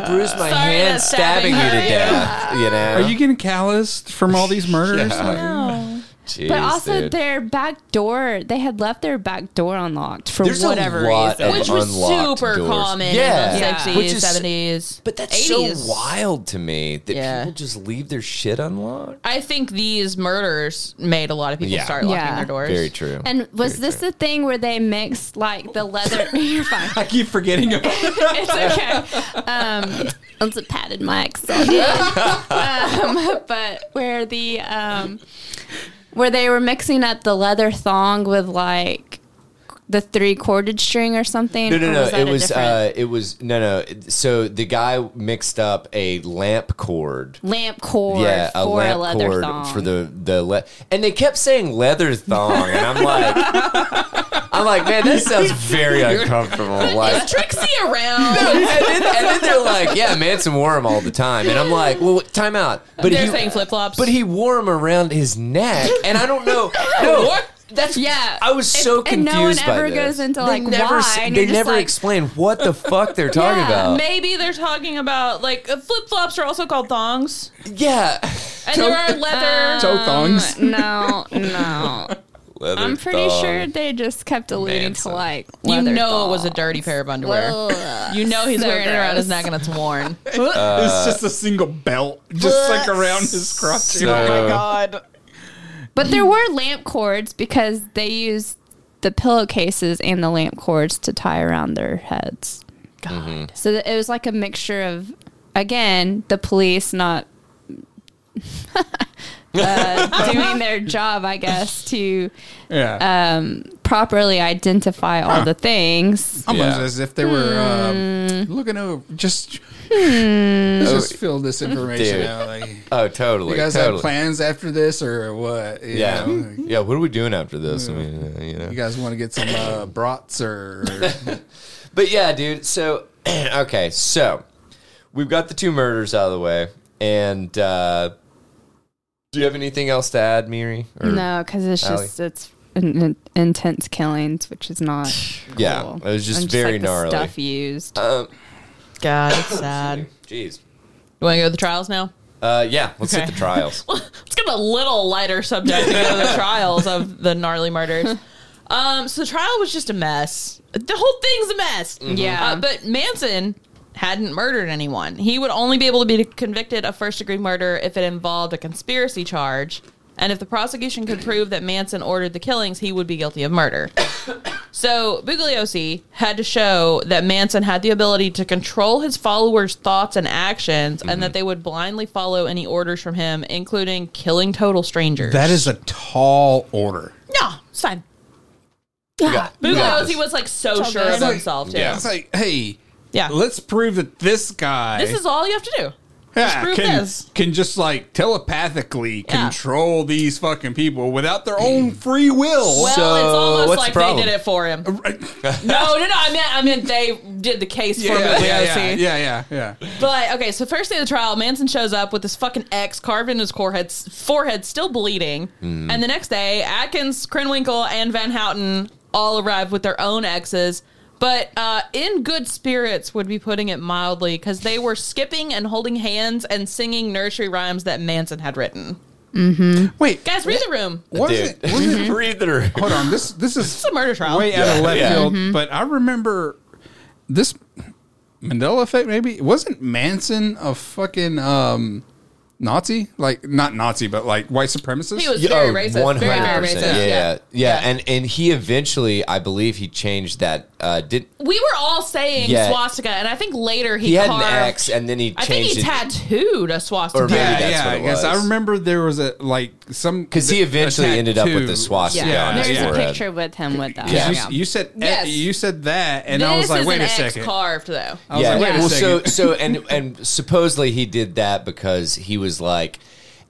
Speaker 1: I'm, I bruised my
Speaker 3: Sorry,
Speaker 1: hand
Speaker 3: that's
Speaker 1: stabbing
Speaker 3: stabbing
Speaker 1: you to
Speaker 3: her.
Speaker 1: death. You know.
Speaker 4: Are you getting calloused from all these murders?
Speaker 1: [laughs] Yeah.
Speaker 4: Like,
Speaker 2: but
Speaker 1: Jeez,
Speaker 2: also
Speaker 1: dude.
Speaker 2: their back door, they had left their back door unlocked for
Speaker 1: There's a
Speaker 2: whatever
Speaker 1: lot
Speaker 2: reason.
Speaker 1: of
Speaker 3: which was
Speaker 1: unlocked
Speaker 3: super
Speaker 1: doors.
Speaker 3: common
Speaker 1: Yeah.
Speaker 3: in the
Speaker 2: Yeah.
Speaker 3: 60s,
Speaker 1: Which is-
Speaker 3: 70s.
Speaker 1: But that's
Speaker 3: 80s.
Speaker 1: so wild to me that
Speaker 3: Yeah.
Speaker 1: people just leave their shit unlocked.
Speaker 3: I think these murders made a lot of people
Speaker 1: Yeah.
Speaker 3: start locking
Speaker 2: Yeah.
Speaker 3: their doors.
Speaker 1: Very true.
Speaker 2: and was this the thing where they mixed like the leather? [laughs] You're fine.
Speaker 4: I keep forgetting about
Speaker 2: it's [laughs]
Speaker 3: [laughs]
Speaker 2: okay. Um, it's a padded mic, so I did. [laughs] um, but where the um, where they were mixing up the leather thong with like the three corded string or something.
Speaker 1: no, no,
Speaker 2: or
Speaker 1: no.
Speaker 2: that
Speaker 1: It
Speaker 2: a
Speaker 1: was,
Speaker 2: different-
Speaker 1: uh, it was, no, no. It- So the guy mixed up a lamp cord.
Speaker 2: lamp cord
Speaker 1: Yeah, a
Speaker 2: for
Speaker 1: lamp
Speaker 2: a leather
Speaker 1: cord
Speaker 2: thong.
Speaker 1: for the, the, le- and they kept saying leather thong. And I'm
Speaker 2: [laughs]
Speaker 1: like, I'm like, man, that sounds very
Speaker 2: [laughs]
Speaker 1: uncomfortable. Like, [laughs]
Speaker 3: Trixie around.
Speaker 1: and, then, and then they're like, yeah, Manson wore them all the time. And I'm like, well, time out. But
Speaker 3: They're
Speaker 1: he-
Speaker 3: saying flip flops.
Speaker 1: [laughs] But he wore them around his neck, and I don't know. No,
Speaker 3: What?
Speaker 1: That's
Speaker 2: Yeah.
Speaker 1: I was so
Speaker 2: If- and
Speaker 1: confused.
Speaker 2: no one
Speaker 1: by
Speaker 2: ever
Speaker 1: this.
Speaker 2: goes into,
Speaker 1: They
Speaker 2: like,
Speaker 1: never, s-
Speaker 2: why, and
Speaker 1: They
Speaker 2: you're just
Speaker 1: never
Speaker 2: like-
Speaker 1: explain what
Speaker 2: [laughs]
Speaker 1: the fuck they're talking
Speaker 2: Yeah,
Speaker 1: about.
Speaker 3: Maybe they're talking about like flip flops are also called thongs,
Speaker 1: yeah,
Speaker 3: and there are
Speaker 1: uh,
Speaker 3: leather.
Speaker 4: Toe thongs.
Speaker 2: um, [laughs] No, no. I'm pretty sure they just kept alluding
Speaker 1: Manson.
Speaker 2: to like
Speaker 3: you
Speaker 2: leather
Speaker 3: know it was a
Speaker 2: thongs.
Speaker 3: dirty pair of underwear.
Speaker 2: Ugh.
Speaker 3: you know he's
Speaker 2: So
Speaker 3: wearing it around
Speaker 2: gross.
Speaker 3: his neck and
Speaker 2: [laughs]
Speaker 3: it's worn.
Speaker 1: Uh,
Speaker 4: it's just a single belt, just like around his
Speaker 2: [laughs]
Speaker 4: crotch.
Speaker 1: Oh my
Speaker 3: God.
Speaker 2: But there were lamp cords because they used the pillowcases and the lamp cords to tie around their heads.
Speaker 3: God.
Speaker 1: Mm-hmm.
Speaker 2: So that it was like a mixture of, again, the police not [laughs] uh, doing their job, I guess, to
Speaker 4: yeah,
Speaker 2: properly identify all the things.
Speaker 4: almost
Speaker 1: Uh, Yeah. Hmm.
Speaker 4: as if they were um, looking over. Just, let's just fill this information
Speaker 1: Dude.
Speaker 4: out. Like,
Speaker 1: Oh, totally.
Speaker 4: you guys
Speaker 1: totally.
Speaker 4: have plans after this or what? You
Speaker 1: Yeah,
Speaker 4: know, like,
Speaker 1: [laughs] yeah. What are we doing after this? I mean, uh, you know.
Speaker 4: you guys want to get some uh,
Speaker 1: [laughs]
Speaker 4: brats or?
Speaker 1: But yeah, dude. So [clears throat] okay, so we've got the two murders out of the way, and uh, do you have anything else to add, Miri? Or-
Speaker 2: No, because it's
Speaker 1: Allie?
Speaker 2: just it's in, in- intense killings, which is not.
Speaker 1: Yeah,
Speaker 2: cool.
Speaker 1: it was just
Speaker 2: And
Speaker 1: very
Speaker 2: like, the
Speaker 1: gnarly. Uh,
Speaker 2: stuff used.
Speaker 3: God, it's sad.
Speaker 1: Jeez.
Speaker 3: You want to go to the trials now?
Speaker 1: Uh, yeah, let's hit
Speaker 3: Okay.
Speaker 1: the
Speaker 3: [laughs]
Speaker 1: trials.
Speaker 3: Let's get a little lighter subject to go to the trials of the gnarly murders. Um, so the trial was just a mess. The whole thing's a mess.
Speaker 2: Yeah.
Speaker 3: Uh, but Manson hadn't murdered anyone. He would only be able to be convicted of first degree murder if it involved a conspiracy charge. And if the prosecution could prove that Manson ordered the killings, he would be guilty of murder. So Bugliosi had to show that Manson had the ability to control his followers' thoughts and actions, and
Speaker 1: Mm-hmm.
Speaker 3: that they would blindly follow any orders from him, including killing total strangers.
Speaker 4: that is a tall order.
Speaker 3: no, it's fine.
Speaker 1: We got- we got
Speaker 3: Bugliosi
Speaker 1: this.
Speaker 3: was like so
Speaker 2: all
Speaker 3: sure
Speaker 2: good.
Speaker 3: of himself. Too.
Speaker 1: Yeah.
Speaker 4: It's like, hey,
Speaker 3: Yeah.
Speaker 4: let's prove that this guy
Speaker 3: This is all you have to do.
Speaker 4: yeah,
Speaker 3: prove
Speaker 4: can,
Speaker 3: this.
Speaker 4: can just like telepathically
Speaker 3: Yeah.
Speaker 4: control these fucking people without their [laughs] own free will.
Speaker 3: Well,
Speaker 1: So,
Speaker 3: it's almost
Speaker 1: what's the
Speaker 3: like they
Speaker 1: problem?
Speaker 3: did it
Speaker 1: [laughs]
Speaker 3: for him. No, no, no. I meant, I meant they did the case for
Speaker 4: yeah,
Speaker 3: Bugliosi.
Speaker 4: yeah, yeah, yeah, yeah.
Speaker 3: But okay, so first day of the trial, Manson shows up with his fucking X carved in his forehead, forehead still bleeding.
Speaker 1: Mm.
Speaker 3: And the next day, Atkins, Krenwinkel, and Van Houten all arrived with their own X's. But uh, in good spirits, would be putting it mildly, because they were skipping and holding hands and singing nursery rhymes that Manson had written.
Speaker 4: Wait,
Speaker 3: Guys, read the room.
Speaker 4: was
Speaker 1: Dude, [laughs]
Speaker 4: it? [laughs] Was it?
Speaker 1: read the room.
Speaker 4: Hold on, this this is
Speaker 3: It's a murder trial.
Speaker 4: way out of
Speaker 1: Yeah,
Speaker 4: left
Speaker 1: yeah.
Speaker 4: field. But I remember this Mandela effect. Maybe wasn't Manson a fucking um, Nazi? Like not Nazi, but like white supremacist.
Speaker 3: He was
Speaker 1: Yeah,
Speaker 3: very
Speaker 1: oh,
Speaker 3: racist. Very, very
Speaker 1: 100%.
Speaker 3: racist.
Speaker 1: Yeah, yeah, yeah,
Speaker 3: Yeah.
Speaker 1: And and he eventually, I believe, he changed that. Uh, did
Speaker 3: We were all saying
Speaker 1: Yeah.
Speaker 3: swastika, and I think later he,
Speaker 1: he had
Speaker 3: carved,
Speaker 1: an X and then he
Speaker 3: I think
Speaker 1: changed
Speaker 3: he
Speaker 1: it.
Speaker 3: tattooed a swastika.
Speaker 1: Or maybe
Speaker 4: yeah,
Speaker 1: that's
Speaker 4: yeah.
Speaker 1: what
Speaker 4: I
Speaker 1: it
Speaker 4: guess I
Speaker 1: was.
Speaker 4: remember there was a like some
Speaker 1: Because he
Speaker 4: a
Speaker 1: eventually ended up with
Speaker 4: tattoo.
Speaker 1: the swastika
Speaker 2: Yeah,
Speaker 1: on his
Speaker 2: there's a
Speaker 1: forehead.
Speaker 2: picture with him with that.
Speaker 1: Yeah.
Speaker 4: You,
Speaker 2: Yeah.
Speaker 4: you said eh,
Speaker 3: Yes.
Speaker 4: you said that, and
Speaker 3: this
Speaker 4: I was like,
Speaker 3: is
Speaker 4: wait
Speaker 3: an
Speaker 4: a
Speaker 3: X
Speaker 4: second. Oh,
Speaker 3: carved though.
Speaker 4: I was like, wait a
Speaker 1: well, so
Speaker 4: second.
Speaker 1: so and and supposedly he did that because he was like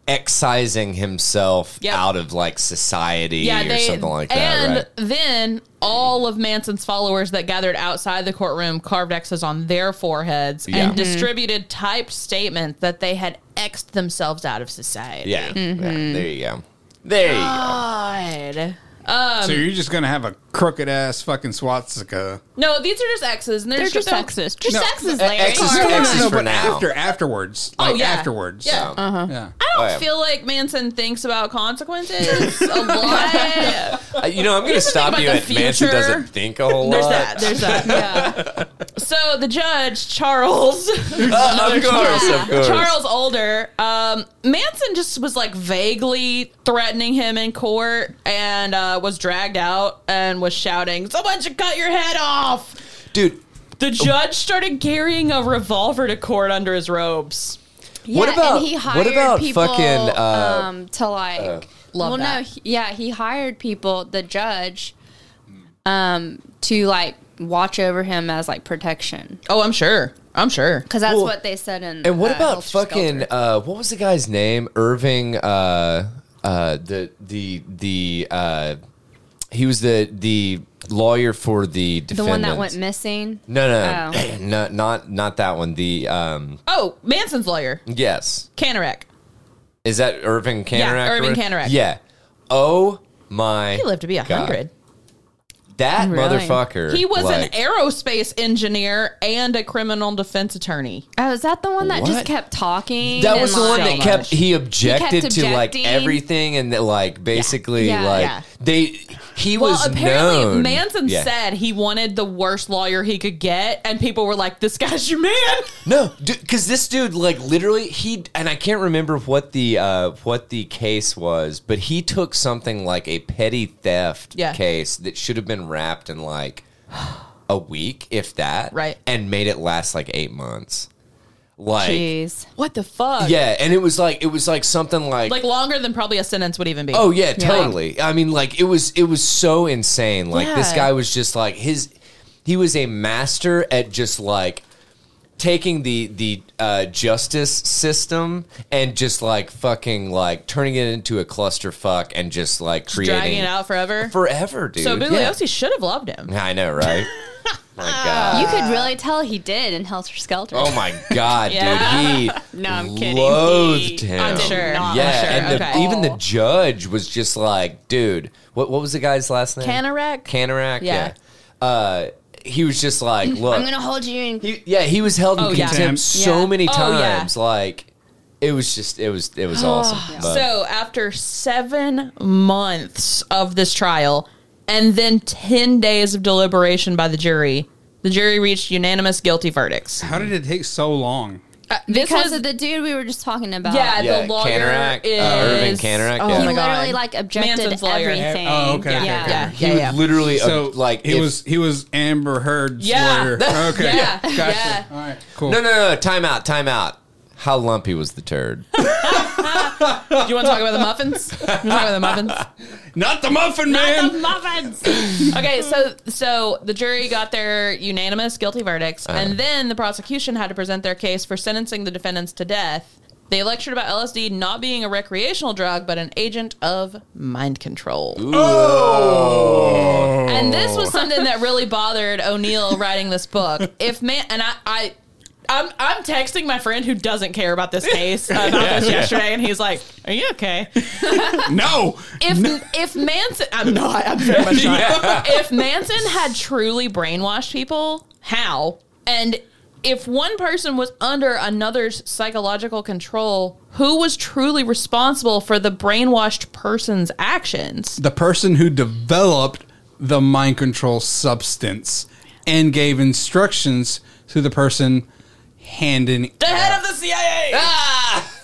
Speaker 1: excising himself
Speaker 3: Yeah.
Speaker 1: out of like society
Speaker 3: yeah,
Speaker 1: or
Speaker 3: they,
Speaker 1: something like
Speaker 3: and
Speaker 1: that,
Speaker 3: then all of Manson's followers that gathered outside the courtroom carved X's on their foreheads
Speaker 1: Yeah.
Speaker 3: and distributed typed statements that they had X'd themselves out of society.
Speaker 1: right? Yeah,
Speaker 3: Mm-hmm.
Speaker 1: yeah. There you go. There you
Speaker 3: Uh,
Speaker 1: go.
Speaker 3: God.
Speaker 4: so you're just gonna have a crooked ass fucking swastika.
Speaker 3: No, these are just X's, and they're,
Speaker 2: They're
Speaker 3: just,
Speaker 2: just
Speaker 3: they're-
Speaker 2: X's. Just
Speaker 4: No,
Speaker 2: X's,
Speaker 1: uh,
Speaker 2: Larry.
Speaker 1: X's-
Speaker 2: Come
Speaker 1: X's-
Speaker 2: on.
Speaker 1: X's- for
Speaker 4: but
Speaker 1: now.
Speaker 4: after afterwards,
Speaker 3: Oh,
Speaker 4: like
Speaker 3: yeah.
Speaker 4: afterwards,
Speaker 3: Yeah. Uh-huh.
Speaker 4: yeah.
Speaker 3: I don't
Speaker 1: Oh, yeah.
Speaker 3: feel like Manson thinks about consequences
Speaker 4: [laughs]
Speaker 3: a lot.
Speaker 1: Uh, you know, I'm going to
Speaker 3: doesn't think
Speaker 1: stop
Speaker 3: about
Speaker 1: you
Speaker 3: the
Speaker 1: at Manson
Speaker 3: future.
Speaker 1: doesn't think a whole
Speaker 3: There's
Speaker 1: lot.
Speaker 3: that. There's that. Yeah.
Speaker 4: [laughs]
Speaker 3: so the judge, Charles.
Speaker 1: Uh, of course, of course.
Speaker 3: Charles Older, um, Manson just was like vaguely threatening him in court and uh, was dragged out and was shouting, Someone should cut your head off.
Speaker 1: Dude,
Speaker 3: The judge started carrying a revolver to court under his robes.
Speaker 1: What
Speaker 2: Yeah,
Speaker 1: about-
Speaker 2: and he
Speaker 1: what
Speaker 2: hired
Speaker 1: about
Speaker 2: people,
Speaker 1: fucking, uh,
Speaker 2: um, to like
Speaker 3: Love
Speaker 2: well no
Speaker 3: that.
Speaker 2: he- yeah he hired people the judge um to like watch over him as like protection
Speaker 3: Oh, I'm sure. I'm sure.
Speaker 2: because that's
Speaker 1: Well,
Speaker 2: what they said in
Speaker 1: and what
Speaker 2: uh,
Speaker 1: about
Speaker 2: Helter
Speaker 1: fucking
Speaker 2: Skelter.
Speaker 1: uh, what was the guy's name? Irving. Uh, uh, the the the uh, he was the the lawyer for the
Speaker 2: the
Speaker 1: defendant.
Speaker 2: one that went missing
Speaker 1: No, no,
Speaker 2: Oh.
Speaker 1: [clears throat] not not not that one. The um,
Speaker 3: Oh, Manson's lawyer,
Speaker 1: yes,
Speaker 3: Kanarek.
Speaker 1: is that Irving Canarak?
Speaker 3: Yeah,
Speaker 1: or
Speaker 3: Irving
Speaker 1: whatever?
Speaker 3: Canarak.
Speaker 1: Yeah. Oh my
Speaker 3: He lived to be a
Speaker 1: God.
Speaker 3: hundred.
Speaker 1: That
Speaker 2: Really?
Speaker 1: motherfucker.
Speaker 3: He was
Speaker 1: like,
Speaker 3: an aerospace engineer and a criminal defense attorney.
Speaker 2: Oh, is that the one that
Speaker 1: What?
Speaker 2: just kept talking?
Speaker 1: That
Speaker 2: and,
Speaker 1: was the one
Speaker 2: like-
Speaker 1: that kept he objected
Speaker 2: kept
Speaker 1: to like
Speaker 2: objecting.
Speaker 1: everything and that like basically
Speaker 2: Yeah,
Speaker 1: like
Speaker 2: yeah.
Speaker 1: they he
Speaker 3: Well,
Speaker 1: was
Speaker 3: apparently
Speaker 1: known.
Speaker 3: Manson
Speaker 1: Yeah.
Speaker 3: said he wanted the worst lawyer he could get, and people were like, "This guy's your man."
Speaker 1: No, because this dude, like, literally, he and I can't remember what the uh, what the case was, but he took something like a petty theft
Speaker 3: Yeah.
Speaker 1: case that should have been wrapped in like a week, if that,
Speaker 3: Right.
Speaker 1: and made it last like eight months, like,
Speaker 2: Oh, Jeez.
Speaker 3: What the fuck?
Speaker 1: yeah, and it was like it was like something like.
Speaker 3: like longer than probably a sentence would even be.
Speaker 1: Oh yeah, totally. I mean, like it was it was so insane. Like this
Speaker 3: Yeah.
Speaker 1: guy was just like his he was a master at just like taking the the uh, justice system and just like fucking like turning it into a clusterfuck and just like creating
Speaker 3: dragging it out forever.
Speaker 1: forever, dude.
Speaker 3: so
Speaker 1: Yeah.
Speaker 3: Bugliosi should have loved him.
Speaker 1: I know,
Speaker 3: [laughs]
Speaker 1: right? my god.
Speaker 2: You could really tell he did in Helter Skelter.
Speaker 1: Uh, Oh my god,
Speaker 3: Yeah. [laughs]
Speaker 1: dude! He
Speaker 2: No, I'm kidding.
Speaker 1: loathed
Speaker 2: He-
Speaker 1: him.
Speaker 3: I'm sure.
Speaker 1: Yeah,
Speaker 3: I'm sure.
Speaker 1: and the,
Speaker 3: Okay.
Speaker 1: even the judge was just like, dude, what what was the guy's last name?
Speaker 3: Canarek?
Speaker 1: Canarac. Yeah.
Speaker 3: Yeah.
Speaker 1: Uh, he was just like, look,
Speaker 2: I'm gonna hold you in.
Speaker 1: he, yeah, he was held in
Speaker 3: Oh, yeah.
Speaker 1: contempt
Speaker 4: Contempt.
Speaker 1: so
Speaker 2: Yeah.
Speaker 1: many
Speaker 3: Oh, yeah. Oh,
Speaker 1: times, like. It was just, it was, it was awesome. But-
Speaker 3: So after seven months of this trial and then 10 days of deliberation by the jury, the jury reached unanimous
Speaker 1: [sighs]
Speaker 3: guilty verdicts.
Speaker 4: How did it take so long?
Speaker 3: This
Speaker 2: Because
Speaker 3: was-
Speaker 2: of the dude we were just talking about.
Speaker 3: yeah,
Speaker 1: Yeah,
Speaker 3: the lawyer
Speaker 1: Canarac,
Speaker 3: is
Speaker 1: uh, Irvin Canarac,
Speaker 3: Oh
Speaker 1: yeah.
Speaker 2: he
Speaker 3: my God.
Speaker 2: literally like objected
Speaker 3: Manson's lawyer.
Speaker 2: everything.
Speaker 4: Oh, okay, okay,
Speaker 2: Yeah.
Speaker 4: okay.
Speaker 3: Yeah,
Speaker 1: he
Speaker 3: yeah,
Speaker 1: was
Speaker 3: yeah.
Speaker 1: literally,
Speaker 4: So
Speaker 1: ob- like,
Speaker 4: he
Speaker 1: if-
Speaker 4: was he was Amber Heard's
Speaker 3: [laughs] Yeah.
Speaker 4: lawyer. Okay,
Speaker 3: Yeah.
Speaker 4: gotcha.
Speaker 3: Yeah.
Speaker 4: All right, cool.
Speaker 1: No, no, no, time out, time out. How lumpy was the
Speaker 3: [laughs]
Speaker 1: turd?
Speaker 3: Do you want to talk about the muffins? You want to talk
Speaker 1: [laughs]
Speaker 3: about the muffins?
Speaker 4: not the muffin
Speaker 3: Not
Speaker 4: man.
Speaker 3: the muffins. [coughs] okay, so so the jury got their unanimous guilty verdicts, and then the prosecution had to present their case for sentencing the defendants to death. They lectured about LSD not being a recreational drug, but an agent of mind control.
Speaker 4: Oh.
Speaker 3: And this was something that [laughs] really bothered O'Neill writing this book. If man, and I, I, I'm, I'm texting my friend who doesn't care about this [laughs] case about this yesterday, and he's like, "Are you okay?"
Speaker 4: no,
Speaker 3: if if Manson, I'm not. I'm very much not. [laughs] If Manson had truly brainwashed people, how? And if one person was under another's psychological control, who was truly responsible for the brainwashed person's actions?
Speaker 4: the person who developed the mind control substance and gave instructions to the person handing
Speaker 3: The head of the CIA.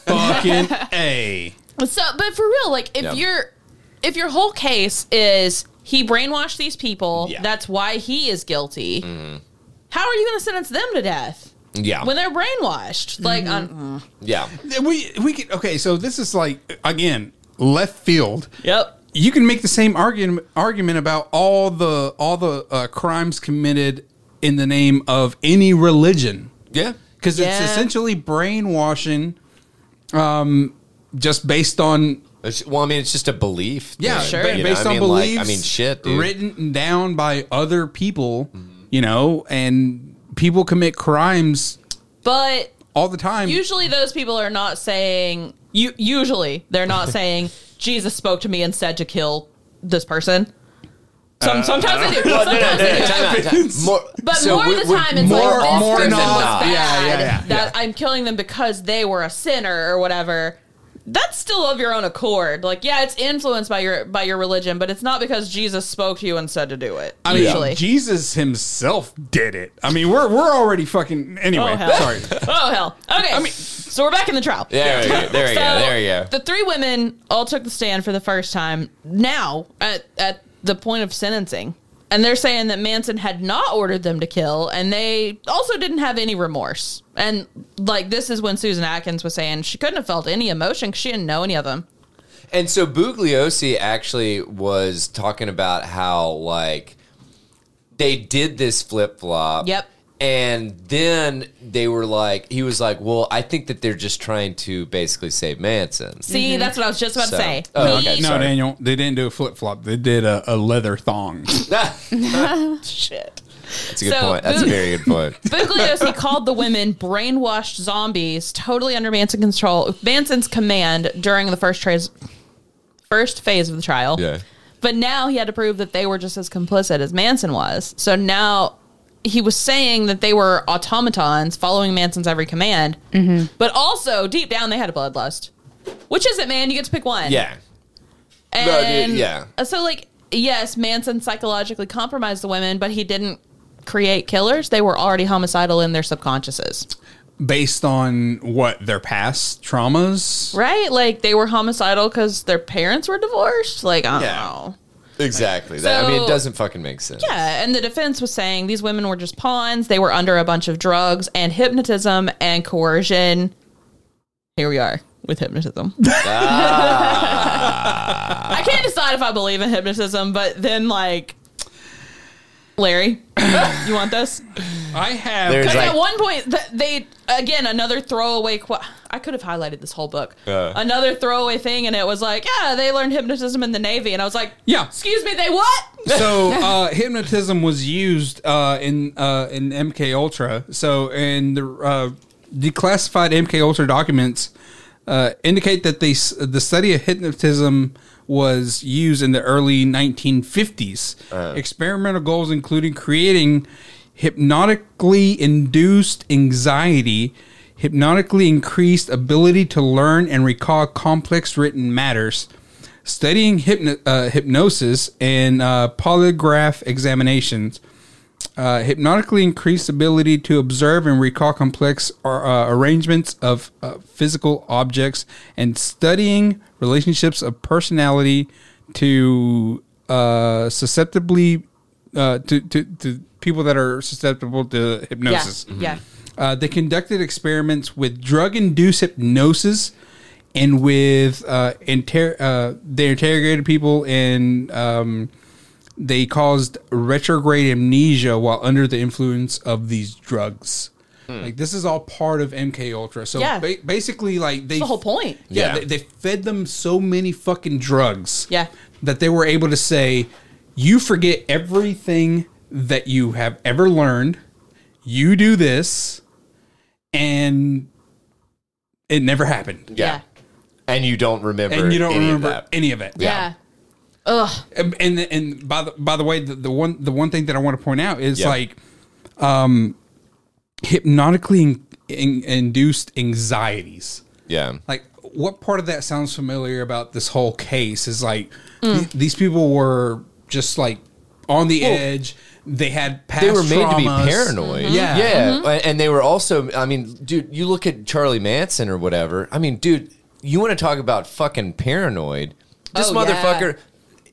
Speaker 4: fucking
Speaker 3: [laughs]
Speaker 4: a.
Speaker 3: Ah! So, but for real, like if
Speaker 1: Yeah.
Speaker 3: your if your whole case is he brainwashed these people,
Speaker 1: Yeah.
Speaker 3: that's why he is guilty. How are you going to sentence them to death
Speaker 1: yeah,
Speaker 3: when they're brainwashed? Like, on,
Speaker 1: yeah.
Speaker 4: We we could okay. So this is like again left field.
Speaker 3: yep.
Speaker 4: you can make the same argument argument about all the all the uh, crimes committed in the name of any religion
Speaker 1: Yeah.
Speaker 4: because
Speaker 3: Yeah.
Speaker 4: it's essentially brainwashing um just based on
Speaker 1: It's- Well, I mean, it's just a belief.
Speaker 4: yeah
Speaker 1: thing,
Speaker 3: Sure.
Speaker 1: you know,
Speaker 4: based
Speaker 1: I
Speaker 4: on
Speaker 1: mean,
Speaker 4: beliefs
Speaker 1: Like, I mean, shit, dude. Mm-hmm.
Speaker 4: written down by other people you know and people commit crimes
Speaker 3: But
Speaker 4: all the time
Speaker 3: usually those people are not saying you usually
Speaker 1: [laughs]
Speaker 3: they're not saying Jesus spoke to me and said to kill this person. Some, sometimes they do.
Speaker 1: Uh, Well, no, no,
Speaker 3: Sometimes
Speaker 1: no,
Speaker 3: they
Speaker 1: no,
Speaker 3: do.
Speaker 1: time out, time out. More,
Speaker 3: But
Speaker 1: so
Speaker 3: more
Speaker 1: we-
Speaker 3: of the
Speaker 1: we-
Speaker 3: time, it's
Speaker 1: more
Speaker 3: like this
Speaker 1: often
Speaker 3: person
Speaker 1: than
Speaker 3: was
Speaker 1: not.
Speaker 3: bad.
Speaker 4: Yeah, yeah, yeah.
Speaker 3: That I'm killing them because they were a sinner or whatever. That's still of your own accord. Like, yeah, it's influenced by your by your religion, but it's not because Jesus spoke to you and said to do it.
Speaker 4: I mean,
Speaker 3: usually.
Speaker 4: Jesus himself did it. I mean, we're we're already fucking anyway.
Speaker 3: Oh, hell. [laughs]
Speaker 4: sorry.
Speaker 3: oh hell. Okay. I mean, so we're back in the trial.
Speaker 1: There we go. There we go.
Speaker 3: So,
Speaker 1: There we go.
Speaker 3: The three women all took the stand for the first time now at, at the point of sentencing. And they're saying that Manson had not ordered them to kill, and they also didn't have any remorse. And like this is when Susan Atkins was saying she couldn't have felt any emotion because she didn't know any of them.
Speaker 1: And so Bugliosi actually was talking about how like they did this flip flop.
Speaker 3: Yep.
Speaker 1: And then they were like, he was like, well, I think that they're just trying to basically save Manson.
Speaker 3: See, that's what I was just about
Speaker 1: So-
Speaker 3: to say.
Speaker 1: oh, okay.
Speaker 3: He-
Speaker 4: No,
Speaker 1: Sorry.
Speaker 4: Daniel, they didn't do a flip flop. They did a, a leather thong.
Speaker 1: [laughs] That's a
Speaker 3: Shit.
Speaker 1: good
Speaker 3: So
Speaker 1: point. That's a
Speaker 3: Bug-
Speaker 1: very good point.
Speaker 3: Bugliosi [laughs] called the women brainwashed zombies, totally under Manson [laughs] control, Manson's command during the first tra- first phase of the trial.
Speaker 1: Yeah.
Speaker 3: But now he had to prove that they were just as complicit as Manson was. So now he was saying that they were automatons following Manson's every command, but also deep down they had a bloodlust. Which is it, man? You get to pick one.
Speaker 1: Yeah. No, dude,
Speaker 3: And uh,
Speaker 1: yeah.
Speaker 3: So like, yes, Manson psychologically compromised the women, but he didn't create killers. They were already homicidal in their subconsciouses.
Speaker 4: based on what their past traumas.
Speaker 3: Right? Like they were homicidal cuz their parents were divorced. Like, I don't
Speaker 1: Yeah.
Speaker 3: know.
Speaker 1: Exactly. that, I mean, it
Speaker 3: So-
Speaker 1: doesn't fucking make sense.
Speaker 3: Yeah, and the defense was saying these women were just pawns. They were under a bunch of drugs and hypnotism and coercion. Here we are with hypnotism. I can't decide if I believe in hypnotism, but then like Larry, you want this?
Speaker 4: I have
Speaker 1: There's-
Speaker 3: Because
Speaker 1: It's like-
Speaker 3: at one point, th- they again another throwaway. Qu- I could have highlighted this whole book.
Speaker 1: Yeah.
Speaker 3: another throwaway thing, and it was like, yeah, they learned hypnotism in the Navy, and I was like,
Speaker 4: yeah.
Speaker 3: excuse me, they what?
Speaker 4: So uh, hypnotism was used uh, in uh, in MK Ultra. So in the uh, declassified MK Ultra documents uh, indicate that they, s- the study of hypnotism was used in the early 1950s. Experimental goals including creating hypnotically induced anxiety, hypnotically increased ability to learn and recall complex written matters, studying hypno- uh, hypnosis and uh, polygraph examinations. Uh, hypnotically increased ability to observe and recall complex uh, arrangements of uh, physical objects and studying relationships of personality to uh, susceptibly uh, to, to, to people that are susceptible to hypnosis.
Speaker 3: Yeah.
Speaker 4: Uh, they conducted experiments with drug-induced hypnosis and with uh, inter- uh, they interrogated people and um, they caused retrograde amnesia while under the influence of these drugs. Like this is all part of MK Ultra. So
Speaker 3: Yeah.
Speaker 4: ba- basically, like they
Speaker 3: The whole point.
Speaker 4: yeah,
Speaker 1: Yeah.
Speaker 4: They, they fed them so many fucking drugs.
Speaker 3: Yeah.
Speaker 4: That they were able to say, you forget everything that you have ever learned. You do this, and it never happened.
Speaker 1: Yeah. And you don't remember.
Speaker 4: And you don't
Speaker 1: any
Speaker 4: remember
Speaker 1: Of that.
Speaker 4: any of it.
Speaker 1: Yeah.
Speaker 3: Yeah. Ugh.
Speaker 4: And and, and by the by the way, the, the one the one thing that I want to point out is
Speaker 1: Yeah.
Speaker 4: like, um, hypnotically in, in, induced anxieties.
Speaker 1: yeah.
Speaker 4: like what part of that sounds familiar about this whole case is like th- these people were just like on the edge they had past
Speaker 1: they were made to be
Speaker 4: traumas. Mm-hmm.
Speaker 1: paranoid.
Speaker 4: Yeah.
Speaker 1: yeah,
Speaker 3: Mm-hmm.
Speaker 1: A- and they were also. I mean, dude, you look at Charlie Manson or whatever. I mean, dude, you want to talk about fucking paranoid? This
Speaker 3: Oh,
Speaker 1: motherfucker.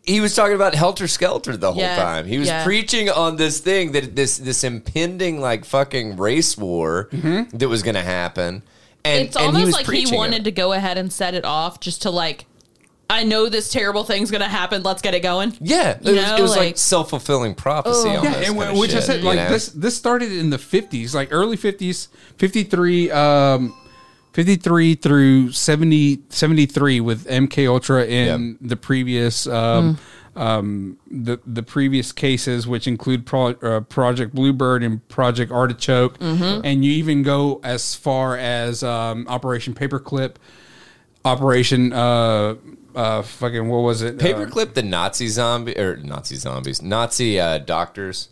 Speaker 1: He was talking about helter skelter the whole
Speaker 3: Yeah,
Speaker 1: time. He was
Speaker 3: yeah.
Speaker 1: preaching on this thing that this this impending like fucking race war that was going to happen. And
Speaker 3: Mm-hmm. it's
Speaker 1: and
Speaker 3: almost
Speaker 1: he was
Speaker 3: like he
Speaker 1: preaching it.
Speaker 3: wanted to go ahead and set it off just to like i know this terrible thing's gonna happen let's get it going
Speaker 1: Yeah, it
Speaker 3: You
Speaker 1: was,
Speaker 3: know,
Speaker 1: it was like,
Speaker 3: like-
Speaker 1: self fulfilling prophecy.
Speaker 3: Ugh.
Speaker 1: on
Speaker 4: yeah and wh- which i said like this this started in the 50s like early 50s 53 um 53 through 70 73 with mk ultra in the previous um um the the previous cases which include pro, uh, project bluebird and project artichoke and you even go as far as um operation paperclip operation uh uh fucking what was it Uh,
Speaker 1: Paperclip the Nazi zombie or Nazi zombies, Nazi uh, doctors.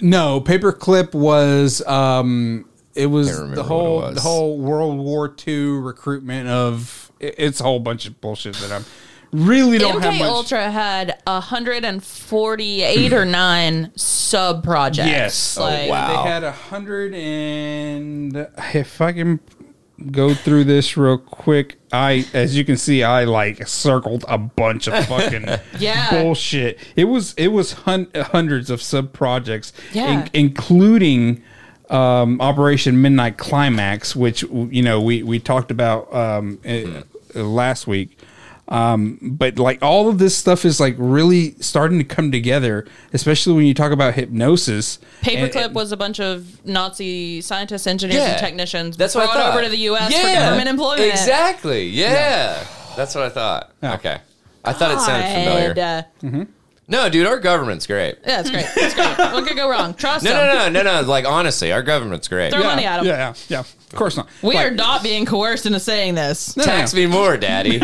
Speaker 4: No, paperclip was um it was
Speaker 1: remember
Speaker 4: the
Speaker 1: what it
Speaker 4: whole
Speaker 1: was.
Speaker 4: the whole World War II recruitment of it- it's a whole bunch of bullshit that I'm really don't have
Speaker 3: mk
Speaker 4: much.
Speaker 3: ultra had
Speaker 1: [clears throat]
Speaker 3: 148 or 9 sub projects
Speaker 4: Yes. Oh,
Speaker 3: like,
Speaker 1: wow.
Speaker 4: They had a hundred and if I can go through this real quick, I as you can see, I like circled a bunch of fucking
Speaker 3: [laughs] Yeah.
Speaker 4: bullshit. It was it was hun- hundreds of sub projects,
Speaker 3: Yeah.
Speaker 4: including um, Operation Midnight Climax, which you know we we talked about um, eh, last week Um, but like all of this stuff is like really starting to come together, especially when you talk about hypnosis.
Speaker 3: Paperclip
Speaker 4: And-
Speaker 3: was a bunch of Nazi scientists, engineers, and technicians
Speaker 1: That's
Speaker 3: brought
Speaker 1: what I thought.
Speaker 3: over to the U.S. for
Speaker 1: Yeah.
Speaker 3: government employment.
Speaker 1: Exactly. Yeah. That's what I thought.
Speaker 4: Yeah.
Speaker 1: Okay. I thought it sounded
Speaker 3: And,
Speaker 1: familiar.
Speaker 3: uh,
Speaker 1: No, dude, our government's great.
Speaker 3: yeah, it's great. It's great. what could
Speaker 1: [laughs]
Speaker 3: go wrong? Trust
Speaker 1: No,
Speaker 3: them.
Speaker 1: no, no, no, no. Like honestly, our government's great.
Speaker 3: Throw-
Speaker 4: yeah,
Speaker 3: money at 'em.
Speaker 4: Yeah, yeah, yeah. Of course not.
Speaker 3: We
Speaker 4: Like-
Speaker 3: are not being coerced into saying this. [laughs]
Speaker 4: No, no,
Speaker 1: Tax
Speaker 4: no.
Speaker 1: me more, daddy.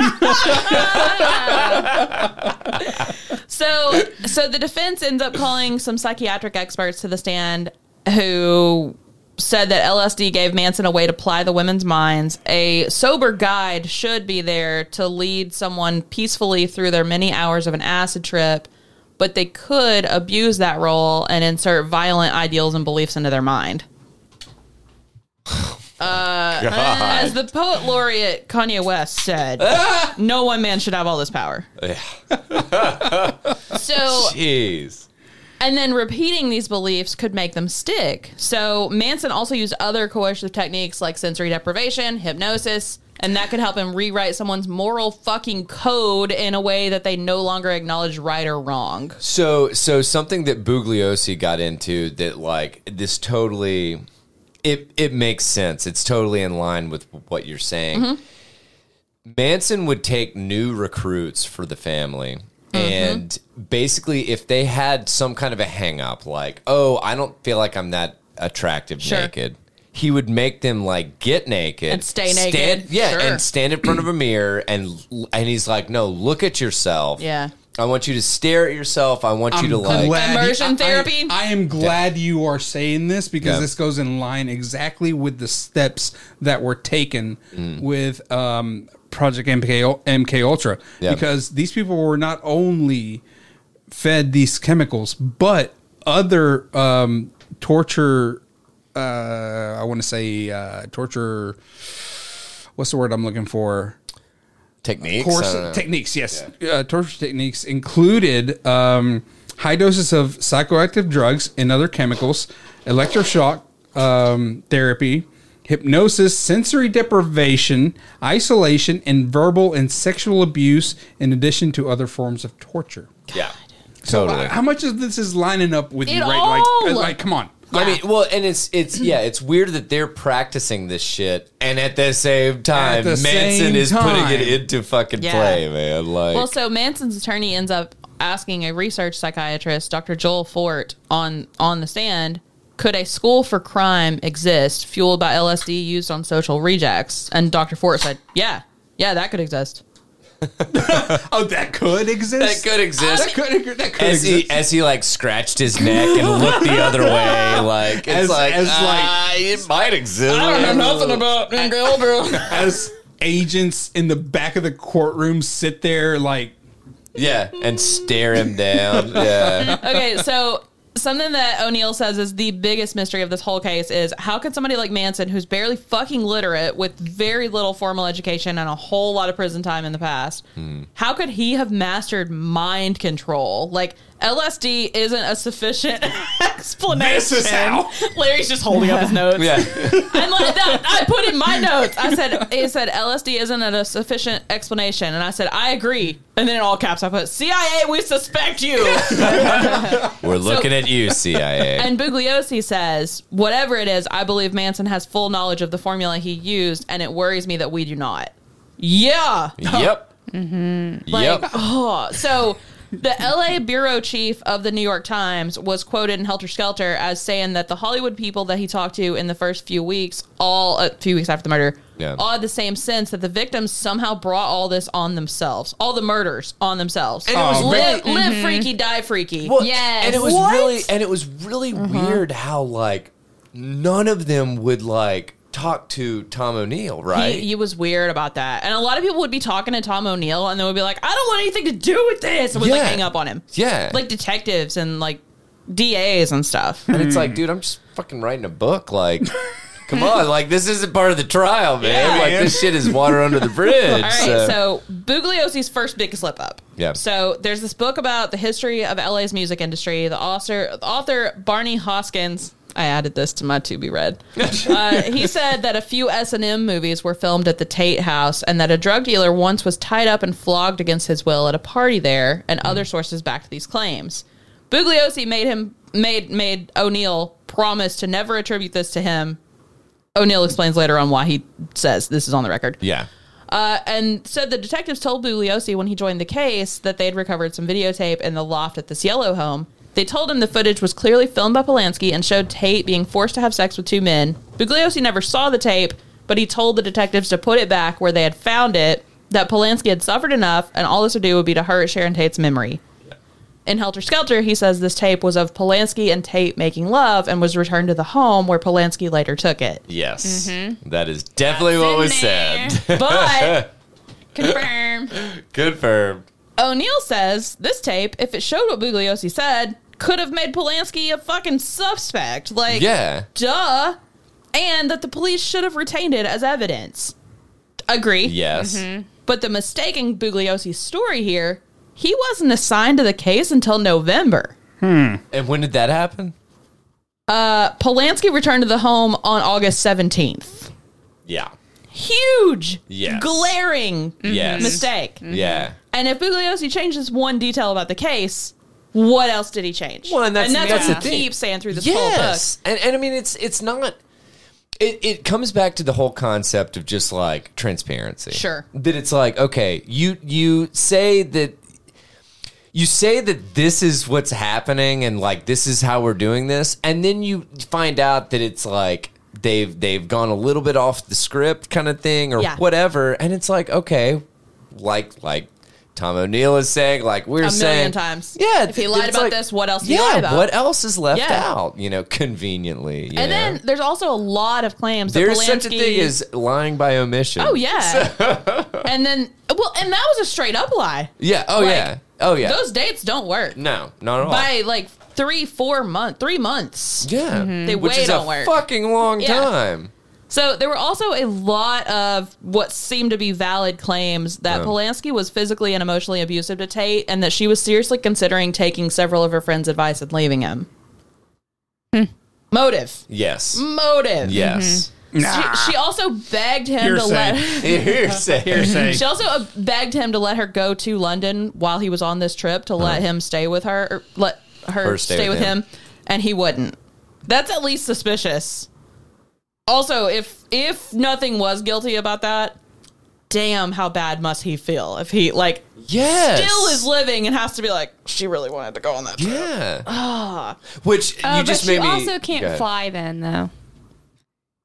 Speaker 3: So, so the defense ends up calling some psychiatric experts to the stand who said that LSD gave Manson a way to ply the women's minds. A sober guide should be there to lead someone peacefully through their many hours of an acid trip, but they could abuse that role and insert violent ideals and beliefs into their mind. Uh,
Speaker 1: God.
Speaker 3: As the poet laureate Kanye West said, no one man should have all this power. so,
Speaker 1: Jeez.
Speaker 3: and then repeating these beliefs could make them stick. So, Manson also used other coercive techniques like sensory deprivation, hypnosis, and that could help him rewrite someone's moral fucking code in a way that they no longer acknowledge right or wrong.
Speaker 1: So, so something that Bugliosi got into that like this totally, it it makes sense. It's totally in line with what you're saying.
Speaker 3: Mm-hmm.
Speaker 1: Manson would take new recruits for the family.
Speaker 3: Mm-hmm.
Speaker 1: And basically, if they had some kind of a hang up, like, oh, I don't feel like I'm that attractive
Speaker 3: Sure.
Speaker 1: naked, he would make them like get naked
Speaker 3: And stay
Speaker 1: stand-
Speaker 3: naked.
Speaker 1: yeah,
Speaker 3: Sure.
Speaker 1: and stand in front of a mirror and and he's like, no, look at yourself.
Speaker 3: Yeah.
Speaker 1: I want you to stare at yourself. I want you to like.
Speaker 3: Immersion
Speaker 4: I- I-
Speaker 3: therapy?
Speaker 4: I, am glad you are saying this because
Speaker 1: Yeah.
Speaker 4: this goes in line exactly with the steps that were taken
Speaker 1: Mm.
Speaker 4: with um, Project MK MK Ultra
Speaker 1: Yeah.
Speaker 4: because these people were not only fed these chemicals but other um, torture. Uh, I want to say uh, torture. What's the word I'm looking for?
Speaker 1: techniques. I
Speaker 4: course
Speaker 1: don't know.
Speaker 4: techniques, yes, uh, torture techniques included um, high doses of psychoactive drugs and other chemicals, electroshock um, therapy, hypnosis, sensory deprivation, isolation, and verbal and sexual abuse, in addition to other forms of torture.
Speaker 1: yeah, totally.
Speaker 4: How much of this is lining up with you,
Speaker 3: It
Speaker 4: right? Like,
Speaker 3: all-
Speaker 4: like, come on.
Speaker 1: I mean, well, and it's it's yeah, it's weird that they're practicing this shit, and at the same time,
Speaker 4: the
Speaker 1: Manson
Speaker 4: same
Speaker 1: is putting
Speaker 4: time.
Speaker 1: it into fucking
Speaker 3: Yeah.
Speaker 1: play, man. Like,
Speaker 3: Well, so Manson's attorney ends up asking a research psychiatrist, Dr. Joel Fort, on on the stand, could a school for crime exist fueled by LSD used on social rejects? And Dr. Fort said, "Yeah, yeah, that could exist."
Speaker 4: Oh, that could
Speaker 1: that
Speaker 4: exist.
Speaker 1: could exist. E
Speaker 4: That could. That could
Speaker 1: as
Speaker 4: exist.
Speaker 1: he as he like scratched his neck and looked the other
Speaker 4: [laughs]
Speaker 1: way, like it's
Speaker 4: As-
Speaker 1: like,
Speaker 4: as,
Speaker 1: ah,
Speaker 4: like-
Speaker 1: it might exist.
Speaker 3: about [laughs] Ingilbert.
Speaker 4: As agents in the back of the courtroom sit there like
Speaker 1: Yeah, and stare him
Speaker 4: [laughs]
Speaker 1: down. Yeah,
Speaker 3: okay, so something that O'Neill says is the biggest mystery of this whole case is how could somebody like Manson, who's barely fucking literate with very little formal education and a whole lot of prison time in the past, how could he have mastered mind control? Like LSD isn't a sufficient [laughs] explanation.
Speaker 4: This is how.
Speaker 3: Larry's just holding up his notes.
Speaker 1: yeah.
Speaker 4: [laughs]
Speaker 3: I'm like, that, I put in my notes. I said, it said LSD isn't a sufficient explanation, and I said, I agree. And then in all caps, I put CIA, we suspect you.
Speaker 1: We're looking at you, CIA.
Speaker 3: And Bugliosi says, whatever it is, I believe Manson has full knowledge of the formula he used, and it worries me that we do not. Yeah.
Speaker 1: [laughs] yep.
Speaker 3: Mm-hmm. Like,
Speaker 1: Yep.
Speaker 3: oh. So the LA bureau chief of the New York Times was quoted in Helter Skelter as saying that the Hollywood people that he talked to in the first few weeks, all a few weeks after the murder,
Speaker 1: Yeah.
Speaker 3: all had the same sense that the victims somehow brought all this on themselves, all the murders on themselves.
Speaker 1: it was Mhm.
Speaker 4: Oh,
Speaker 3: live, live freaky, die freaky.
Speaker 1: Well,
Speaker 2: Yes.
Speaker 1: And it was
Speaker 3: What? Mm-hmm.
Speaker 1: really and it was really weird how like none of them would like talk to Tom O'Neill, right?
Speaker 3: He, he was weird about that. And a lot of people would be talking to Tom O'Neill and they would be like, I don't want anything to do with this. And would like
Speaker 1: Yeah.
Speaker 3: hang up on him.
Speaker 1: yeah.
Speaker 3: Like detectives and like DAs and stuff.
Speaker 1: and it's like, dude, I'm just fucking writing a book. Like, [laughs] come on, like this isn't part of the trial, man.
Speaker 3: Yeah.
Speaker 1: like this shit is water
Speaker 3: [laughs]
Speaker 1: under the bridge.
Speaker 3: All right,
Speaker 1: so.
Speaker 3: so, Bugliosi's first big slip up.
Speaker 1: uh, Yeah.
Speaker 3: So there's this book about the history of LA's music industry. The author, the author Barney Hoskins. I added this to my to be read. uh, he said that a few S and M movies were filmed at the Tate House, and that a drug dealer once was tied up and flogged against his will at a party there. And other sources backed these claims. Bugliosi made him made made O'Neill promise to never attribute this to him. O'Neill explains later on why he says this is on the record.
Speaker 1: yeah.
Speaker 3: Uh, and so the detectives told Bugliosi when he joined the case that they had recovered some videotape in the loft at the Cielo home. They told him the footage was clearly filmed by Polanski and showed Tate being forced to have sex with two men. Bugliosi never saw the tape, but he told the detectives to put it back where they had found it, that Polanski had suffered enough, and all this would do would be to hurt Sharon Tate's memory. in Helter Skelter, he says this tape was of Polanski and Tate making love and was returned to the home where Polanski later took it.
Speaker 1: Yes.
Speaker 3: Mm-hmm.
Speaker 1: That is definitely
Speaker 2: That's
Speaker 1: what
Speaker 2: in
Speaker 1: was [laughs]
Speaker 2: there.
Speaker 1: said.
Speaker 3: But
Speaker 2: Confirm.
Speaker 1: Confirmed.
Speaker 3: O'Neill says this tape, if it showed what Bugliosi said, could have made Polanski a fucking suspect. Like,
Speaker 1: Yeah.
Speaker 3: duh. And that the police should have retained it as evidence. Agree.
Speaker 1: Yes.
Speaker 3: But the mistake in Bugliosi's story here, he wasn't assigned to the case until November.
Speaker 1: And when did that happen?
Speaker 3: Uh, Polanski returned to the home on August 17th.
Speaker 1: Yeah.
Speaker 3: Huge,
Speaker 1: Yes.
Speaker 3: glaring
Speaker 1: Yes.
Speaker 3: mistake.
Speaker 1: Yeah.
Speaker 3: And if Bugliosi changes one detail about the case, what else did he change?
Speaker 1: Well, and that's-
Speaker 3: that's,
Speaker 1: that's
Speaker 3: what
Speaker 1: the
Speaker 3: we
Speaker 1: thing.
Speaker 3: keep saying through this
Speaker 1: Yes. And and I mean it's it's not it, it comes back to the whole concept of just like transparency.
Speaker 3: Sure.
Speaker 1: That it's like, okay, you you say that you say that this is what's happening and like this is how we're doing this, and then you find out that it's like they've they've gone a little bit off the script kind of thing or
Speaker 3: Yeah.
Speaker 1: whatever, and it's like, okay, like like Tom O'Neill is saying, like we're
Speaker 3: A million
Speaker 1: saying
Speaker 3: times.
Speaker 1: Yeah.
Speaker 3: If he
Speaker 1: th-
Speaker 3: lied
Speaker 1: it's
Speaker 3: about this, what else did he
Speaker 1: Yeah,
Speaker 3: lie about?
Speaker 1: what else is left
Speaker 3: Yeah.
Speaker 1: out? You know, [laughs] conveniently. you know?
Speaker 3: And then there's also a lot of claims. that
Speaker 1: There's such a
Speaker 3: Polanski-
Speaker 1: thing as lying by omission. [laughs]
Speaker 3: Oh yeah. and then well, and that was a straight up lie.
Speaker 1: Yeah. Oh
Speaker 3: Like,
Speaker 1: yeah. Oh yeah.
Speaker 3: Those dates don't work.
Speaker 1: no, not at all.
Speaker 3: By like three, four month, three months.
Speaker 1: yeah.
Speaker 3: Mm-hmm. They
Speaker 1: Which
Speaker 3: way
Speaker 1: is
Speaker 3: don't
Speaker 1: a
Speaker 3: work.
Speaker 1: fucking long
Speaker 3: Yeah.
Speaker 1: time.
Speaker 3: So there were also a lot of what seemed to be valid claims that
Speaker 1: Oh.
Speaker 3: Polanski was physically and emotionally abusive to Tate, and that she was seriously considering taking several of her friends' advice and leaving him. Motive.
Speaker 1: Yes.
Speaker 3: Mm-hmm. Motive.
Speaker 1: Yes. [laughs]
Speaker 4: Nah.
Speaker 3: She, she also begged him to
Speaker 4: Hearsay.
Speaker 3: let.
Speaker 1: Hearsay.
Speaker 4: Hearsay.
Speaker 3: She also uh, begged him to let her go to London while he was on this trip to let him stay with her, or let her,
Speaker 1: Uh-huh. Her
Speaker 3: stay, with him. and he wouldn't. That's at least suspicious. Also, if if nothing was guilty about that, damn, how bad must he feel if he like
Speaker 1: Yes.
Speaker 3: still is living and has to be like she really wanted to go on that trip.
Speaker 1: Yeah.
Speaker 3: ah.
Speaker 1: Which you
Speaker 3: Uh,
Speaker 2: Oh,
Speaker 1: just
Speaker 2: but she
Speaker 1: made me.
Speaker 2: also
Speaker 1: Go
Speaker 2: can't
Speaker 1: ahead.
Speaker 2: fly then, though.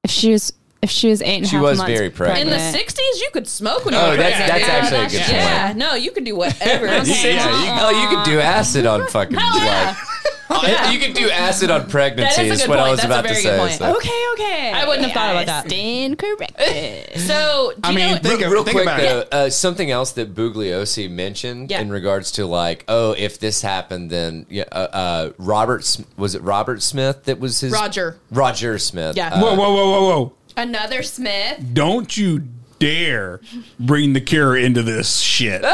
Speaker 2: If she was, if she was eight and a half
Speaker 1: She was
Speaker 2: months
Speaker 1: very pregnant.
Speaker 3: In the '60s, you could smoke when you
Speaker 1: Oh,
Speaker 3: were
Speaker 1: that's-
Speaker 3: pregnant,
Speaker 1: that's
Speaker 3: dude.
Speaker 1: actually a good
Speaker 3: Yeah, no, you could do whatever.
Speaker 2: Okay.
Speaker 1: Yeah, [laughs] you, oh, you could do acid on fucking
Speaker 3: [laughs] Hell yeah.
Speaker 1: like, you could do acid on
Speaker 3: That
Speaker 1: pregnancy.
Speaker 3: is a
Speaker 1: Is,
Speaker 3: good
Speaker 1: what I
Speaker 3: point.
Speaker 1: was
Speaker 3: That's a
Speaker 1: about to
Speaker 3: very good
Speaker 1: say.
Speaker 3: point.
Speaker 1: It's like-
Speaker 2: Okay, okay.
Speaker 3: I wouldn't have thought about that.
Speaker 2: Stand corrected.
Speaker 3: So, do
Speaker 4: I
Speaker 3: you
Speaker 4: mean,
Speaker 3: know,
Speaker 4: think
Speaker 1: real,
Speaker 4: of-
Speaker 1: real
Speaker 4: think
Speaker 1: quick
Speaker 4: about
Speaker 1: though, uh, something else that Bugliosi mentioned
Speaker 3: Yeah.
Speaker 1: in regards to like, oh, if this happened, then yeah, uh, uh, Robert Sm- was it Robert Smith that was his
Speaker 3: Roger.
Speaker 1: Roger Smith.
Speaker 3: Yeah.
Speaker 1: Uh,
Speaker 4: whoa, whoa, whoa, whoa, whoa!
Speaker 2: [laughs] Another Smith.
Speaker 4: Don't you dare bring the cure into this shit.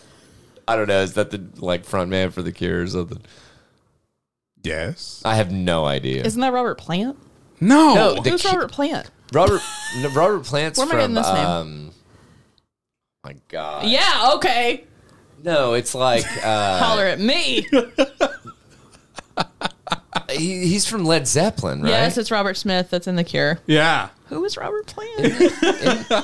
Speaker 1: [laughs] I don't know. Is that the like front man for the Cure or something?
Speaker 4: yes.
Speaker 1: I have no idea.
Speaker 3: Isn't that Robert Plant?
Speaker 4: No.
Speaker 1: No, the
Speaker 3: Who's
Speaker 1: Cure-
Speaker 3: Robert Plant?
Speaker 1: Robert no, Robert Plant's
Speaker 3: Where am I
Speaker 1: from.
Speaker 3: getting this name?
Speaker 1: um, my God.
Speaker 3: Yeah, okay.
Speaker 1: No, it's like uh,
Speaker 3: Holler
Speaker 1: [laughs]
Speaker 3: at me.
Speaker 1: he, he's from Led Zeppelin, right?
Speaker 3: Yes, it's Robert Smith that's in The Cure.
Speaker 4: yeah.
Speaker 3: Who is Robert Plant?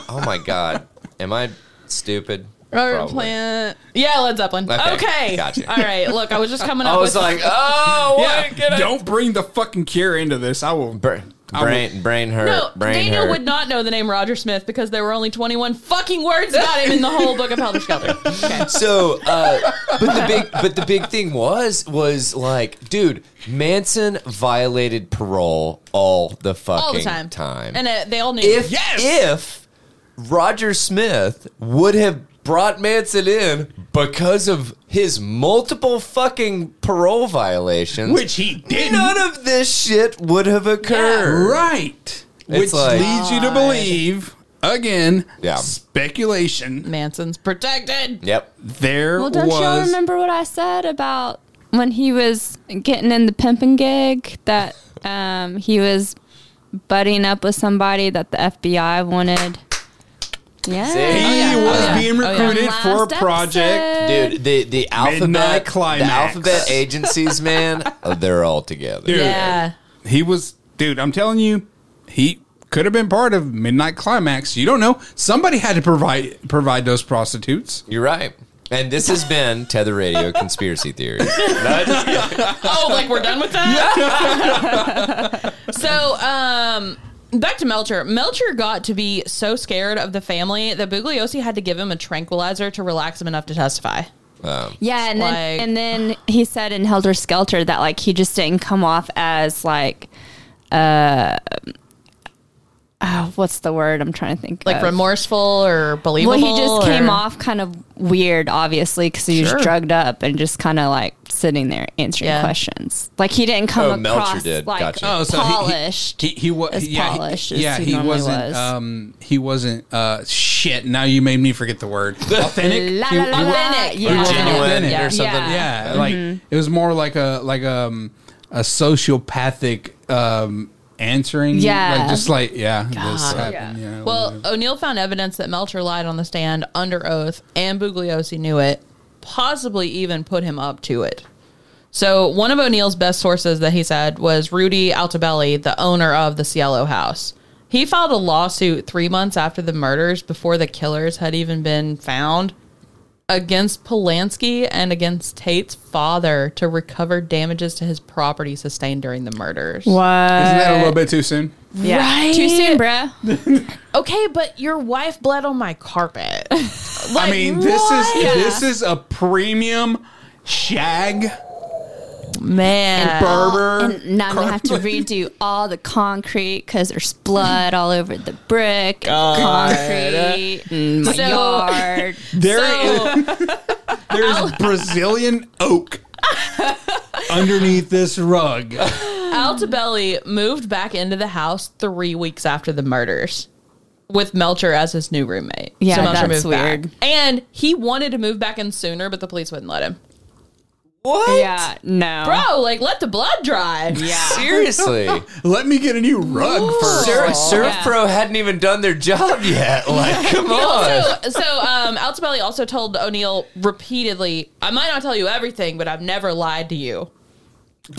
Speaker 1: oh my God. Am I stupid?
Speaker 3: [laughs] Robert
Speaker 1: Probably.
Speaker 3: Plant. Yeah, Led Zeppelin.
Speaker 1: Okay,
Speaker 3: Okay.
Speaker 1: gotcha.
Speaker 3: All right, look, I was just coming up
Speaker 1: [laughs] I was
Speaker 3: with
Speaker 1: like, oh,
Speaker 4: Yeah.
Speaker 1: what? Can I-
Speaker 4: Don't bring the fucking cure into this. I will.
Speaker 1: Bra-
Speaker 4: I will-
Speaker 1: brain, brain hurt.
Speaker 3: [laughs] no,
Speaker 1: uh, brain
Speaker 3: Daniel
Speaker 1: hurt.
Speaker 3: would not know the name Roger Smith because there were only 21 fucking words about him in the whole book of Helter
Speaker 1: [laughs]
Speaker 3: Skelter. Okay.
Speaker 1: so, uh, but the big, but the big thing was, was like, dude, Manson violated parole all the fucking
Speaker 3: All the time. And uh, they all knew.
Speaker 1: if
Speaker 4: Yes!
Speaker 1: if Roger Smith would have brought Manson in because of his multiple fucking parole violations,
Speaker 4: Which he didn't.
Speaker 1: none of this shit would have occurred.
Speaker 4: Right.
Speaker 1: It's
Speaker 4: Which
Speaker 1: like-
Speaker 4: leads you to believe, again,
Speaker 1: Yeah.
Speaker 4: speculation.
Speaker 3: Manson's protected.
Speaker 1: Yep.
Speaker 4: There
Speaker 2: Well, don't y'all
Speaker 4: was.
Speaker 2: remember what I said about when he was getting in the pimping gig that um, he was butting up with somebody that the FBI wanted? Yeah.
Speaker 1: See?
Speaker 4: He
Speaker 3: yeah.
Speaker 4: was
Speaker 3: Oh, yeah.
Speaker 4: being
Speaker 3: Oh, yeah.
Speaker 4: recruited for a
Speaker 2: Last
Speaker 4: project.
Speaker 2: episode.
Speaker 1: Dude, the the alphabet, the
Speaker 4: climax.
Speaker 1: alphabet agencies, man, oh, they're all together.
Speaker 4: Dude.
Speaker 3: Yeah.
Speaker 4: He was, dude, I'm telling you, he could have been part of Midnight Climax. You don't know. Somebody had to provide provide those prostitutes.
Speaker 1: You're right. And this has been Tether Radio Conspiracy Theory.
Speaker 3: oh, like we're done with that? [laughs] so, um, back to Melcher. Melcher got to be so scared of the family that Bugliosi had to give him a tranquilizer to relax him enough to testify.
Speaker 1: Um,
Speaker 2: Yeah, and then
Speaker 3: Like-
Speaker 2: and then he said in Helter Skelter that like he just didn't come off as like uh oh, what's the word I'm trying to think
Speaker 3: Like
Speaker 2: of.
Speaker 3: remorseful or
Speaker 2: Well,
Speaker 3: believable.
Speaker 2: he just
Speaker 3: or-
Speaker 2: came off kind of weird, obviously, because he
Speaker 3: Sure.
Speaker 2: was drugged up and just kind of like sitting there answering
Speaker 3: Yeah.
Speaker 2: questions. Like he didn't come
Speaker 1: Oh, Melcher
Speaker 2: across
Speaker 1: did.
Speaker 2: like
Speaker 1: Gotcha.
Speaker 4: Oh, so he- he-
Speaker 2: polished.
Speaker 4: He, he was
Speaker 2: As
Speaker 4: yeah, he-
Speaker 2: polished as
Speaker 4: yeah,
Speaker 2: he
Speaker 4: he,
Speaker 2: normally
Speaker 4: wasn't.
Speaker 2: was.
Speaker 4: Um, he wasn't. Uh, shit. Now you made me forget
Speaker 2: [laughs]
Speaker 4: the word. Authentic.
Speaker 2: La,
Speaker 4: He-
Speaker 2: la, la,
Speaker 4: he-
Speaker 2: la.
Speaker 3: Authentic.
Speaker 2: Yeah.
Speaker 3: Or
Speaker 1: genuine
Speaker 4: Yeah.
Speaker 1: or something.
Speaker 4: Yeah, like
Speaker 2: Mm-hmm.
Speaker 4: it was more like a like um a sociopathic um answering.
Speaker 2: Yeah.
Speaker 4: like, just like yeah, this
Speaker 3: God.
Speaker 4: happened. Yeah.
Speaker 3: Well, O'Neill found evidence that Melcher lied on the stand under oath, and Bugliosi knew it, possibly even put him up to it. So, one of O'Neill's best sources that he said was Rudy Altabelli, the owner of the Cielo House. He filed a lawsuit three months after the murders, before the killers had even been found, against Polanski and against Tate's father to recover damages to his property sustained during the murders.
Speaker 4: isn't that a
Speaker 2: What?
Speaker 4: little bit too soon?
Speaker 2: Yeah.
Speaker 3: Right?
Speaker 2: Too soon, bruh.
Speaker 3: Okay, but your wife bled on my carpet.
Speaker 4: I mean, this is this is a premium shag
Speaker 3: man.
Speaker 4: Berber.
Speaker 2: Uh, And now I'm gonna have to redo all the concrete because there's blood all over the brick, and concrete, and Mm, my [laughs]
Speaker 3: So-
Speaker 2: yard.
Speaker 4: There is
Speaker 3: So,
Speaker 4: there's Brazilian oak underneath this rug.
Speaker 3: Altabelli moved back into the house three weeks after the murders with Melcher as his new roommate.
Speaker 2: Yeah,
Speaker 3: Melcher
Speaker 2: that's
Speaker 3: back.
Speaker 2: weird.
Speaker 3: And he wanted to move back in sooner, but the police wouldn't let him.
Speaker 1: What?
Speaker 2: Yeah, no,
Speaker 3: Bro, like, let the blood dry.
Speaker 2: Yeah.
Speaker 1: Seriously.
Speaker 4: Let me get a new rug first.
Speaker 1: Sur-
Speaker 2: Oh,
Speaker 1: Surf
Speaker 2: yeah.
Speaker 1: Pro hadn't even done their job yet. Like, come
Speaker 3: He
Speaker 1: on.
Speaker 3: also, so um, Altabelli also told O'Neill repeatedly, I might not tell you everything, but I've never lied to you.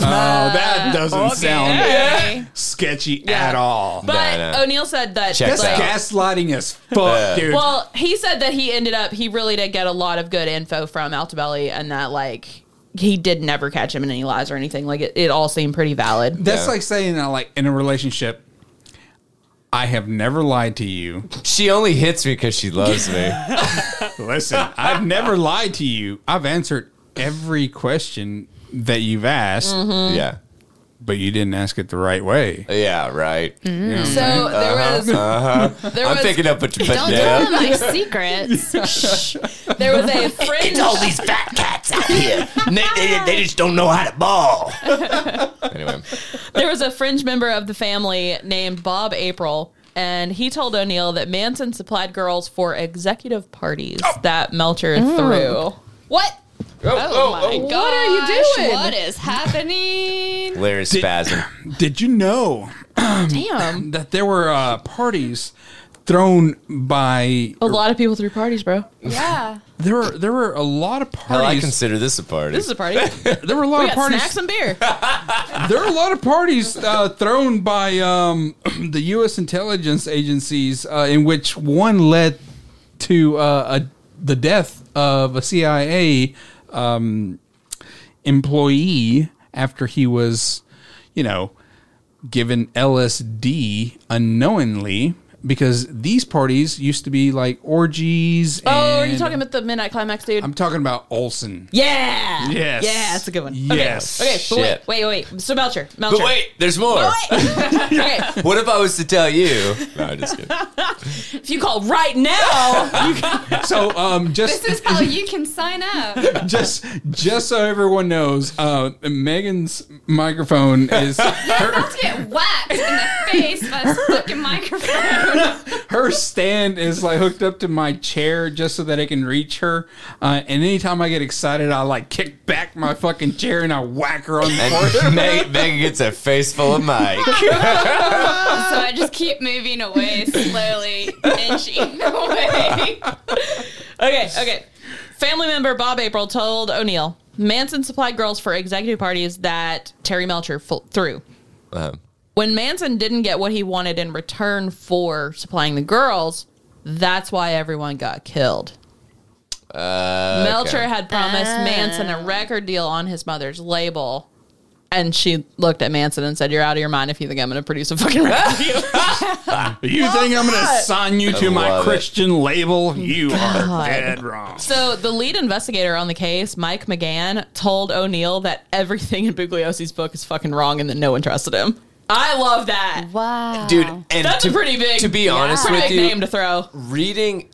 Speaker 4: Oh, that doesn't sound
Speaker 3: Okay.
Speaker 4: sketchy
Speaker 3: Yeah.
Speaker 4: at all.
Speaker 3: But
Speaker 1: No, no.
Speaker 3: O'Neill said that
Speaker 1: Checks
Speaker 4: That's
Speaker 1: out.
Speaker 4: gaslighting as fuck, dude.
Speaker 3: Well, he said that he ended up he really did get a lot of good info from Altabelli and that like he did never catch him in any lies or anything. Like it, it all seemed pretty valid.
Speaker 4: That's
Speaker 1: Yeah.
Speaker 4: like saying that, like in a relationship, I have never lied to you.
Speaker 1: She only hits me because she loves me.
Speaker 4: Listen, I've never lied to you. I've answered every question that you've asked,
Speaker 3: Mm-hmm.
Speaker 1: yeah.
Speaker 4: but you didn't ask it the right way.
Speaker 1: Yeah, right.
Speaker 2: Mm-hmm.
Speaker 4: You know what I'm
Speaker 3: So
Speaker 4: saying?
Speaker 3: there was [laughs] there
Speaker 1: I'm
Speaker 3: was
Speaker 1: picking up what you're
Speaker 2: Don't tell
Speaker 1: yeah.
Speaker 2: him my
Speaker 3: [laughs]
Speaker 2: secrets.
Speaker 3: there was [laughs] a fringe
Speaker 1: all these fat cats out here. And they, they, they just don't know how to ball. anyway.
Speaker 3: there was a fringe member of the family named Bob April. And he told O'Neill that Manson supplied girls for executive parties that Melcher threw. What?
Speaker 1: Oh, oh,
Speaker 2: my
Speaker 1: oh.
Speaker 2: gosh,
Speaker 3: What are you doing?
Speaker 2: What is happening?
Speaker 1: Larry's [laughs] spasm.
Speaker 4: Did you know
Speaker 3: Damn.
Speaker 4: that there were uh, parties thrown by
Speaker 3: A lot of people threw parties, bro.
Speaker 2: yeah.
Speaker 4: there were there were a lot of
Speaker 1: Hell, I
Speaker 4: parties
Speaker 1: consider this a party.
Speaker 3: This is a party.
Speaker 4: there were a lot
Speaker 3: [laughs] We
Speaker 4: of
Speaker 3: got
Speaker 4: parties
Speaker 3: snacks and beer. [laughs]
Speaker 4: there are a lot of parties uh, thrown by um, [clears throat] the U.S. intelligence agencies, uh, in which one led to uh, a, the death of a CIA um, employee after he was, you know, given LSD unknowingly. Because these parties used to be like orgies.
Speaker 3: Oh, are you
Speaker 4: and-
Speaker 3: talking about the Midnight Climax, dude?
Speaker 4: I'm talking about Olson.
Speaker 3: Yeah.
Speaker 4: Yes.
Speaker 3: Yeah, that's a good one.
Speaker 4: Yes.
Speaker 3: Okay, but wait,
Speaker 1: Shit.
Speaker 3: wait, wait. So Melcher, Melcher.
Speaker 1: But wait, there's more.
Speaker 3: okay,
Speaker 1: [laughs] What if I was to tell you? No, I'm just [laughs] kidding.
Speaker 3: if you call right now, [laughs]
Speaker 4: So, um, just
Speaker 2: This is how you can sign
Speaker 3: [laughs]
Speaker 2: up.
Speaker 4: [laughs] just just so everyone knows, uh, Megan's microphone is her,
Speaker 2: Get whacked in the face by a
Speaker 3: [laughs]
Speaker 2: fucking microphone.
Speaker 4: her stand is like hooked up to my chair just so that I can reach her. Uh, and anytime I get excited, I like kick back my fucking chair and I whack her on the
Speaker 1: And
Speaker 4: forehead.
Speaker 1: Meg, Megan gets a face full of [laughs] Um, Mike.
Speaker 2: So I just keep moving away
Speaker 3: [laughs]
Speaker 2: slowly, inching away.
Speaker 3: okay, okay. Family member Bob April told O'Neill Manson supplied girls for executive parties that Terry Melcher fl- threw.
Speaker 1: Um,
Speaker 3: When Manson didn't get what he wanted in return for supplying the girls, that's why everyone got killed.
Speaker 1: uh, okay.
Speaker 3: Melcher had promised Manson a record deal on his mother's label, And she looked at Manson and said, "You're out of your mind if you think I'm going to produce a fucking rap video."
Speaker 4: [laughs] You think I'm going to assign you to my
Speaker 1: love it.
Speaker 4: Christian label? You are dead wrong.
Speaker 3: Oh So the lead investigator on the case, Mike McGann, told O'Neill that everything in Bugliosi's book is fucking wrong and that no one trusted him. I love that.
Speaker 2: Wow.
Speaker 1: dude. And
Speaker 3: That's
Speaker 1: to,
Speaker 3: a pretty big.
Speaker 1: To be
Speaker 3: yeah,
Speaker 1: honest
Speaker 3: pretty
Speaker 1: with
Speaker 3: big
Speaker 1: you,
Speaker 3: name to throw.
Speaker 1: reading,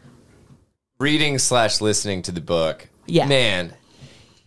Speaker 1: reading slash listening to the book.
Speaker 3: Yeah.
Speaker 1: man,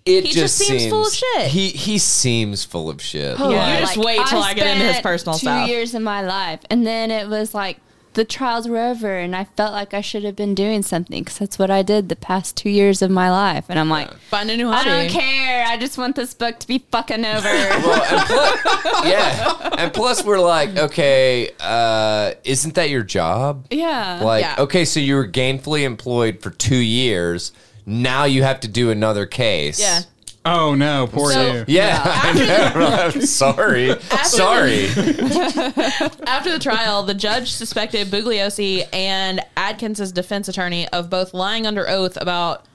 Speaker 1: it
Speaker 3: He just seems full of shit.
Speaker 1: He he seems full of shit.
Speaker 3: Yeah.
Speaker 1: Like,
Speaker 3: Oh, you just wait till I get into his
Speaker 2: spent
Speaker 3: personal
Speaker 2: two
Speaker 3: stuff.
Speaker 2: years of my life, and then it was like the trials were over, and I felt like I should have been doing something because that's what I did the past two years of my life, and I'm like.
Speaker 3: Find a new
Speaker 2: I
Speaker 3: hobby.
Speaker 2: don't care. I just want this book to be fucking
Speaker 3: [laughs]
Speaker 2: over.
Speaker 1: Well, and plus, yeah, and plus we're like, okay, uh, isn't that your job?
Speaker 2: yeah.
Speaker 1: Like,
Speaker 3: Yeah.
Speaker 1: okay, so you were gainfully employed for two years. Now you have to do another case.
Speaker 3: Yeah.
Speaker 4: Oh no, poor
Speaker 3: So-
Speaker 4: you.
Speaker 1: Yeah. [laughs] I know. Sorry. Sorry.
Speaker 3: After the trial, the judge suspected Bugliosi and Adkins' defense attorney of both lying under oath about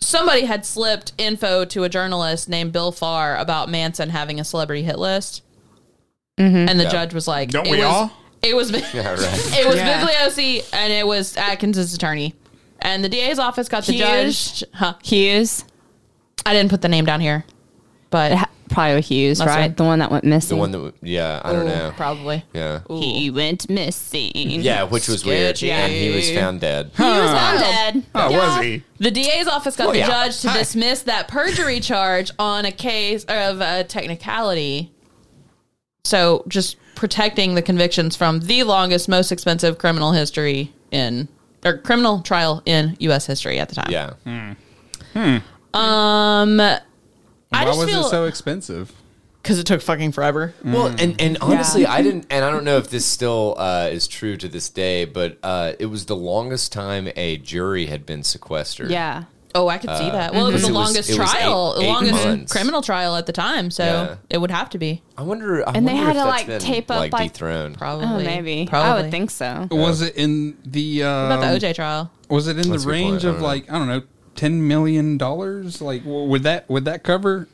Speaker 3: somebody had slipped info to a journalist named Bill Farr about Manson having a celebrity hit list.
Speaker 2: Mm-hmm.
Speaker 3: And the judge was like,
Speaker 4: Don't
Speaker 3: it
Speaker 4: we
Speaker 3: was,
Speaker 4: all?
Speaker 3: It was, [laughs]
Speaker 1: Yeah, right.
Speaker 3: it was
Speaker 2: Yeah.
Speaker 3: Bugliosi and it was Adkins' attorney. And the DA's office got the
Speaker 2: Hughes?
Speaker 3: judge. Huh,
Speaker 2: Hughes.
Speaker 3: I didn't put the name down here, but
Speaker 2: Ha- Probably Hughes,
Speaker 3: Must've-
Speaker 2: right? The one that went missing.
Speaker 1: The one that, w- yeah, I
Speaker 3: Oh.
Speaker 1: don't know.
Speaker 3: probably.
Speaker 1: Yeah.
Speaker 2: he went missing.
Speaker 1: Yeah, which was weird.
Speaker 3: Sketchy.
Speaker 1: And he was found dead.
Speaker 2: He was found dead.
Speaker 4: Oh,
Speaker 3: Yeah.
Speaker 4: was he?
Speaker 3: The DA's office got
Speaker 1: Oh,
Speaker 3: the
Speaker 1: yeah.
Speaker 3: judge to
Speaker 4: Hi.
Speaker 3: dismiss that perjury charge on a case of a technicality. So, just protecting the convictions from the longest, most expensive criminal history in or criminal trial in U.S. history at the time.
Speaker 1: Yeah.
Speaker 3: Um, I
Speaker 4: Why
Speaker 3: just
Speaker 4: was
Speaker 3: feel
Speaker 4: it so expensive?
Speaker 3: because it took fucking forever.
Speaker 1: Well, and,
Speaker 3: Mm.
Speaker 1: and honestly,
Speaker 3: [laughs]
Speaker 1: I didn't, and I don't know if this still uh, is true to this day, but uh, it was the longest time a jury had been sequestered.
Speaker 2: Yeah.
Speaker 3: Oh, I could see that. Well, it was
Speaker 1: Mhm.
Speaker 3: the
Speaker 1: It was-
Speaker 3: longest
Speaker 1: it was eight-
Speaker 3: trial, the
Speaker 1: eight
Speaker 3: longest
Speaker 1: months.
Speaker 3: criminal trial at the time. So
Speaker 1: Yeah.
Speaker 3: it would have to be
Speaker 1: I wonder. I
Speaker 2: And they
Speaker 1: wonder
Speaker 2: had
Speaker 1: if
Speaker 2: to,
Speaker 1: that's
Speaker 2: like,
Speaker 1: been,
Speaker 2: tape up,
Speaker 1: like,
Speaker 2: like-
Speaker 1: dethroned.
Speaker 3: probably.
Speaker 2: Oh, maybe. I
Speaker 3: Probably.
Speaker 2: would think so.
Speaker 4: Was it in the um,
Speaker 3: What about the OJ trial.
Speaker 4: Was it in
Speaker 1: That's a
Speaker 4: the
Speaker 1: good point.
Speaker 4: range
Speaker 1: I
Speaker 4: of
Speaker 1: don't know.
Speaker 4: like I don't know, ten million dollars? Like w- would that would that cover?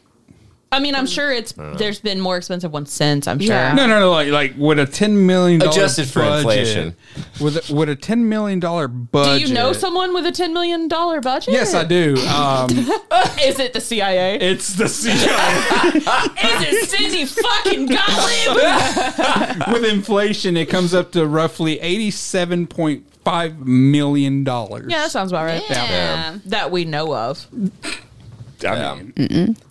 Speaker 3: I mean, I'm sure it's there's been more expensive ones since. I'm sure.
Speaker 2: Yeah.
Speaker 4: No, no, no. Like like would a ten million dollar
Speaker 1: Adjusted for
Speaker 4: budget-
Speaker 1: inflation.
Speaker 4: Would a, would a ten million dollar budget?
Speaker 3: Do you know someone with a ten million dollar budget?
Speaker 4: Yes, I
Speaker 3: [laughs]
Speaker 4: do. Um,
Speaker 3: Is it the CIA?
Speaker 4: it's the [laughs] CEO.
Speaker 3: Is it Cindy fucking Gottlieb?
Speaker 4: With inflation, it comes up to roughly eighty-seven point five million dollars.
Speaker 3: yeah, that sounds about right.
Speaker 2: Yeah.
Speaker 3: That we know of.
Speaker 1: Yeah.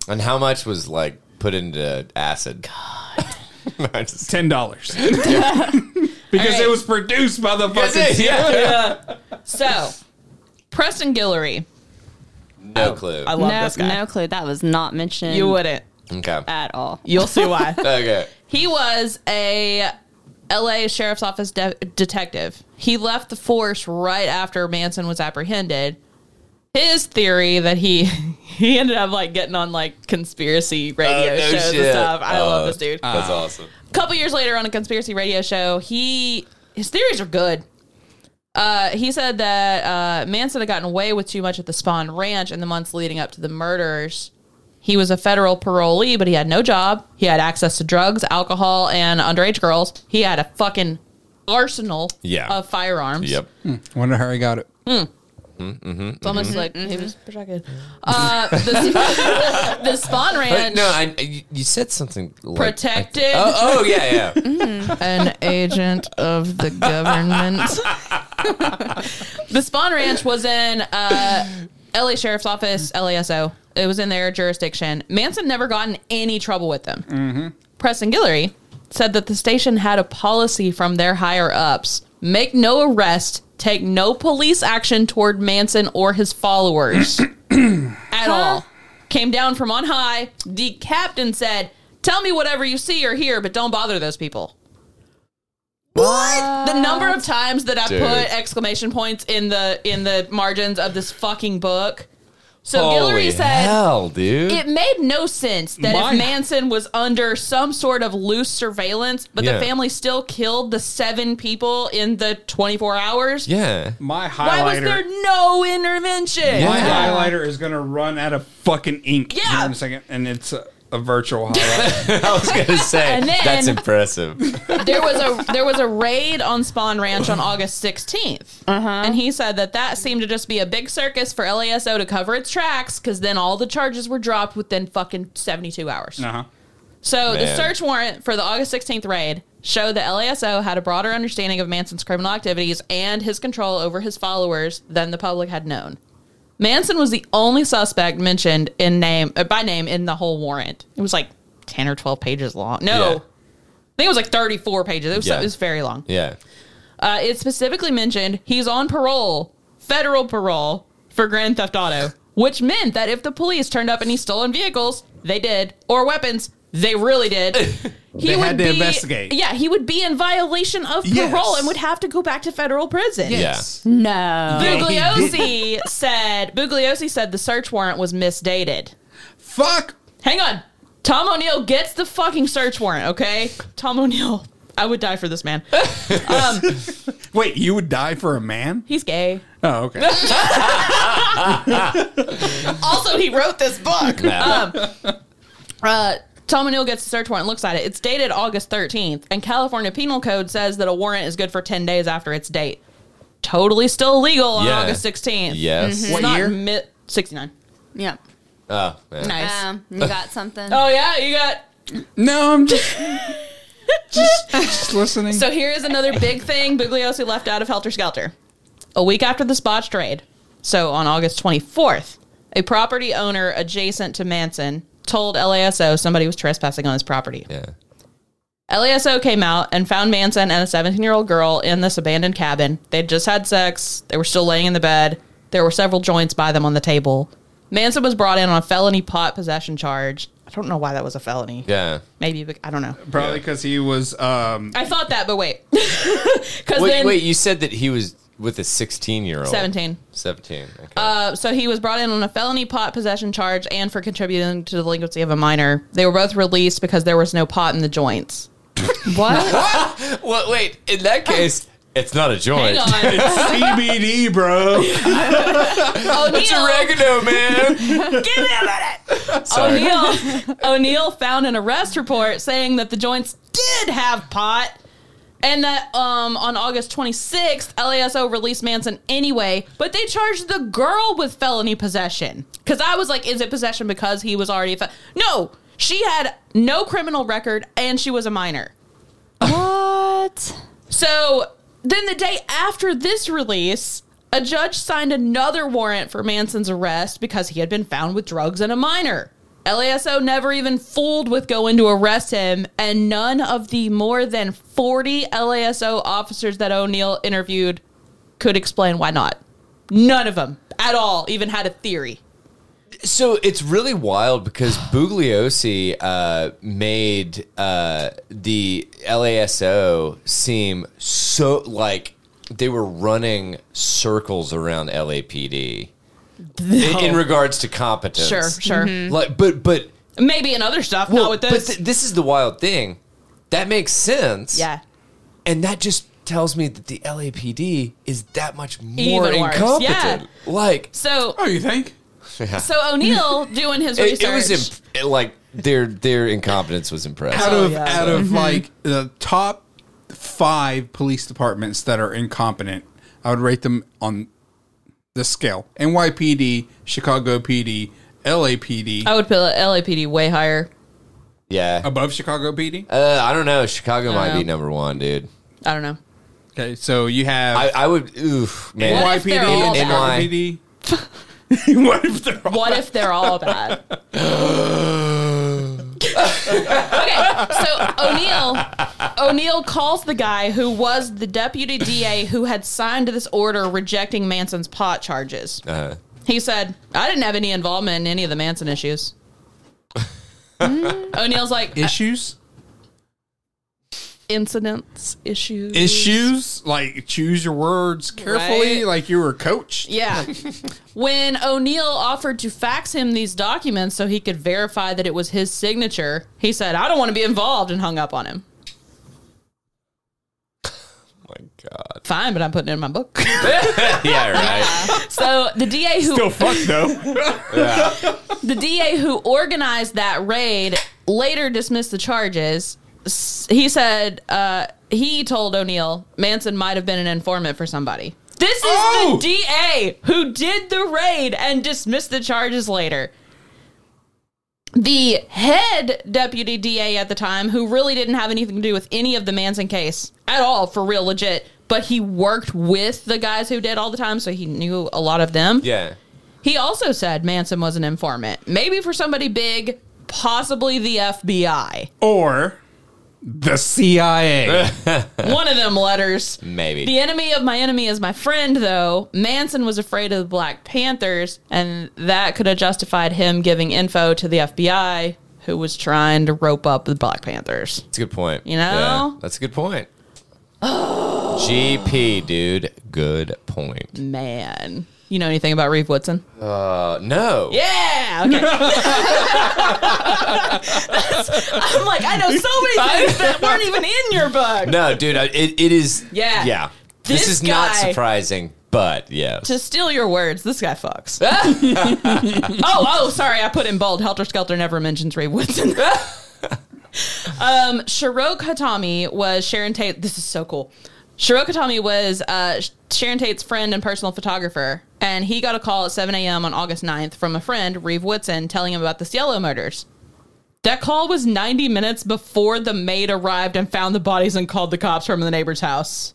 Speaker 1: And how much was like put into acid? God. [laughs] I just,
Speaker 4: ten
Speaker 3: [laughs]
Speaker 4: dollars [laughs] because
Speaker 3: right.
Speaker 4: it was produced by the
Speaker 1: That's
Speaker 4: fucking.
Speaker 1: it, yeah.
Speaker 3: So, Preston Guillory.
Speaker 1: [laughs] No clue.
Speaker 3: I love
Speaker 2: No,
Speaker 3: this guy.
Speaker 2: no clue. That was not mentioned
Speaker 3: You wouldn't.
Speaker 1: Okay.
Speaker 3: Uh,
Speaker 2: at all.
Speaker 3: You'll
Speaker 2: [laughs]
Speaker 3: see why.
Speaker 1: Okay.
Speaker 3: He was a LA Sheriff's Office de- detective. He left the force right after Manson was apprehended. His theory that he [laughs] he ended up like getting on like conspiracy radio
Speaker 1: Oh, no
Speaker 3: shows and
Speaker 1: shit.
Speaker 3: stuff. I love
Speaker 1: Oh.
Speaker 3: this dude. A
Speaker 1: That's awesome.
Speaker 3: couple years later on a conspiracy radio show, he his theories are good. Uh, he said that uh, Manson had gotten away with too much at the Spawn Ranch in the months leading up to the murders. He was a federal parolee, but he had no job. He had access to drugs, alcohol, and underage girls. He had a fucking arsenal
Speaker 1: Yeah.
Speaker 3: of firearms.
Speaker 1: Yep.
Speaker 4: Wonder how he got it.
Speaker 3: It's almost
Speaker 1: Mm-hmm.
Speaker 3: like he was protected. Uh, the, [laughs] the Spawn
Speaker 1: But
Speaker 3: Ranch
Speaker 1: no, I, you- you said something like,
Speaker 3: protected
Speaker 1: Oh, oh, yeah, yeah.
Speaker 3: an agent of the government. [laughs] the Spawn Ranch was in uh, LA Sheriff's Office, LASO. It was in their jurisdiction. Manson never got in any trouble with them. Preston Guillory said that the station had a policy from their higher ups make no arrest, take no police action toward Manson or his followers at all. Came down from on high. The captain said, Tell me whatever you see or hear, but don't bother those people. [laughs] What? The number of times that I
Speaker 1: Dude.
Speaker 3: put exclamation points in the in the margins of this fucking book. So
Speaker 1: Holy
Speaker 3: Guillory said
Speaker 1: hell, dude.
Speaker 3: it made no sense that
Speaker 4: Why?
Speaker 3: if Manson was under some sort of loose surveillance, but
Speaker 1: Yeah.
Speaker 3: the family still killed the seven people in the 24 hours,
Speaker 1: yeah.
Speaker 4: My
Speaker 3: why was
Speaker 4: highlighter.
Speaker 3: there no intervention?
Speaker 1: Yeah.
Speaker 4: My highlighter is gonna run out of fucking ink
Speaker 3: Yeah.
Speaker 4: here in a second, and it's uh, a virtual
Speaker 1: [laughs]
Speaker 4: highlight.
Speaker 1: I was gonna say
Speaker 3: And then-
Speaker 1: that's impressive.
Speaker 3: there was a there was a raid on Spawn Ranch on August 16th, and he said that that seemed to just be a big circus for LASO to cover its tracks because then all the charges were dropped within fucking 72 hours.
Speaker 4: uh-huh.
Speaker 3: So the
Speaker 1: Man.
Speaker 3: search warrant for the August 16th raid showed that LASO had a broader understanding of Manson's criminal activities and his control over his followers than the public had known. Manson was the only suspect mentioned in name uh, by name in the whole warrant. It was like 10 or 12 pages long. No.
Speaker 1: Yeah.
Speaker 3: I think it was like 34 pages. It was,
Speaker 1: Yeah.
Speaker 3: it was very long.
Speaker 1: Yeah.
Speaker 3: Uh, it specifically mentioned he's on parole, federal parole for Grand Theft Auto, which meant that if the police turned up and he stolen vehicles, they did, or weapons, they really did. He
Speaker 4: [laughs] They had to investigate.
Speaker 3: Yeah, he would be in violation of parole
Speaker 4: Yes.
Speaker 3: and would have to go back to federal prison.
Speaker 2: No.
Speaker 4: Yeah, Uh, he
Speaker 3: Bugliosi [laughs] said Bugliosi said the search warrant was misdated.
Speaker 4: Fuck.
Speaker 3: Hang on. Tom O'Neill gets the fucking search warrant, okay? Tom O'Neill. I would die for this
Speaker 4: [laughs]
Speaker 3: man. Um,
Speaker 4: Wait, you would die for a man?
Speaker 3: he's gay.
Speaker 4: Oh, okay.
Speaker 3: [laughs] Also, he wrote this book.
Speaker 1: Yeah.
Speaker 3: Uh, Tom O'Neill gets the search warrant, looks at it. It's dated August 13th, and California Penal Code says that a warrant is good for 10 days after its date. Totally still illegal on
Speaker 1: Yeah.
Speaker 3: August 16th.
Speaker 1: yes.
Speaker 3: It's
Speaker 4: What
Speaker 3: not
Speaker 4: year?
Speaker 3: mi- 69.
Speaker 2: Yeah.
Speaker 1: Oh, man.
Speaker 3: Nice.
Speaker 2: Um, you got something?
Speaker 3: oh, yeah, you got.
Speaker 4: no, I'm
Speaker 3: [laughs]
Speaker 4: just just, just listening.
Speaker 3: So here is another big thing Bugliosi left out of Helter Skelter. A week after the botched raid, so on August 24th, a property owner adjacent to Manson told LASO somebody was trespassing on his property.
Speaker 1: Yeah.
Speaker 3: LASO came out and found Manson and a 17 year old girl in this abandoned cabin. They'd just had sex. They were still laying in the bed. There were several joints by them on the table. Manson was brought in on a felony pot possession charge. I don't know why that was a felony.
Speaker 1: Yeah.
Speaker 3: Maybe, bec- I don't know.
Speaker 4: Probably because he was
Speaker 3: [laughs]
Speaker 4: um
Speaker 3: I thought that, but wait. Because
Speaker 1: Wait,
Speaker 3: then
Speaker 1: wait, you said that he was with a 16 year old.
Speaker 3: 17.
Speaker 1: 17. Okay.
Speaker 3: Uh, so he was brought in on a felony pot possession charge and for contributing to the delinquency of a minor. They were both released because there was no pot in the joints.
Speaker 2: What?
Speaker 1: well, wait, in that case, it's not a joint.
Speaker 3: Hang on.
Speaker 4: [laughs] CBD, bro.
Speaker 1: It's
Speaker 3: O'Neill-
Speaker 1: oregano,
Speaker 3: [laughs]
Speaker 1: man.
Speaker 3: Give me a minute.
Speaker 1: Sorry.
Speaker 3: O'Neill O'Neill found an arrest report saying that the joints did have pot, and that um, on August 26th, LASO released Manson anyway, but they charged the girl with felony possession. Because I was like, is it possession because he was already a fe- no? She had no criminal record, and she was a minor.
Speaker 2: what?
Speaker 3: So then the day after this release, a judge signed another warrant for Manson's arrest because he had been found with drugs and a minor. LASO never even fooled with going to arrest him, and none of the more than 40 LASO officers that O'Neill interviewed could explain why not. None of them at all even had a theory.
Speaker 1: So it's really wild because Bugliosi uh, made uh, the LASO seem so like they were running circles around LAPD in,
Speaker 3: Oh.
Speaker 1: in regards to competence.
Speaker 3: Sure, sure.
Speaker 1: Like, but but
Speaker 3: Maybe in other stuff,
Speaker 1: well,
Speaker 3: Mm-hmm. not with
Speaker 1: but
Speaker 3: this.
Speaker 1: th- this is the wild thing. That makes sense.
Speaker 3: yeah.
Speaker 1: and that just tells me that the LAPD is that much more
Speaker 3: Even worse,
Speaker 1: incompetent. Like
Speaker 3: So,
Speaker 4: Oh, you think?
Speaker 3: so O'Neill doing
Speaker 1: [laughs]
Speaker 3: his
Speaker 1: it,
Speaker 3: research.
Speaker 1: it was imp- it, like their their incompetence was impressive.
Speaker 4: Out
Speaker 3: Oh,
Speaker 4: of
Speaker 3: yeah.
Speaker 4: out of like the top five police departments that are incompetent, I would rate them on the scale: NYPD, Chicago PD, LAPD,
Speaker 3: I would put LAPD way higher.
Speaker 1: yeah,
Speaker 4: above Chicago PD.
Speaker 1: uh, I don't know. Chicago might
Speaker 3: know.
Speaker 1: be number one, dude.
Speaker 3: I don't know.
Speaker 4: Okay, so you have
Speaker 1: I, I would oof man.
Speaker 3: What if they're all
Speaker 1: bad?
Speaker 4: NYPD, NYPD. [laughs] what if they're all
Speaker 3: What if they're all bad? okay, so O'Neill O'Neill calls the guy who was the deputy DA who had signed this order rejecting Manson's pot charges.
Speaker 1: Uh,
Speaker 3: He said, "I didn't have any involvement in any of the Manson issues." O'Neill's like
Speaker 4: issues?
Speaker 3: incidents issues
Speaker 4: Issues like choose your words carefully,
Speaker 3: Right.
Speaker 4: like you were
Speaker 1: [laughs]
Speaker 4: coached.
Speaker 3: Yeah. when O'Neill offered to fax him these documents so he could verify that it was his signature, he said, I don't want to be involved and hung up on him.
Speaker 1: [laughs] my god.
Speaker 3: Fine, but I'm putting it in
Speaker 1: [laughs]
Speaker 3: my book.
Speaker 1: yeah,
Speaker 3: [laughs]
Speaker 1: right.
Speaker 3: so the DA who
Speaker 4: fuck
Speaker 3: [laughs]
Speaker 4: though.
Speaker 3: the DA who organized that raid later dismissed the charges. S- He said uh, he told O'Neill Manson might have been an informant for somebody. This is
Speaker 4: Oh!
Speaker 3: the DA who did the raid and dismissed the charges later. The head deputy DA at the time, who really didn't have anything to do with any of the Manson case at all, for real, legit, but he worked with the guys who did all the time, so he knew a lot of them.
Speaker 1: Yeah.
Speaker 3: He also said Manson was an informant, maybe for somebody big, possibly the FBI.
Speaker 4: Or the CIA.
Speaker 3: One of them letters.
Speaker 1: Maybe.
Speaker 3: The enemy of my enemy is my friend, though. Manson was afraid of the Black Panthers, and that could have justified him giving info to the FBI, who was trying to rope up the Black Panthers.
Speaker 1: That's a good point.
Speaker 3: You know?
Speaker 1: that's a good
Speaker 3: [gasps]
Speaker 1: point. GP, dude. Good point.
Speaker 3: Man. You know anything about Reeve Woodson?
Speaker 1: Uh, no.
Speaker 3: Yeah. Okay. [laughs] That's- I'm like, I know so many things that weren't even in your book.
Speaker 1: No, dude. I- It, it is.
Speaker 3: Yeah.
Speaker 1: Yeah. This,
Speaker 3: This
Speaker 1: is not
Speaker 3: guy-
Speaker 1: surprising, but yeah.
Speaker 3: to steal your words, this guy fucks. oh, oh, sorry, I put in bold. Helter Skelter never mentions Ray Woodson. um, Shiro Katami was Sharon Tate. This is so cool. Shiro Katami was uh, Sharon Tate's friend and personal photographer, and he got a call at 7 a.m. on August 9th from a friend, Reeve Woodson, telling him about the Cielo murders. That call was 90 minutes before the maid arrived and found the bodies and called the cops from the neighbor's house.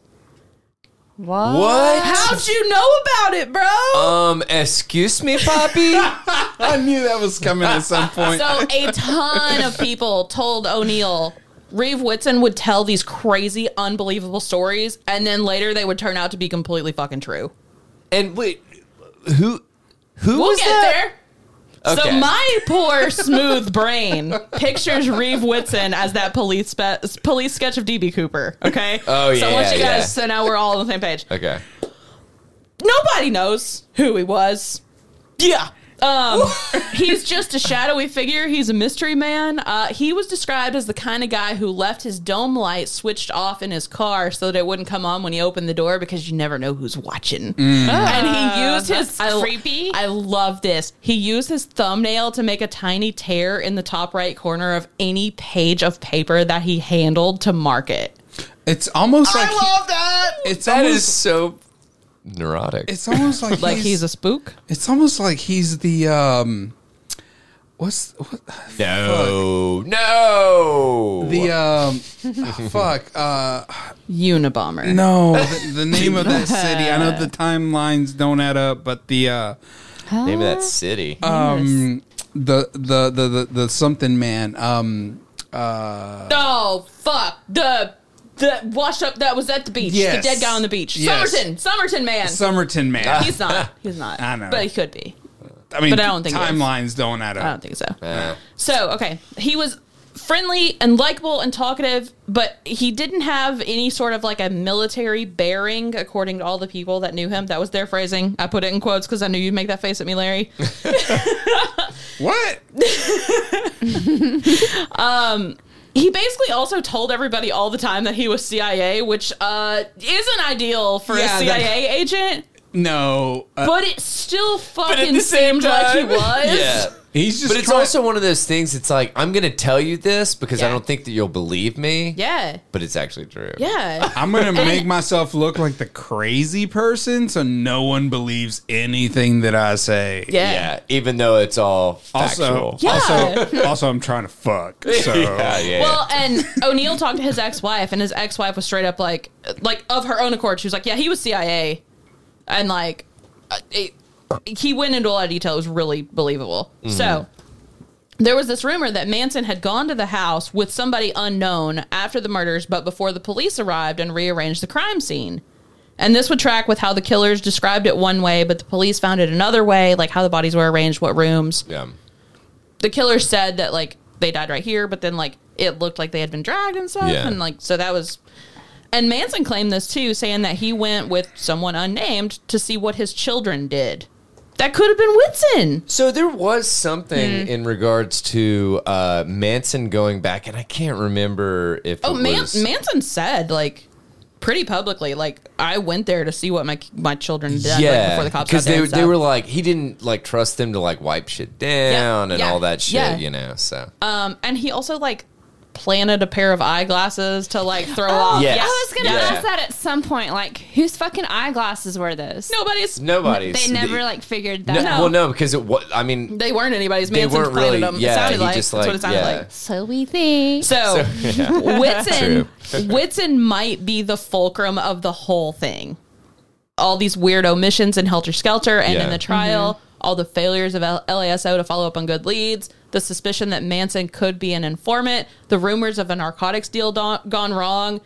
Speaker 2: What?
Speaker 1: What?
Speaker 3: How'd you know about it, bro?
Speaker 1: Um, excuse me, Poppy?
Speaker 4: [laughs] I knew that was coming at some point.
Speaker 3: [laughs] So a ton of people told O'Neill. Reeve Whitson would tell these crazy, unbelievable stories, and then later they would turn out to be completely fucking true.
Speaker 1: and wait, who? Who
Speaker 3: We'll
Speaker 1: was
Speaker 3: get
Speaker 1: that?
Speaker 3: there. So
Speaker 1: Okay.
Speaker 3: my poor smooth brain pictures Reeve Whitson as that police spe- police sketch of DB Cooper. Okay.
Speaker 1: Oh, yeah,
Speaker 3: So once you
Speaker 1: yeah.
Speaker 3: guys, so now we're all on the same page.
Speaker 1: Okay.
Speaker 3: nobody knows who he was. Yeah. Um, [laughs] he's just a shadowy figure. He's a mystery man. Uh, he was described as the kind of guy who left his dome light switched off in his car so that it wouldn't come on when he opened the door because you never know who's watching. And he used his
Speaker 2: Uh, that's
Speaker 3: I-
Speaker 2: creepy.
Speaker 3: I love this. He used his thumbnail to make a tiny tear in the top right corner of any page of paper that he handled to mark it.
Speaker 4: It's almost like he-
Speaker 1: that.
Speaker 4: it's
Speaker 1: That
Speaker 4: almost,
Speaker 1: is so neurotic.
Speaker 4: It's almost [laughs] like
Speaker 3: Like
Speaker 4: he's,
Speaker 3: he's a spook.
Speaker 4: It's almost like he's the um. What's what,
Speaker 1: no, no.
Speaker 4: the um? [laughs] fuck. Uh,
Speaker 3: Unabomber.
Speaker 4: no, the, Oh,
Speaker 3: [laughs]
Speaker 4: the name of that city. I know the timelines don't add up, but the uh,
Speaker 1: name of that city.
Speaker 4: um, the the the the, the something man. Um,
Speaker 3: Oh fuck the the washed up that was at the beach.
Speaker 4: Yes.
Speaker 3: The dead guy on the beach.
Speaker 4: Yes.
Speaker 3: Somerton. Somerton man.
Speaker 4: Somerton man.
Speaker 3: He's
Speaker 4: [laughs]
Speaker 3: not. He's not.
Speaker 4: I know.
Speaker 3: But he could be.
Speaker 4: I mean,
Speaker 3: but I don't think it is.
Speaker 4: timelines don't add
Speaker 3: I
Speaker 4: up.
Speaker 3: don't think so.
Speaker 1: Yeah.
Speaker 3: So okay, he was friendly and likable and talkative, but he didn't have any sort of like a military bearing, according to all the people that knew him. That was their phrasing. I put it in quotes because I knew you'd make that face at me, Larry.
Speaker 4: [laughs] What?
Speaker 3: [laughs] he basically also told everybody all the time that he was CIA, which uh, isn't ideal for
Speaker 4: Yeah, that-
Speaker 3: a CIA agent.
Speaker 4: No, uh,
Speaker 3: but it still fucking
Speaker 1: at the same
Speaker 3: seemed like he
Speaker 1: time- [laughs]
Speaker 3: was.
Speaker 1: yeah.
Speaker 4: he's just.
Speaker 1: But it's
Speaker 4: trying-
Speaker 1: also one of those things. It's like I'm going to tell you this because I
Speaker 3: Yeah.
Speaker 1: don't think that you'll believe me.
Speaker 3: Yeah.
Speaker 1: but it's actually true.
Speaker 3: Yeah.
Speaker 4: I'm
Speaker 3: [laughs]
Speaker 4: gonna make myself look like the crazy person, so no one believes anything that I say.
Speaker 3: Yeah.
Speaker 1: Yeah, even though it's all
Speaker 4: Also,
Speaker 1: factual.
Speaker 3: Yeah.
Speaker 4: also, also, I'm trying to
Speaker 3: [laughs]
Speaker 4: fuck. So
Speaker 1: yeah, yeah.
Speaker 3: Well, and O'Neill talked to his ex-wife, and his ex-wife was straight up like, like of her own accord, she was like, "Yeah, he was CIA," and like, uh, it, he went into a lot of detail. It was really believable.
Speaker 1: Mm-hmm.
Speaker 3: So there was this rumor that Manson had gone to the house with somebody unknown after the murders, but before the police arrived and rearranged the crime scene. And this would track with how the killers described it one way, but the police found it another way, like how the bodies were arranged, what rooms
Speaker 1: yeah.
Speaker 3: the killer said that like they died right here, but then like it looked like they had been dragged and stuff,
Speaker 1: Yeah.
Speaker 3: and like so that was. And Manson claimed this too, saying that he went with someone unnamed to see what his children did. That could have been Whitson.
Speaker 1: So there was something
Speaker 3: Hmm.
Speaker 1: in regards to uh, Manson going back, and I can't remember if
Speaker 3: Oh,
Speaker 1: it
Speaker 3: Man-
Speaker 1: was-
Speaker 3: Manson said like pretty publicly. Like I went there to see what my my children did like, before the cops got
Speaker 1: because
Speaker 3: there.
Speaker 1: they
Speaker 3: and
Speaker 1: they
Speaker 3: stuff.
Speaker 1: were like he didn't like trust them to like wipe shit down and
Speaker 3: yeah,
Speaker 1: all that shit,
Speaker 3: yeah.
Speaker 1: you know. So
Speaker 3: um, and he also like planted a pair of eyeglasses to like
Speaker 1: [gasps]
Speaker 3: throw off.
Speaker 1: Yes.
Speaker 2: Oh, I was gonna
Speaker 1: Yeah.
Speaker 2: ask that at some point. Like, whose fucking eyeglasses were those?
Speaker 3: nobody's.
Speaker 1: nobody's
Speaker 2: they never like figured
Speaker 1: No,
Speaker 2: that. out.
Speaker 1: Well, no, because it was. I mean,
Speaker 3: They weren't anybody's.
Speaker 1: They
Speaker 3: Manson
Speaker 1: weren't
Speaker 3: planted
Speaker 1: really-
Speaker 3: them.
Speaker 1: yeah,
Speaker 3: it sounded
Speaker 1: he
Speaker 3: like
Speaker 1: just,
Speaker 3: that's
Speaker 1: like,
Speaker 3: what it sounded
Speaker 1: yeah.
Speaker 3: like.
Speaker 2: So we think.
Speaker 3: So,
Speaker 1: [laughs] yeah.
Speaker 3: Whitson,
Speaker 1: True.
Speaker 3: Whitson might be the fulcrum of the whole thing. All these weird omissions in Helter Skelter and
Speaker 1: Yeah.
Speaker 3: in the trial, all the failures of L- LASO to follow up on good leads, the suspicion that Manson could be an informant, the rumors of a narcotics deal don- gone wrong.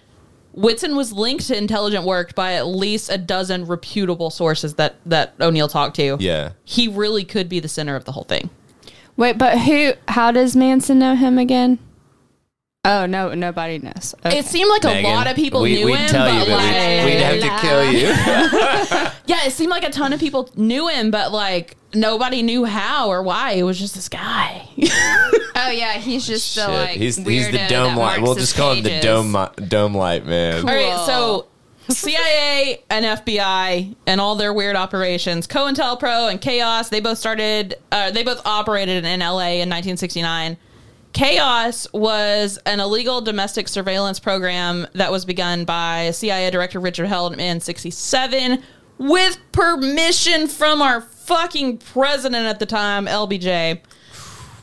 Speaker 3: Whitson was linked to intelligent work by at least a dozen reputable sources that that O'Neill talked to.
Speaker 1: yeah.
Speaker 3: He really could be the center of the whole thing.
Speaker 2: Wait, but who? How does Manson know him again? Oh no, nobody knows. Okay.
Speaker 3: It seemed like a
Speaker 1: Megan,
Speaker 3: lot of people
Speaker 1: we,
Speaker 3: knew
Speaker 1: we'd
Speaker 3: him,
Speaker 1: tell
Speaker 3: but
Speaker 1: you,
Speaker 3: like
Speaker 1: we'd, we'd have to kill you.
Speaker 3: [laughs] Yeah, it seemed like a ton of people knew him, but like nobody knew how or why. It was just this guy. [laughs]
Speaker 2: oh yeah, he's just
Speaker 1: [laughs]
Speaker 2: the
Speaker 1: Shit,
Speaker 2: like
Speaker 1: he's
Speaker 2: weirdo
Speaker 1: he's the dome light.
Speaker 2: that marks
Speaker 1: We'll
Speaker 2: his
Speaker 1: just call him the
Speaker 2: pages.
Speaker 1: dome mi- dome light man.
Speaker 3: all
Speaker 2: Cool.
Speaker 3: right, so CIA and FBI and all their weird operations, COINTELPRO and Chaos, they both started, uh, they both operated in LA in 1969. Chaos was an illegal domestic surveillance program that was begun by CIA Director Richard Heldman in 67 with permission from our fucking president at the time, LBJ.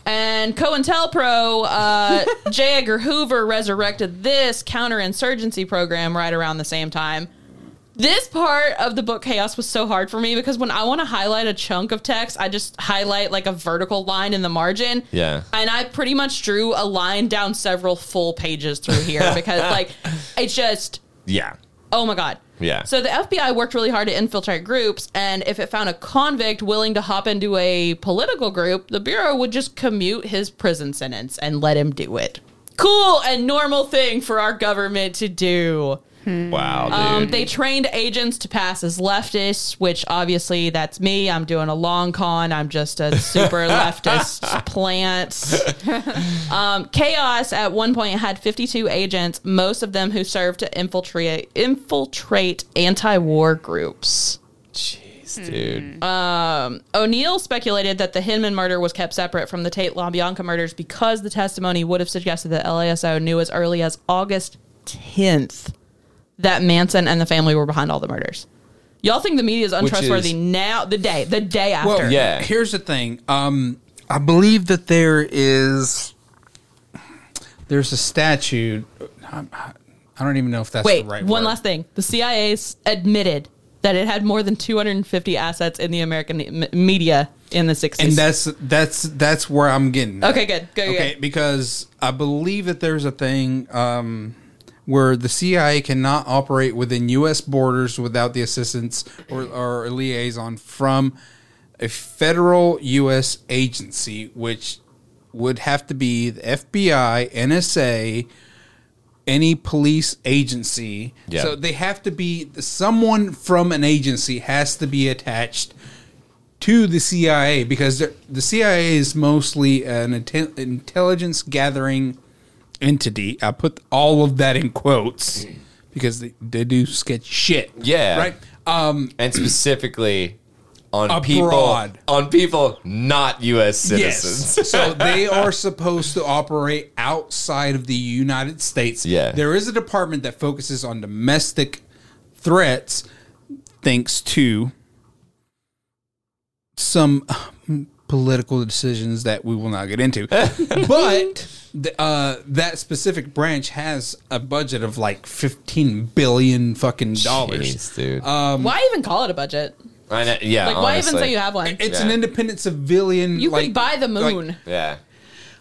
Speaker 3: And COINTELPRO, uh, J. Edgar Hoover resurrected this counterinsurgency program right around the same time. This part of the book Chaos was so hard for me because when I want to highlight a chunk of text, I just highlight like a vertical line in the margin.
Speaker 1: Yeah.
Speaker 3: And I pretty much drew a line down several full pages through here because, like, it's just.
Speaker 1: Yeah.
Speaker 3: Oh my God.
Speaker 1: Yeah.
Speaker 3: So the FBI worked really hard to infiltrate groups, and if it found a convict willing to hop into a political group, the Bureau would just commute his prison sentence and let him do it. Cool and normal thing for our government to do.
Speaker 1: Wow, dude.
Speaker 3: Um, they trained agents to pass as leftists, which obviously that's me. I'm doing a long con. I'm just a super leftist plant. Um, Chaos at one point had 52 agents, most of them who served to infiltrate infiltrate anti-war groups. Hmm.
Speaker 1: Jeez, dude.
Speaker 3: O'Neill speculated that the Hinman murder was kept separate from the Tate LaBianca murders because the testimony would have suggested that LASO knew as early as August 10th that Manson and the family were behind all the murders. Y'all think the media is untrustworthy
Speaker 1: is-
Speaker 3: now? The day, the day after.
Speaker 4: Well,
Speaker 1: Yeah.
Speaker 4: Here's the thing. Um, I believe that there is there's a statute. I'm- I don't even know if that's
Speaker 3: Wait,
Speaker 4: the right
Speaker 3: one
Speaker 4: word.
Speaker 3: last thing. The CIA s- admitted that it had more than 250 assets in the American m- media in the 60s.
Speaker 4: and that's that's that's where I'm getting. at.
Speaker 3: okay, good. Go, go,
Speaker 4: Okay,
Speaker 3: go.
Speaker 4: because I believe that there's a thing um, where the CIA cannot operate within U.S. borders without the assistance or, or liaison from a federal U.S. agency, which would have to be the FBI, NSA, any police agency.
Speaker 1: Yeah.
Speaker 4: So they have to be someone from an agency has to be attached to the CIA because they're- the CIA is mostly an inte- intelligence gathering entity. I put all of that in quotes because they, they do sketch shit.
Speaker 1: Yeah.
Speaker 4: Right? Um,
Speaker 1: and specifically on
Speaker 4: Abroad.
Speaker 1: people on people not U.S. citizens.
Speaker 4: yes. so they are supposed to operate outside of the United States.
Speaker 1: Yeah.
Speaker 4: There is a department that focuses on domestic threats thanks to some uh, political decisions that we will not
Speaker 1: [laughs]
Speaker 4: get into. but the, uh, that specific branch has a budget of like 15 billion fucking dollars. Uh,
Speaker 1: Jeez, dude.
Speaker 4: um,
Speaker 3: Why even call it a budget?
Speaker 1: I know, yeah.
Speaker 3: Like, why even
Speaker 1: honestly.
Speaker 3: say you have one?
Speaker 4: It's
Speaker 1: Yeah.
Speaker 4: an independent civilian.
Speaker 3: You
Speaker 4: like,
Speaker 3: could buy the
Speaker 4: like-
Speaker 3: moon.
Speaker 1: Yeah.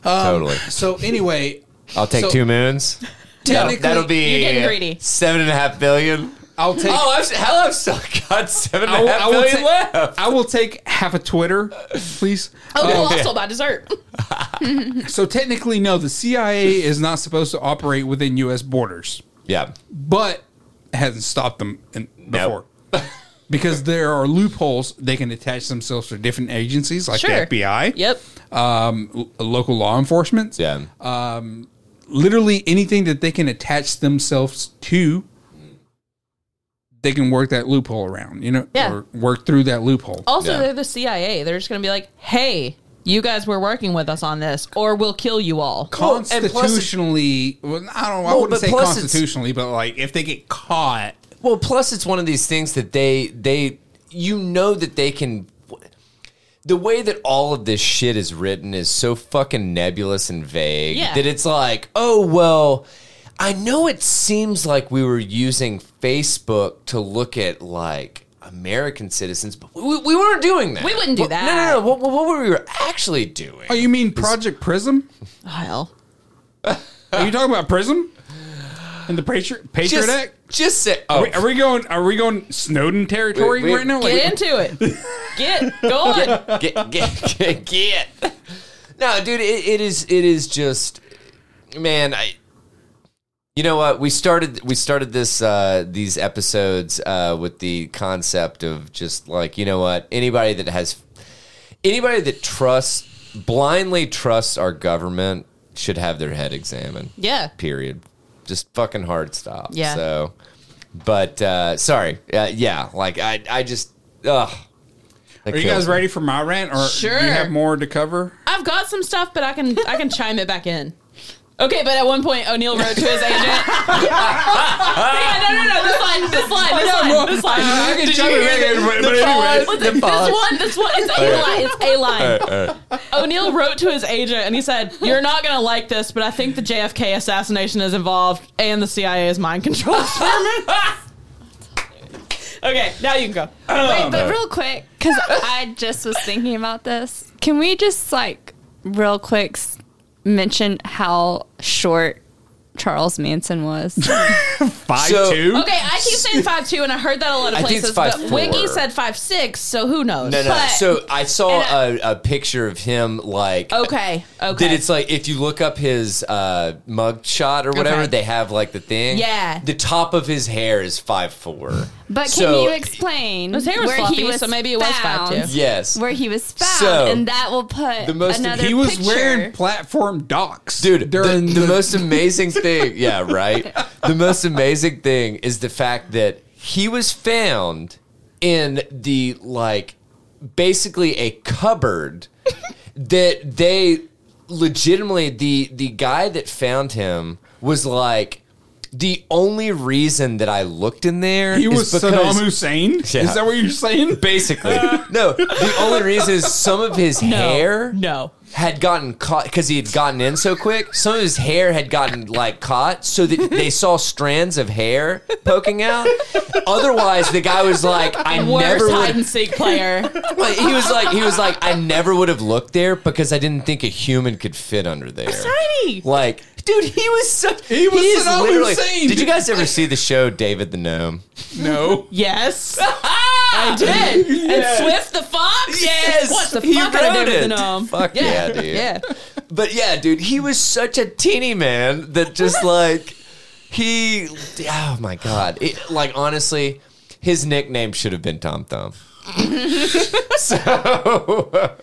Speaker 1: totally.
Speaker 4: so
Speaker 1: [laughs]
Speaker 4: anyway,
Speaker 1: I'll take
Speaker 4: Um, so-
Speaker 1: two moons. That'll,
Speaker 4: Technically,
Speaker 1: that'll be
Speaker 3: you're getting greedy.
Speaker 1: seven and a half billion.
Speaker 4: I'll take.
Speaker 1: Oh, I've, hell, I've still got seven and a half billion
Speaker 4: take,
Speaker 1: left.
Speaker 4: I will take half a Twitter, please.
Speaker 3: Oh,
Speaker 4: Uh,
Speaker 3: we'll also buy dessert.
Speaker 4: so technically, no, the CIA is not supposed to operate within U.S. borders,
Speaker 1: Yeah.
Speaker 4: but it hasn't stopped them in, before [laughs]
Speaker 1: Nope.
Speaker 4: because there are loopholes. They can attach themselves to different agencies like the
Speaker 3: Sure.
Speaker 4: FBI,
Speaker 3: Yep.
Speaker 4: um, l- local law enforcement,
Speaker 1: Yeah.
Speaker 4: literally anything that they can attach themselves to they can work that loophole around, you know,
Speaker 3: Yeah.
Speaker 4: or work through that loophole.
Speaker 3: Also,
Speaker 1: Yeah.
Speaker 3: they're the CIA. They're just going to be like, hey, you guys were working with us on this, or we'll kill you all.
Speaker 1: Well, and plus it-
Speaker 4: Constitutionally, well, I don't. I
Speaker 1: Well,
Speaker 4: wouldn't
Speaker 1: but
Speaker 4: say
Speaker 1: plus it's-
Speaker 4: constitutionally, but like if they get caught,
Speaker 1: Well, plus it's one of these things that they they you know that they can. The way that all of this shit is written is so fucking nebulous and vague
Speaker 3: Yeah.
Speaker 1: that it's like, oh well, I know it seems like we were using Facebook to look at like American citizens, but we, we weren't doing that.
Speaker 3: We wouldn't do
Speaker 1: What-
Speaker 3: that.
Speaker 1: No, no, no. What, what were we actually doing?
Speaker 4: oh, you mean Project Prism?
Speaker 3: Oh, hell.
Speaker 4: Are you talking about Prism and the Patriot Patriot
Speaker 1: just,
Speaker 4: Act?
Speaker 1: just say, oh,
Speaker 4: Are we, are we going? Are we going Snowden territory
Speaker 1: We- we-
Speaker 4: right now? Like,
Speaker 3: Get into
Speaker 4: [laughs]
Speaker 3: it. Get, go on.
Speaker 1: get, get, get, get. No, dude, it, it is, it is just, man. I, you know what? We started, we started this, uh, these episodes uh, with the concept of just like, you know what? Anybody that has, anybody that trusts blindly trusts our government should have their head examined.
Speaker 3: Yeah.
Speaker 1: Period. Just fucking hard stop.
Speaker 3: Yeah.
Speaker 1: So, but uh, sorry. Uh, yeah. Like I, I just. Ugh.
Speaker 4: Are you guys ready for my rant, or
Speaker 3: Sure.
Speaker 4: do you have more to cover?
Speaker 3: I've got some stuff, but I can I can chime it back in. Okay, but at one point O'Neill wrote to his agent. [laughs] yeah, no, no, no, this line, this line, this line, this
Speaker 4: [laughs]
Speaker 3: line.
Speaker 4: can
Speaker 1: Did you hear the- the pause?
Speaker 3: What's
Speaker 1: The
Speaker 3: it? This
Speaker 1: pause.
Speaker 3: one, this one, it's a line. It's a line. O'Neill wrote to his agent and he said, "You're not gonna like this, but I think the JFK assassination is involved and the CIA is mind control."
Speaker 1: [laughs]
Speaker 3: okay, now you can go.
Speaker 2: Wait, but real quick, because I just was thinking about this. Can we just like real quick s- mention how short Charles Manson was?
Speaker 4: Five
Speaker 1: So-
Speaker 4: two.
Speaker 3: Okay, I keep saying five two, and I heard that a lot of
Speaker 1: I think
Speaker 3: places.
Speaker 1: it's
Speaker 3: but
Speaker 1: 5'4".
Speaker 3: Wiggy said five six, so who knows?
Speaker 1: No, no.
Speaker 2: But-
Speaker 1: so I saw
Speaker 2: and
Speaker 1: a, a picture of him like.
Speaker 3: Okay, okay.
Speaker 1: That it's like if you look up his uh, mug shot or whatever,
Speaker 3: Okay.
Speaker 1: they have like the thing.
Speaker 3: Yeah.
Speaker 1: The top of his hair is five four.
Speaker 2: But can
Speaker 1: So-
Speaker 2: you explain
Speaker 3: His hair was
Speaker 2: where he
Speaker 3: floppy,
Speaker 2: was
Speaker 3: so maybe it was
Speaker 2: found,
Speaker 3: 5'2".
Speaker 1: Yes.
Speaker 2: Where he was found,
Speaker 1: So,
Speaker 2: and that will put
Speaker 1: the most-
Speaker 2: another
Speaker 4: He was
Speaker 2: picture.
Speaker 4: wearing platform docs,
Speaker 1: Dude, the,
Speaker 4: During
Speaker 1: the most
Speaker 4: [laughs]
Speaker 1: amazing thing, yeah, right. The most amazing thing is the fact that he was found in the like basically a cupboard that they legitimately the the guy that found him was like the only reason that I looked in there
Speaker 4: He
Speaker 1: is
Speaker 4: was
Speaker 1: because
Speaker 4: Saddam Hussein.
Speaker 1: Yeah.
Speaker 4: Is that what you're
Speaker 3: [laughs]
Speaker 4: saying?
Speaker 1: basically no the only reason is some of his hair
Speaker 3: No.
Speaker 1: had gotten caught because he had gotten in so quick. Some of his hair had gotten like caught, so
Speaker 3: [laughs]
Speaker 1: that they saw strands of hair poking out. Otherwise, the guy was like, "I never
Speaker 3: Worst hide and
Speaker 1: would."
Speaker 3: seek [laughs] player.
Speaker 1: Like, he was like, "He was like, I never would have looked there because I didn't think a human could fit under there."
Speaker 3: tiny.
Speaker 1: Like, dude, he was such.
Speaker 4: He was
Speaker 1: is
Speaker 4: Saddam
Speaker 1: literally-
Speaker 4: Hussein.
Speaker 1: Did you guys ever see the show David the Gnome?
Speaker 4: [laughs] No.
Speaker 1: [laughs]
Speaker 3: Yes, I did.
Speaker 4: Yes.
Speaker 3: And Swift the fox.
Speaker 1: Yes,
Speaker 3: What the
Speaker 1: he
Speaker 3: fuck? I
Speaker 1: wrote
Speaker 3: did with
Speaker 1: it.
Speaker 3: the gnome.
Speaker 1: Fuck yeah, dude.
Speaker 3: Yeah.
Speaker 1: But yeah, dude, he was such a teeny man that just
Speaker 4: [laughs]
Speaker 1: like he, oh my god, it, like honestly, his nickname should have been Tom Thumb.
Speaker 4: [laughs]
Speaker 1: so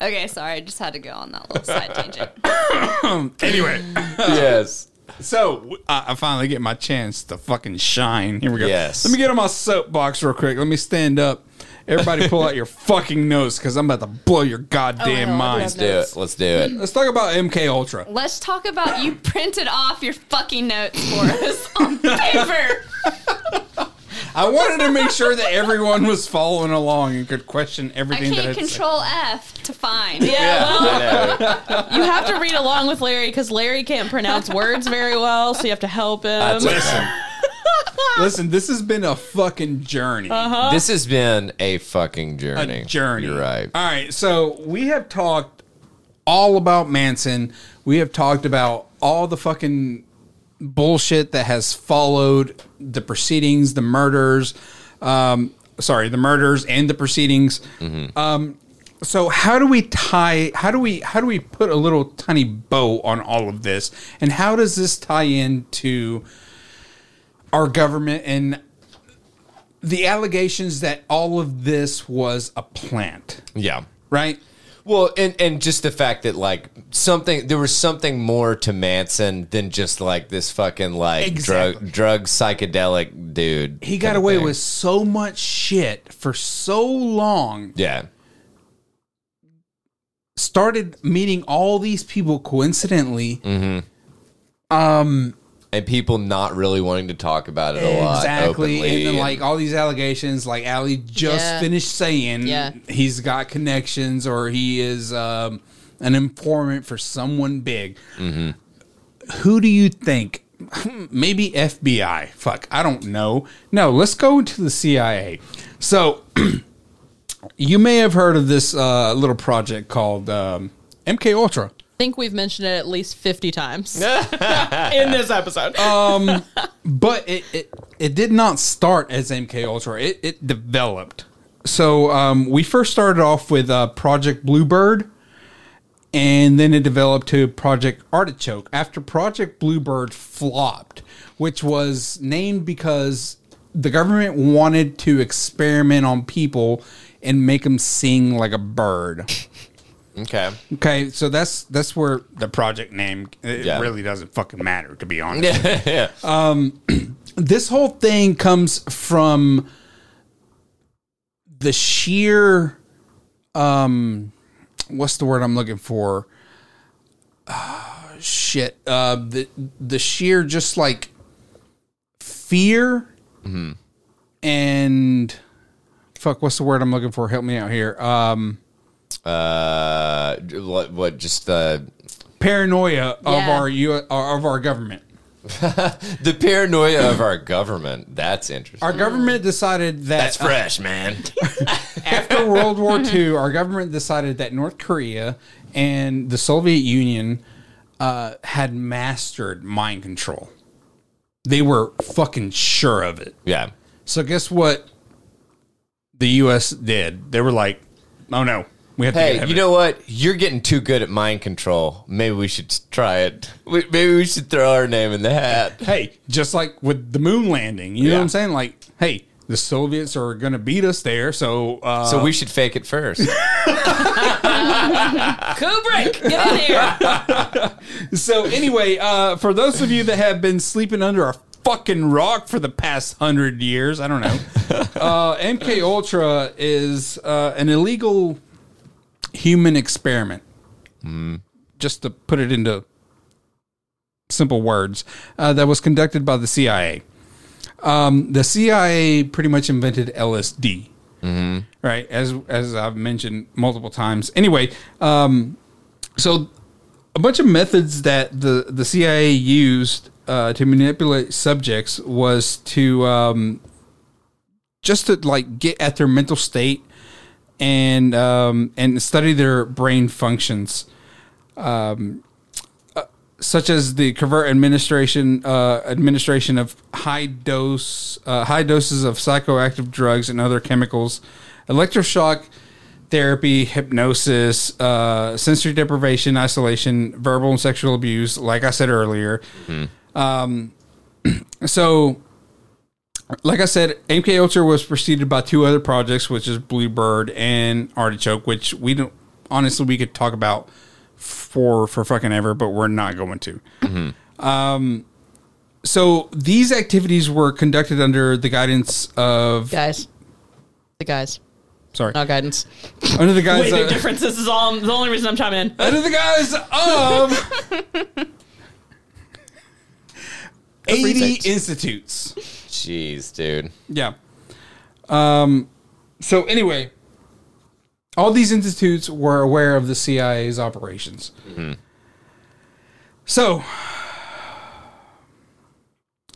Speaker 2: Okay, sorry, I just had to go on that little side tangent. [laughs]
Speaker 4: Anyway,
Speaker 1: yes,
Speaker 4: so w- I, I finally get my chance to fucking shine. Here we go.
Speaker 1: Yes.
Speaker 4: Let me get on my soapbox real quick. Let me stand up. Everybody, pull out your fucking nose because I'm about to blow your goddamn
Speaker 3: Oh, hell, I do
Speaker 4: mind.
Speaker 3: have
Speaker 1: do it. Let's do
Speaker 4: [laughs]
Speaker 1: it.
Speaker 4: Let's talk about MK Ultra.
Speaker 2: Let's talk about you printed off your fucking notes for us on paper.
Speaker 4: I wanted to make sure that everyone was following along and could question
Speaker 2: I
Speaker 4: everything that
Speaker 2: can't
Speaker 4: I said.
Speaker 2: control F to find.
Speaker 3: Yeah, well,
Speaker 1: I [laughs] know.
Speaker 3: you have to read along with Larry because Larry
Speaker 1: [laughs]
Speaker 3: can't pronounce words very well, so you have to help him.
Speaker 1: That's okay.
Speaker 4: Listen, this has been a fucking journey.
Speaker 1: This has been a fucking journey.
Speaker 4: a journey. Uh,
Speaker 1: You're right.
Speaker 4: All right. So we have talked all about Manson. We have talked about all the fucking bullshit that has followed the proceedings, the murders. Um, sorry, the murders and the proceedings.
Speaker 1: Mm-hmm.
Speaker 4: Um, so how do we tie? How do we? How do we put a little tiny bow on all of this? And how does this tie into our government and the allegations that all of this was a plant,
Speaker 1: Yeah.
Speaker 4: right?
Speaker 1: Well, and and just the fact that like something there was something more to Manson than just like this fucking like
Speaker 4: Exactly.
Speaker 1: drug drug psychedelic dude.
Speaker 4: He
Speaker 1: kind
Speaker 4: got
Speaker 1: of
Speaker 4: away
Speaker 1: thing.
Speaker 4: with so much shit for so long.
Speaker 1: yeah.
Speaker 4: Started meeting all these people coincidentally.
Speaker 1: And people not really wanting to talk about it a lot.
Speaker 4: exactly.
Speaker 1: openly
Speaker 4: And then, like all these allegations, like Ali just
Speaker 3: Yeah.
Speaker 4: finished saying
Speaker 3: Yeah.
Speaker 4: he's got connections or he is um, an informant for someone big.
Speaker 1: Mm-hmm.
Speaker 4: Who do you think? [laughs] Maybe FBI. Fuck, I don't know. No, let's go to the CIA. So, [clears throat] you may have heard of this uh, little project called um, MK Ultra.
Speaker 3: think we've mentioned it at least
Speaker 1: [laughs]
Speaker 3: 50 times in this episode.
Speaker 4: but it, it it did not start as MK Ultra. It it developed. So um, we first started off with uh, Project Bluebird, and then it developed to Project Artichoke. After Project Bluebird flopped, which was named because the government wanted to experiment on people and make them sing like a bird.
Speaker 1: okay.
Speaker 4: Okay, so that's that's where the project name it
Speaker 1: Yeah.
Speaker 4: really doesn't fucking matter to be honest
Speaker 1: yeah.
Speaker 4: this whole thing comes from the sheer um what's the word i'm looking for Ah, shit uh the the sheer just like fear and fuck what's the word i'm looking for help me out here um
Speaker 1: [laughs] Uh, what, what? Just the
Speaker 4: paranoia of
Speaker 3: Yeah.
Speaker 4: our U- of our government
Speaker 1: the paranoia of our government. That's interesting.
Speaker 4: our government decided that
Speaker 1: That's fresh, man. [laughs]
Speaker 4: after World War II, our government decided that North Korea and the Soviet Union uh, had mastered mind control. They were fucking sure of it.
Speaker 1: yeah.
Speaker 4: So guess what? The U.S. did. They were like, "Oh no, we have to."
Speaker 1: Hey,
Speaker 4: get
Speaker 1: you know what? You're getting too good at mind control. Maybe we should try it. We, maybe we should throw our name in the hat.
Speaker 4: hey, just like with the moon landing, you know
Speaker 1: Yeah.
Speaker 4: what I'm saying? Like, hey, the Soviets are gonna beat us there, so uh,
Speaker 1: So we should fake it first.
Speaker 3: Kubrick, get in here.
Speaker 4: So anyway, uh, for those of you that have been sleeping under a fucking rock for the past hundred years, I don't know. Uh, MK Ultra is uh, an illegal human experiment. Just to put it into simple words, uh, that was conducted by the CIA. Um, the CIA pretty much invented LSD, right? As as I've mentioned multiple times. Anyway, um, so a bunch of methods that the, the CIA used uh, to manipulate subjects was to um, just to like get at their mental state and um, and study their brain functions, um, uh, such as the covert administration uh, administration of high dose uh, high doses of psychoactive drugs and other chemicals, electroshock therapy, hypnosis, uh, sensory deprivation, isolation, verbal and sexual abuse, like I said earlier. Um, [clears throat] so, like I said, MK Ultra was preceded by two other projects, which is Bluebird and Artichoke, which we don't honestly we could talk about for for fucking ever, but we're not going to. Um, so these activities were conducted under the guidance of
Speaker 3: [laughs] guys. The guys.
Speaker 4: sorry
Speaker 3: Not guidance.
Speaker 4: under the guidance
Speaker 3: Way big
Speaker 4: of,
Speaker 3: difference. This is all the only reason I'm chiming in.
Speaker 4: under the guise of 80 institutes.
Speaker 1: Jeez, dude.
Speaker 4: Yeah. Um, so, anyway, all these institutes were aware of the CIA's operations. So,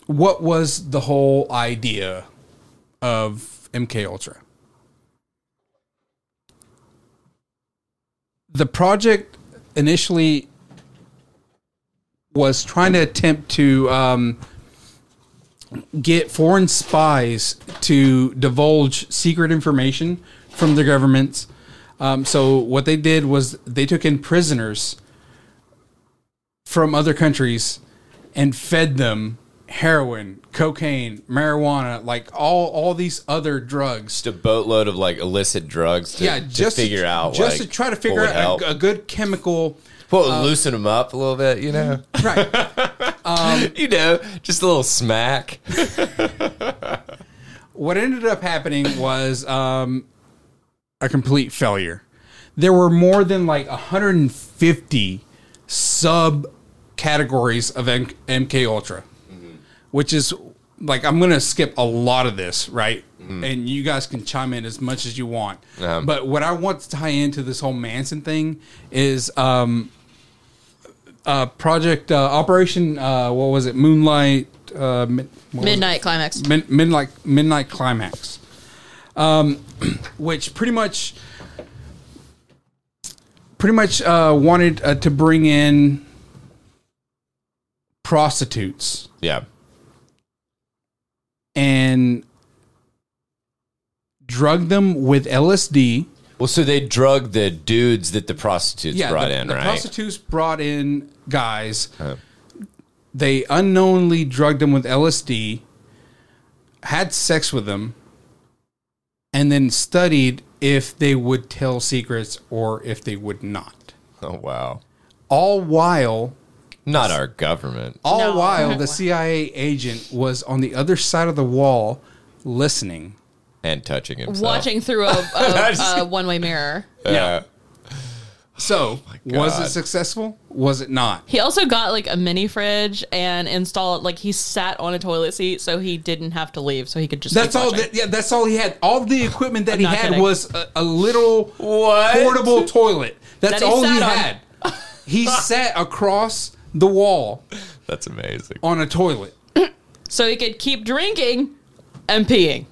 Speaker 4: what was the whole idea of MK Ultra? The project initially was trying to attempt to um, get foreign spies to divulge secret information from their governments. Um, so what they did was they took in prisoners from other countries and fed them heroin, cocaine, marijuana, like all all these other drugs.
Speaker 1: Just a boatload of like illicit drugs to,
Speaker 4: yeah,
Speaker 1: to
Speaker 4: just
Speaker 1: figure out.
Speaker 4: just
Speaker 1: like,
Speaker 4: to try to
Speaker 1: what
Speaker 4: figure
Speaker 1: would
Speaker 4: out uh,
Speaker 1: help.
Speaker 4: a, a good chemical.
Speaker 1: what would loosen them up a little bit, you
Speaker 4: Mm-hmm.
Speaker 1: know?
Speaker 4: Right.
Speaker 1: you know, just a little smack.
Speaker 4: what ended up happening was um, a complete failure. There were more than like 150 sub categories of M- MK Ultra, which is like I'm going to skip a lot of this, right? And you guys can chime in as much as you want.
Speaker 1: Um.
Speaker 4: but what I want to tie into this whole Manson thing is um, uh, Project uh, Operation. Uh, what was it? Moonlight. Uh, mi- what was it?
Speaker 3: Midnight climax.
Speaker 4: Min, midnight midnight climax, um, [clears throat] which pretty much pretty much uh, wanted uh, to bring in prostitutes
Speaker 1: Yeah.
Speaker 4: and drug them with LSD.
Speaker 1: Well, so they drug the dudes that the prostitutes
Speaker 4: Yeah,
Speaker 1: brought
Speaker 4: the,
Speaker 1: in,
Speaker 4: the
Speaker 1: right? Uh.
Speaker 4: prostitutes brought in guys. They unknowingly drugged them with LSD, had sex with them, and then studied if they would tell secrets or if they would not.
Speaker 1: oh, wow.
Speaker 4: All while,
Speaker 1: Not our government.
Speaker 4: all
Speaker 3: No.
Speaker 4: while
Speaker 3: [laughs]
Speaker 4: the CIA agent was on the other side of the wall, listening.
Speaker 1: And touching himself. Uh,
Speaker 3: Watching through a,
Speaker 1: [laughs] That's-
Speaker 3: a, a one way mirror.
Speaker 1: Yeah.
Speaker 4: So, was it
Speaker 1: Oh God.
Speaker 4: successful? Was it not?
Speaker 3: He also got like a mini fridge and installed like he sat on a toilet seat so he didn't have to leave so he could just.
Speaker 4: That's
Speaker 3: keep
Speaker 4: all.
Speaker 3: watching.
Speaker 4: That, yeah, that's all he had. All the equipment that he
Speaker 3: not
Speaker 4: had
Speaker 3: kidding.
Speaker 4: was a, a little
Speaker 1: What?
Speaker 4: portable toilet. That's
Speaker 3: That he
Speaker 4: all he
Speaker 3: sat on.
Speaker 4: had.
Speaker 3: [laughs]
Speaker 4: he sat across the wall
Speaker 1: That's amazing.
Speaker 4: on a toilet.
Speaker 3: so he could keep drinking and peeing.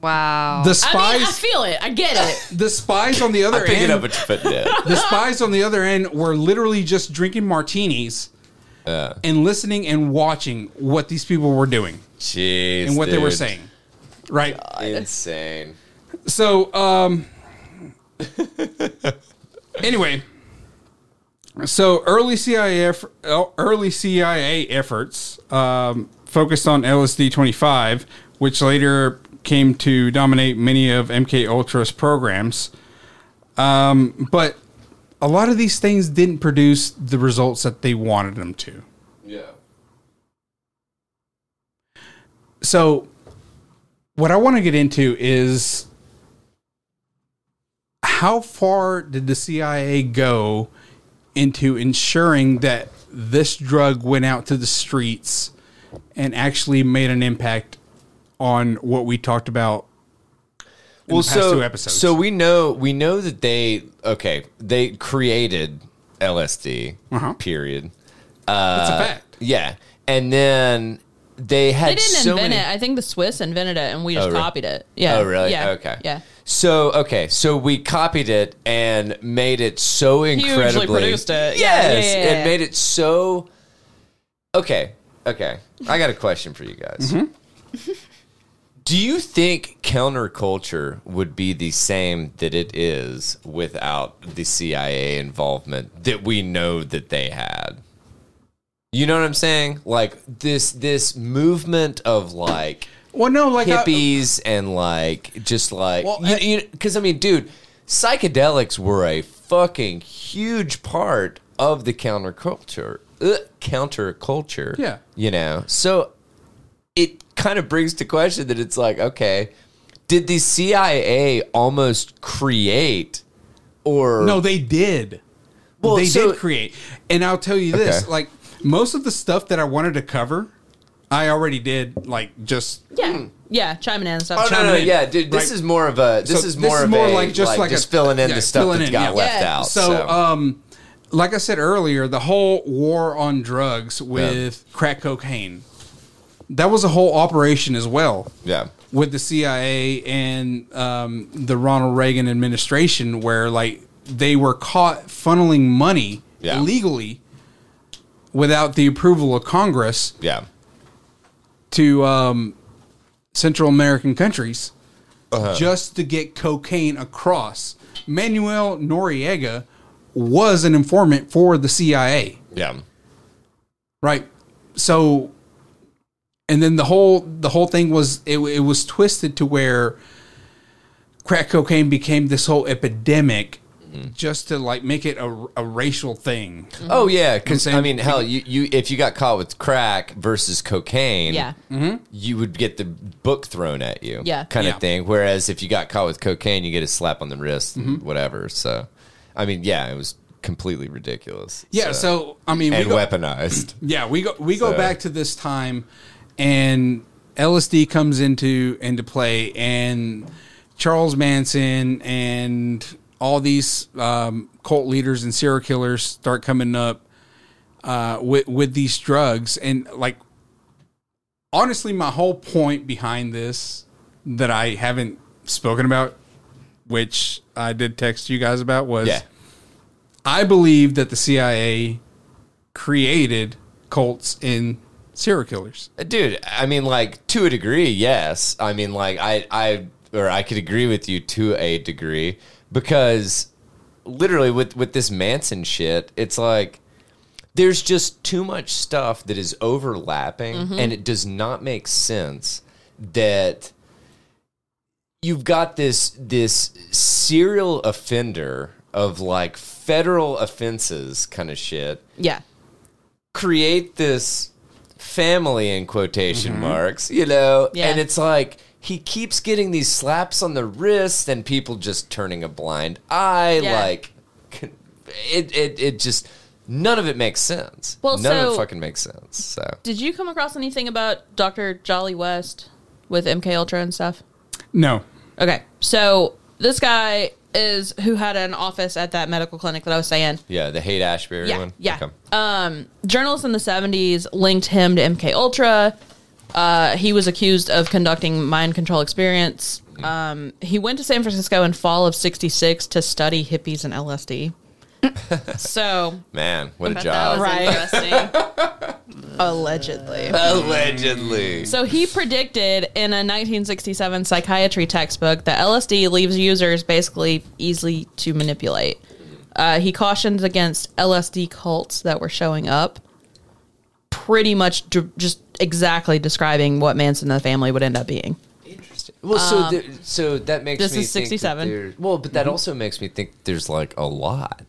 Speaker 2: Wow.
Speaker 4: The
Speaker 3: I mean, I
Speaker 4: spies,
Speaker 3: feel it. I get
Speaker 1: [laughs]
Speaker 3: it.
Speaker 4: the spies on the other
Speaker 1: Pick it
Speaker 4: end,
Speaker 1: up at your foot dead.
Speaker 4: [laughs] the spies on the other end were literally just drinking martinis and listening and watching what these people were doing
Speaker 1: Jeez.
Speaker 4: and what they were
Speaker 1: dude.
Speaker 4: saying. Right.
Speaker 1: Insane.
Speaker 4: So, um, anyway, so early CIA, eff- el- early CIA efforts um, focused on LSD twenty five, which later came to dominate many of MK Ultra's programs. Um, but a lot of these things didn't produce the results that they wanted them to.
Speaker 1: Yeah.
Speaker 4: so what I want to get into is how far did the CIA go into ensuring that this drug went out to the streets and actually made an impact on what we talked about in the past
Speaker 1: so,
Speaker 4: two episodes?
Speaker 1: So we know we know that they okay they created LSD.
Speaker 4: Uh-huh.
Speaker 1: Period.
Speaker 4: that's
Speaker 1: uh,
Speaker 4: a fact.
Speaker 1: Yeah, and then they had
Speaker 3: They didn't
Speaker 1: so
Speaker 3: invent
Speaker 1: many.
Speaker 3: it. I think the Swiss invented it and we just
Speaker 1: Oh, really?
Speaker 3: copied it. Yeah.
Speaker 1: Oh, really?
Speaker 3: Yeah.
Speaker 1: Okay.
Speaker 3: Yeah.
Speaker 1: So okay, so we copied it and made it so incredibly
Speaker 3: produced it. Yeah,
Speaker 1: Yes,
Speaker 3: yeah, yeah, yeah.
Speaker 1: it made it so. Okay, okay. I got a question for you guys. [laughs] Do you think counterculture would be the same that it is without the CIA involvement that we know that they had? You know what I'm saying? Like this this movement of like
Speaker 4: Well, no, like I-
Speaker 1: hippies and like just like
Speaker 4: Well,
Speaker 1: because you, because I mean, dude, psychedelics were a fucking huge part of the counterculture. Ugh, counterculture,
Speaker 4: Yeah.
Speaker 1: you know. So it kind of brings to question that it's like, okay, did the CIA almost create or
Speaker 4: No, they did.
Speaker 1: Well,
Speaker 4: they
Speaker 1: so-
Speaker 4: did create. And I'll tell you this:
Speaker 1: Okay.
Speaker 4: like most of the stuff that I wanted to cover, I already did. Like just
Speaker 3: Yeah. Yeah. Chiming in and stuff.
Speaker 1: Hmm. Oh no, no,
Speaker 4: chiming in,
Speaker 1: yeah, dude. This
Speaker 4: right?
Speaker 1: is more of a. This
Speaker 4: So
Speaker 1: is more of a like just like,
Speaker 4: a-
Speaker 1: just filling in
Speaker 4: yeah,
Speaker 1: the stuff
Speaker 4: filling
Speaker 1: that's
Speaker 4: in,
Speaker 1: got
Speaker 4: yeah.
Speaker 1: left
Speaker 3: Yeah.
Speaker 1: out.
Speaker 4: so, um, like I said earlier, the whole war on drugs with crack cocaine, that was a whole operation as well.
Speaker 1: yeah,
Speaker 4: with the CIA and um, the Ronald Reagan administration, where like they were caught funneling money
Speaker 1: Yeah.
Speaker 4: illegally without the approval of Congress
Speaker 1: yeah.
Speaker 4: to um, Central American countries just to get cocaine across. Manuel Noriega was an informant for the CIA,
Speaker 1: Yeah.
Speaker 4: right? So and then the whole the whole thing was it, it was twisted to where crack cocaine became this whole epidemic just to like make it a, a racial thing
Speaker 1: Oh yeah, because
Speaker 4: Insane.
Speaker 1: I mean, hell, you, you if you got caught with crack versus cocaine,
Speaker 3: Yeah.
Speaker 1: you would get the book thrown at you,
Speaker 3: Yeah.
Speaker 1: kind
Speaker 4: Yeah.
Speaker 1: of thing. Whereas if you got caught with cocaine, you get a slap on the wrist,
Speaker 4: Mm-hmm.
Speaker 1: and whatever. So, I mean, yeah, it was completely ridiculous.
Speaker 4: yeah so, i mean we
Speaker 1: and
Speaker 4: go- [clears throat]
Speaker 1: weaponized.
Speaker 4: yeah we go we go
Speaker 1: So-
Speaker 4: back to this time and lsd comes into into play and charles manson and all these um, cult leaders and serial killers start coming up uh, with with these drugs and like honestly my whole point behind this that i haven't spoken about which i did text you guys about was
Speaker 1: Yeah,
Speaker 4: I believe that the CIA created cults in serial killers.
Speaker 1: dude. I mean, like to a degree, yes. I mean, like I, I, or I could agree with you to a degree because literally with with this Manson shit, it's like there's just too much stuff that is overlapping, and it does not make sense that you've got this this serial offender of like federal offenses kind of shit
Speaker 3: Yeah.
Speaker 1: create this family in quotation marks, you know,
Speaker 3: Mm-hmm. Yeah.
Speaker 1: and it's like he keeps getting these slaps on the wrist and people just turning a blind eye
Speaker 3: Yeah.
Speaker 1: like it it it just none of it makes sense.
Speaker 3: Well,
Speaker 1: none of
Speaker 3: so-
Speaker 1: it fucking makes sense. So
Speaker 3: Did you come across anything about Dr. Jolly West with MK Ultra and stuff?
Speaker 4: No.
Speaker 3: Okay. So this guy is who had an office at that medical clinic that I was saying.
Speaker 1: yeah, the hate Ashbury
Speaker 3: Yeah,
Speaker 1: one.
Speaker 3: yeah. Uh, Journalists in the 70s linked him to MK Ultra. Uh, he was accused of conducting mind control experiments. Um, he went to San Francisco in fall of 66 to study hippies and LSD. so,
Speaker 1: Man, what a
Speaker 3: that
Speaker 1: job.
Speaker 3: was
Speaker 2: Right.
Speaker 3: interesting. Allegedly.
Speaker 1: Allegedly.
Speaker 3: So he predicted in a 1967 psychiatry textbook that LSD leaves users basically easily to manipulate. Uh, he cautioned against LSD cults that were showing up, pretty much d- just exactly describing what Manson and the family would end up being.
Speaker 1: Interesting. Well, so there, so that makes
Speaker 3: Um, this
Speaker 1: me
Speaker 3: is Mm-hmm.
Speaker 1: think that
Speaker 3: 67.
Speaker 1: there- Well, but that also makes me think there's like a lot.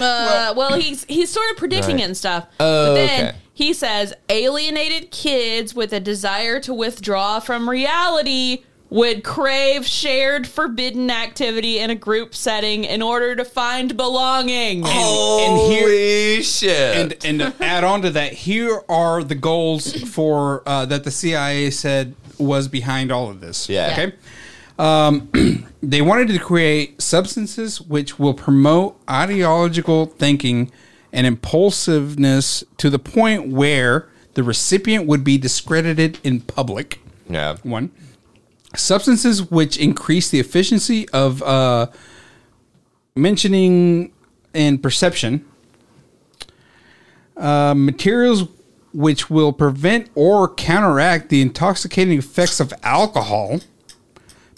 Speaker 3: Uh, well, he's he's sort of predicting
Speaker 1: Right.
Speaker 3: it and stuff.
Speaker 1: Oh,
Speaker 3: but then
Speaker 1: okay.
Speaker 3: he says alienated kids with a desire to withdraw from reality would crave shared forbidden activity in a group setting in order to find belonging.
Speaker 1: Oh,
Speaker 4: And here-
Speaker 1: Holy shit!
Speaker 4: And and to add on to that, here are the goals for uh, that the CIA said was behind all of this.
Speaker 1: Yeah.
Speaker 4: Okay. Um, [clears throat] they wanted to create substances which will promote ideological thinking and impulsiveness to the point where the recipient would be discredited in public.
Speaker 1: yeah.
Speaker 4: One, substances which increase the efficiency of uh, mentioning and perception. Uh, materials which will prevent or counteract the intoxicating effects of alcohol.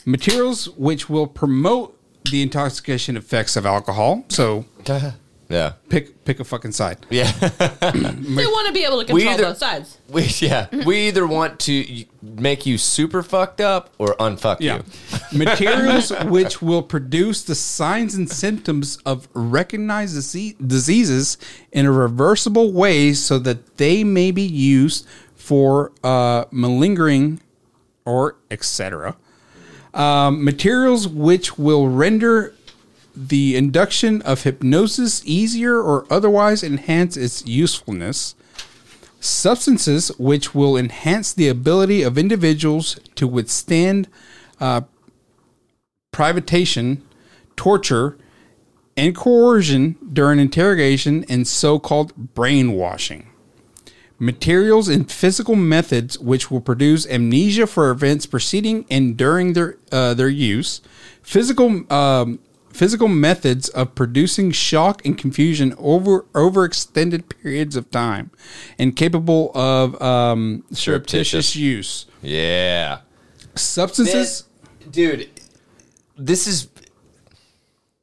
Speaker 4: Materials which will promote the intoxication effects of alcohol. So
Speaker 1: yeah.
Speaker 4: pick pick a fucking side.
Speaker 1: Yeah. [laughs]
Speaker 3: they want to be able to control
Speaker 1: either-
Speaker 3: both sides.
Speaker 1: We yeah. We either want to y- make you super fucked up or unfuck
Speaker 4: Yeah.
Speaker 1: you.
Speaker 4: Materials which will produce the signs and symptoms of recognized dise- diseases in a reversible way so that they may be used for uh, malingering or etc. Um, materials which will render the induction of hypnosis easier or otherwise enhance its usefulness substances which will enhance the ability of individuals to withstand uh, privation, torture, and coercion during interrogation and so called brainwashing. Materials and physical methods which will produce amnesia for events preceding and during their uh, their use, physical um, physical methods of producing shock and confusion over over extended periods of time, and capable of um,
Speaker 1: Surreptitious.
Speaker 4: surreptitious use.
Speaker 1: Yeah.
Speaker 4: Substances
Speaker 1: dude, this is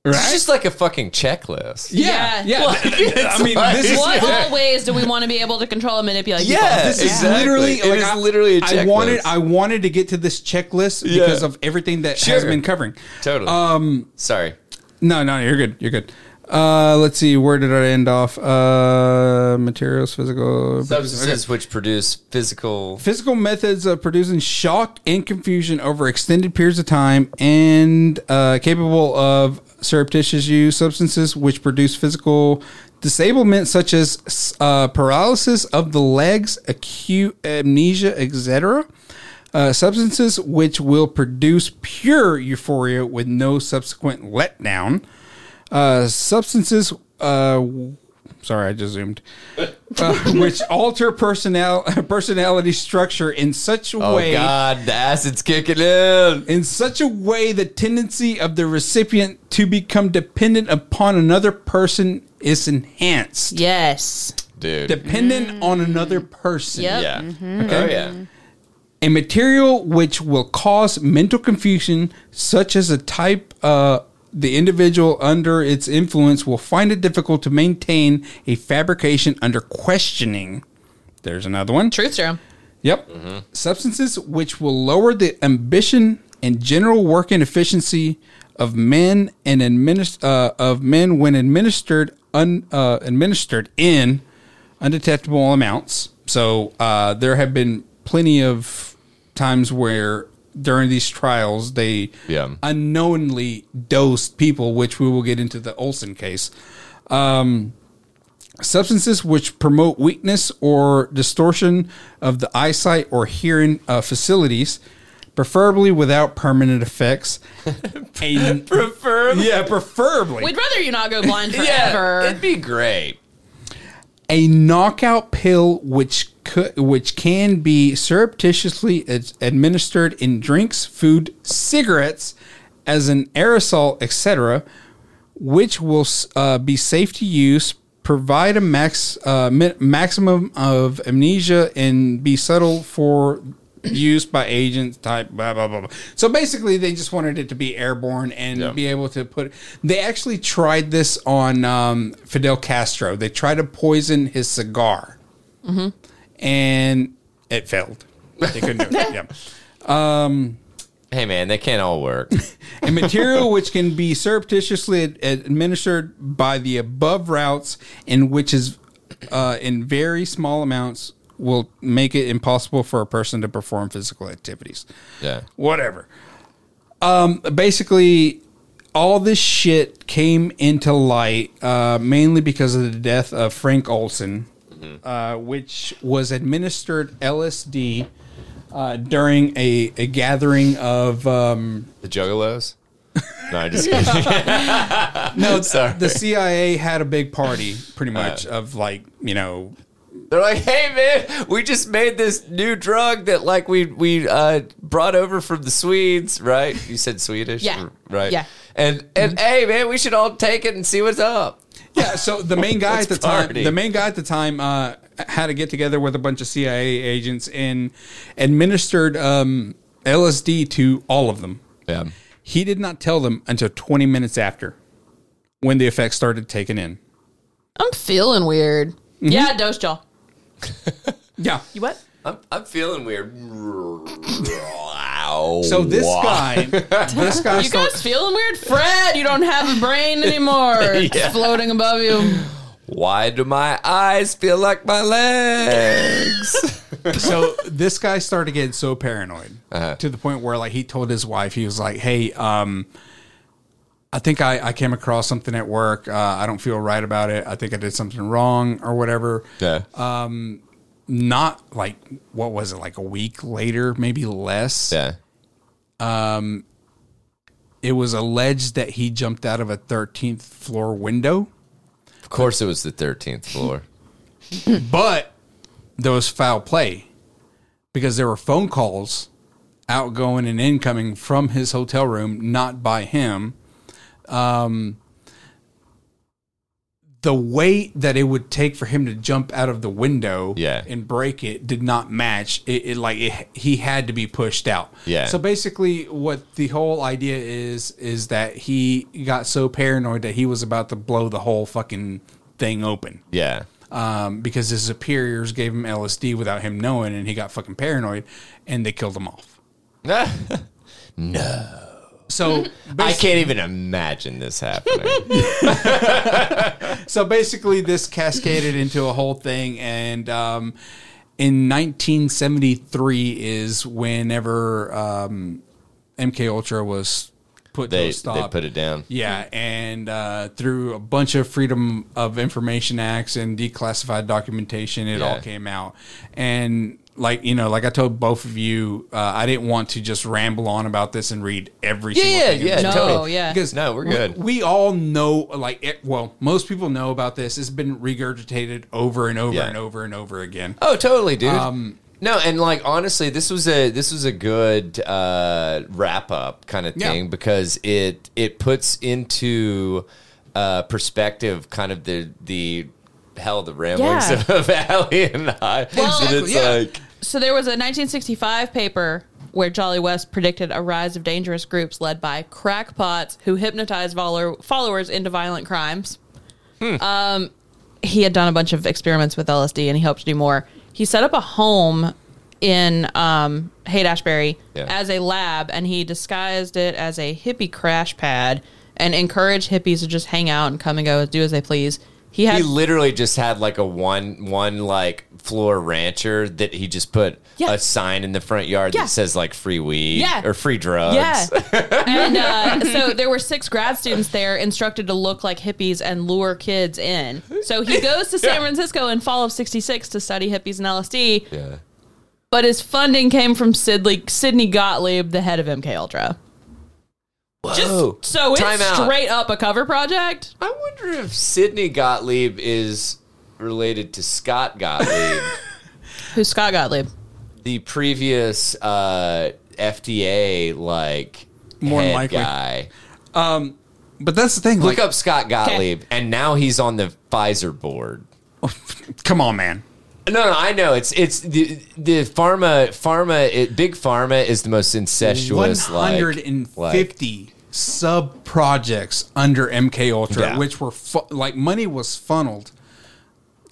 Speaker 1: It's just like a fucking checklist.
Speaker 4: yeah,
Speaker 3: Yeah.
Speaker 4: yeah.
Speaker 1: [laughs]
Speaker 3: Well,
Speaker 4: I mean,
Speaker 1: like-
Speaker 4: this is
Speaker 3: What
Speaker 1: [laughs] Yeah.
Speaker 3: all ways do we want to be able to control and manipulate? people?
Speaker 1: Yeah,
Speaker 4: this is
Speaker 1: exactly.
Speaker 4: literally
Speaker 1: It
Speaker 4: like,
Speaker 1: is
Speaker 4: I-
Speaker 1: literally a
Speaker 4: I
Speaker 1: checklist.
Speaker 4: wanted I wanted to get to this checklist
Speaker 1: Yeah.
Speaker 4: because of everything that has
Speaker 1: Sure.
Speaker 4: been covering.
Speaker 1: totally. Um, sorry.
Speaker 4: No, no, you're good. You're good. Uh, let's see. Where did I end off? Uh, materials, physical,
Speaker 1: Substances which produce physical.
Speaker 4: physical methods of producing shock and confusion over extended periods of time, and uh, capable of surreptitious use substances which produce physical disablement such as uh, paralysis of the legs, acute amnesia, etc. Uh, substances which will produce pure euphoria with no subsequent letdown. Uh, substances. Uh, w- sorry, I just zoomed. Uh, [laughs] which alter personnel personality structure in such a
Speaker 1: Oh
Speaker 4: way
Speaker 1: God, the acid's kicking in.
Speaker 4: in such a way the tendency of the recipient to become dependent upon another person is enhanced.
Speaker 3: Yes.
Speaker 1: Dude.
Speaker 4: Dependent on another person.
Speaker 3: Yep.
Speaker 1: yeah. Oh yeah.
Speaker 4: a material which will cause mental confusion, such as a type uh, the individual under its influence will find it difficult to maintain a fabrication under questioning. There's another one.
Speaker 3: Truth serum.
Speaker 4: Yep. Substances which will lower the ambition and general working efficiency of men and administ- uh, of men when administered un- uh, administered in undetectable amounts. So uh, there have been plenty of times where during these trials they
Speaker 1: Yeah.
Speaker 4: unknowingly dosed people, which we will get into the Olson case substances which promote weakness or distortion of the eyesight or hearing uh, facilities, preferably without permanent effects. A-
Speaker 1: Preferably.
Speaker 4: yeah, preferably.
Speaker 3: We'd rather you not go
Speaker 1: [laughs]
Speaker 3: blind
Speaker 1: Yeah.
Speaker 3: forever.
Speaker 1: It'd be great.
Speaker 4: a knockout pill which could, which can be surreptitiously ad- administered in drinks, food, cigarettes, as an aerosol, etc., which will s- uh, be safe to use, provide a max uh, mi- maximum of amnesia, and be subtle for use by agents. Type blah blah blah. blah. So basically, they just wanted it to be airborne and
Speaker 1: Yeah.
Speaker 4: be able to put. They actually tried this on um, Fidel Castro. They tried to poison his cigar, and it failed. They couldn't do it. Yeah.
Speaker 1: Hey man, they can't all work.
Speaker 4: a material which can be surreptitiously ad- administered by the above routes and which is uh, in very small amounts will make it impossible for a person to perform physical activities
Speaker 1: Yeah.
Speaker 4: whatever um basically all this shit came into light uh mainly because of the death of frank olson uh, which was administered lsd uh, during a, a gathering of um,
Speaker 1: The Juggalos. No, I just
Speaker 3: [laughs]
Speaker 1: kidding. [laughs]
Speaker 4: No,
Speaker 1: Sorry.
Speaker 4: the CIA had a big party, pretty much, of like you know,
Speaker 1: They're like, hey man, we just made this new drug that like we we uh, brought over from the Swedes, right? You said Swedish,
Speaker 3: Yeah.
Speaker 1: right?
Speaker 3: Yeah. Mm-hmm.
Speaker 1: And and hey man, we should all take it and see what's up.
Speaker 4: yeah. So the main guy at the
Speaker 1: Let's
Speaker 4: time,
Speaker 1: party.
Speaker 4: the main guy at the time, uh, had to get together with a bunch of CIA agents and administered um, LSD to all of them.
Speaker 1: Yeah.
Speaker 4: He did not tell them until 20 minutes after when the effects started taking in.
Speaker 3: I'm feeling weird.
Speaker 1: Mm-hmm.
Speaker 3: Yeah, dose y'all.
Speaker 4: Yeah.
Speaker 3: You what?
Speaker 1: I'm, I'm feeling weird. Wow.
Speaker 4: So this guy, this guy,
Speaker 3: You
Speaker 4: start-
Speaker 3: guys feeling weird? Fred, you don't have a brain anymore. It's
Speaker 1: Yeah.
Speaker 3: floating above you.
Speaker 1: Why do my eyes feel like my
Speaker 4: [laughs]
Speaker 1: legs?
Speaker 4: so this guy started getting so paranoid to the point where like he told his wife he was like hey um i think i, I came across something at work uh, i don't feel right about it i think i did something wrong or whatever
Speaker 1: yeah.
Speaker 4: not like what was it like a week later maybe less
Speaker 1: yeah.
Speaker 4: it was alleged that he jumped out of a 13th floor window
Speaker 1: Of course, it was the thirteenth floor.
Speaker 4: but there was foul play because there were phone calls outgoing and incoming from his hotel room, not by him. Um, the weight that it would take for him to jump out of the window
Speaker 1: Yeah.
Speaker 4: and break it did not match it, it like it, he had to be pushed out
Speaker 1: Yeah.
Speaker 4: so basically what the whole idea is is that he got so paranoid that he was about to blow the whole fucking thing open
Speaker 1: Yeah.
Speaker 4: um, because his superiors gave him LSD without him knowing, and he got fucking paranoid, and they killed him off. Uh, So
Speaker 1: [laughs] I
Speaker 4: basi-
Speaker 1: can't even imagine this [laughs] happening.
Speaker 4: so basically, this cascaded into a whole thing, and um, in 1973 is whenever um, MK Ultra was put to
Speaker 1: they
Speaker 4: a stop.
Speaker 1: they put it down.
Speaker 4: Yeah, and uh, through a bunch of Freedom of Information Acts and declassified documentation, it all
Speaker 1: Yeah.
Speaker 4: came out. And like you know, like I told both of you, uh, I didn't want to just ramble on about this and read every
Speaker 1: Yeah,
Speaker 4: single
Speaker 1: yeah,
Speaker 4: thing in
Speaker 1: yeah,
Speaker 4: this
Speaker 3: No,
Speaker 1: totally.
Speaker 3: yeah.
Speaker 4: because
Speaker 1: No, we're
Speaker 4: we-
Speaker 1: good.
Speaker 4: We, all know, like, it, well, most people know about this. It's been regurgitated over and over
Speaker 1: Yeah.
Speaker 4: and over and over again.
Speaker 1: Oh, totally, dude. no, and like honestly, this was a this was a good uh, wrap up kind of
Speaker 4: Yeah.
Speaker 1: thing because it it puts into uh, perspective kind of the the hell the ramblings
Speaker 3: Yeah.
Speaker 1: [laughs] of Allie and I. and it's
Speaker 4: yeah.
Speaker 1: like
Speaker 3: So there was a 1965 paper where Jolly West predicted a rise of dangerous groups led by crackpots who hypnotized follow- followers into violent crimes.
Speaker 1: Hmm.
Speaker 3: Um, he had done a bunch of experiments with LSD and he hoped to do more. He set up a home in um, Haight Ashbury
Speaker 1: Yeah.
Speaker 3: as a lab and he disguised it as a hippie crash pad and encouraged hippies to just hang out and come and go, do as they please. He had
Speaker 1: he literally just had like a one one like floor rancher that he just put
Speaker 3: Yeah.
Speaker 1: a sign in the front yard
Speaker 3: Yeah.
Speaker 1: that says like free weed
Speaker 3: Yeah.
Speaker 1: or free drugs. [laughs]
Speaker 3: Yeah. and uh, so there were six grad students there instructed to look like hippies and lure kids in.
Speaker 1: [laughs]
Speaker 3: So he goes to San Francisco in fall of 66 to study hippies and LSD,
Speaker 1: Yeah.
Speaker 3: but his funding came from Sidley, Sidney Gottlieb, the head of MK Ultra.
Speaker 1: Whoa.
Speaker 3: Just so it's
Speaker 1: Oh. Time out.
Speaker 3: straight up a cover project.
Speaker 1: I wonder if Sidney Gottlieb is related to Scott
Speaker 3: [laughs]
Speaker 1: Gottlieb,
Speaker 3: Who's Scott Gottlieb?
Speaker 1: the previous uh, FDA like
Speaker 4: More than
Speaker 1: head
Speaker 4: likely.
Speaker 1: guy.
Speaker 4: But that's the thing.
Speaker 1: Look
Speaker 4: Like,
Speaker 1: up Scott Gottlieb, and now he's on the Pfizer board.
Speaker 4: come on, man.
Speaker 1: No, no, I know it's it's the the pharma pharma it, big pharma is the most incestuous like-
Speaker 4: 150
Speaker 1: like
Speaker 4: sub projects under MK Ultra,
Speaker 1: Yeah.
Speaker 4: which were fu- like money was funneled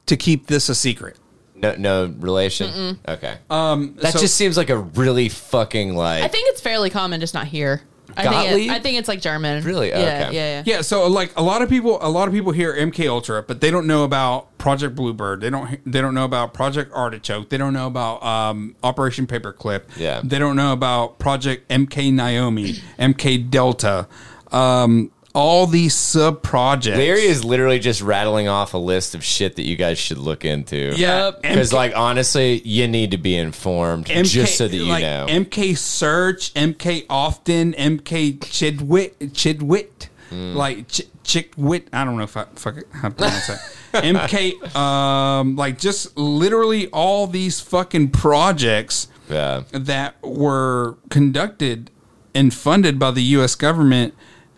Speaker 4: to keep this a secret.
Speaker 1: no no relation. Okay,
Speaker 4: Um,
Speaker 1: that
Speaker 4: so-
Speaker 1: just seems like a really fucking like
Speaker 3: I think it's fairly common, just not here. I think,
Speaker 1: Gottlieb?
Speaker 3: it, I think it's like German.
Speaker 1: Really?
Speaker 3: Yeah,
Speaker 1: Oh,
Speaker 3: yeah,
Speaker 1: okay.
Speaker 3: yeah,
Speaker 4: yeah. So like a lot of people, a lot of people hear MK Ultra, but they don't know about Project Bluebird. They don't. They don't know about Project Artichoke. They don't know about um, Operation Paperclip.
Speaker 1: Yeah.
Speaker 4: They don't know about Project MK Naomi, MK Delta, um, all these sub projects.
Speaker 1: Larry is literally just rattling off a list of shit that you guys should look into.
Speaker 4: Yeah.
Speaker 1: Because, like, honestly, you need to be informed just so that you
Speaker 4: like,
Speaker 1: know.
Speaker 4: MK Search, MK Often, MK Chidwit, Chidwit,
Speaker 1: Hmm.
Speaker 4: like Ch- Chickwit. I don't know if I fuck it, how to pronounce that.
Speaker 1: [laughs]
Speaker 4: MK, um, like just literally all these fucking projects
Speaker 1: yeah.
Speaker 4: that were conducted and funded by the U.S. government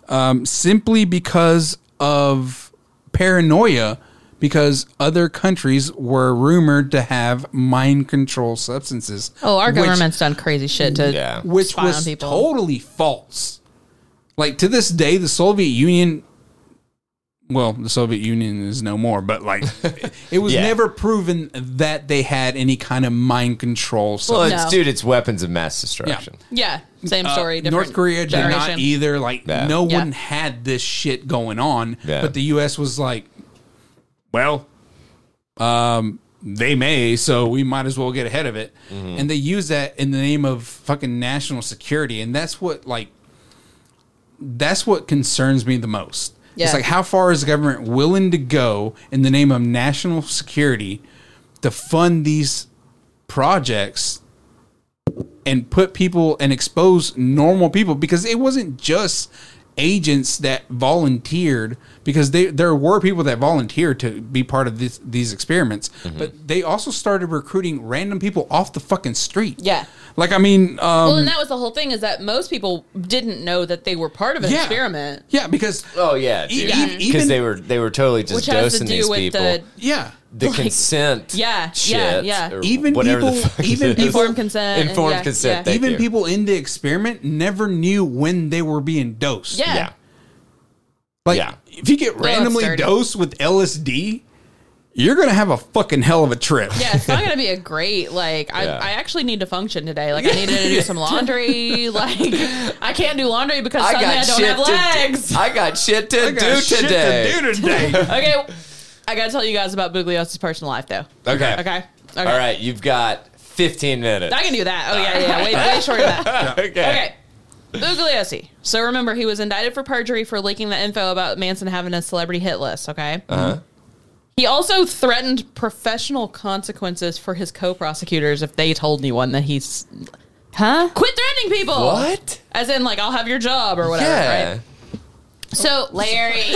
Speaker 4: um, simply because of paranoia, because other countries were rumored to have mind control substances.
Speaker 3: Oh, our
Speaker 4: which-
Speaker 3: government's done crazy shit to
Speaker 1: Yeah.
Speaker 4: which
Speaker 3: spy
Speaker 4: was
Speaker 3: on people.
Speaker 4: totally false. Like to this day, the Soviet Union. Well, the Soviet Union is no more, but like it was
Speaker 1: Yeah.
Speaker 4: never proven that they had any kind of mind control.
Speaker 1: Well,
Speaker 4: substance.
Speaker 1: it's,
Speaker 3: No.
Speaker 1: dude, it's weapons of mass destruction.
Speaker 3: Yeah, same story.
Speaker 4: Uh,
Speaker 3: different
Speaker 4: North Korea did
Speaker 3: generation.
Speaker 4: not either. Like
Speaker 1: Yeah.
Speaker 4: no
Speaker 3: Yeah.
Speaker 4: one had this shit going on,
Speaker 1: Yeah.
Speaker 4: but the U.S. was like, well, um, they may, so we might as well get ahead of it.
Speaker 1: Mm-hmm.
Speaker 4: And they use that in the name of fucking national security, and that's what like that's what concerns me the most. It's
Speaker 3: Yeah.
Speaker 4: like how far is the government willing to go in the name of national security to fund these projects and put people and expose normal people because it wasn't just agents that volunteered because they there were people that volunteered to be part of this, these experiments, but they also started recruiting random people off the fucking street.
Speaker 3: Yeah.
Speaker 4: like I mean, um,
Speaker 3: Well, and that was the whole thing is that most people didn't know that they were part of an
Speaker 4: yeah,
Speaker 3: experiment,
Speaker 4: Yeah, because
Speaker 1: Oh yeah,
Speaker 4: E-
Speaker 1: dude.
Speaker 3: e-
Speaker 1: Because
Speaker 4: even-
Speaker 1: they were they were totally just
Speaker 3: which has to
Speaker 1: dosing
Speaker 3: do
Speaker 1: these
Speaker 3: with
Speaker 1: people.
Speaker 3: the
Speaker 1: The,
Speaker 4: yeah,
Speaker 3: like-
Speaker 1: consent,
Speaker 3: Yeah, yeah,
Speaker 1: shit,
Speaker 3: yeah.
Speaker 1: or
Speaker 4: Even
Speaker 1: whatever the
Speaker 4: people-
Speaker 1: fuck
Speaker 4: even
Speaker 1: it is.
Speaker 4: people-
Speaker 3: informed consent. and-
Speaker 1: informed
Speaker 3: yeah,
Speaker 1: consent.
Speaker 3: Yeah.
Speaker 1: Thank
Speaker 4: even
Speaker 1: you.
Speaker 4: people in the experiment never knew when they were being dosed.
Speaker 3: Yeah.
Speaker 1: yeah.
Speaker 4: Like,
Speaker 1: Yeah.
Speaker 4: if you get randomly
Speaker 3: dirty.
Speaker 4: dosed with LSD, you're going to have a fucking hell of a trip. [laughs]
Speaker 3: Yeah, it's not
Speaker 1: [laughs]
Speaker 3: gonna be a great like. I,
Speaker 1: Yeah.
Speaker 3: I actually need to function today. Like I needed to do
Speaker 1: [laughs]
Speaker 3: some laundry. Like I can't do laundry because
Speaker 1: I
Speaker 3: suddenly I,
Speaker 1: got
Speaker 3: don't
Speaker 1: shit
Speaker 3: have
Speaker 1: [laughs]
Speaker 3: legs.
Speaker 1: to. I got shit to
Speaker 4: I got
Speaker 1: do
Speaker 4: shit
Speaker 1: today.
Speaker 4: to do
Speaker 3: [laughs]
Speaker 4: today.
Speaker 3: okay, I gotta tell you guys about Bugliosis' personal life though.
Speaker 1: Okay.
Speaker 3: Okay. Okay.
Speaker 1: All right, you've got 15 minutes.
Speaker 3: I can do that. Oh yeah, yeah. Way, way short of that.
Speaker 1: [laughs] okay.
Speaker 3: Okay. Bugliosi. So remember, he was indicted for perjury for leaking the info about Manson having a celebrity hit list. Okay.
Speaker 1: Uh-huh.
Speaker 3: He also threatened professional consequences for his co-prosecutors if they told anyone that he's
Speaker 2: Huh?
Speaker 3: quit threatening people.
Speaker 1: What?
Speaker 3: As in, like, I'll have your job or whatever.
Speaker 1: yeah.
Speaker 3: Right? So Larry,
Speaker 4: [laughs]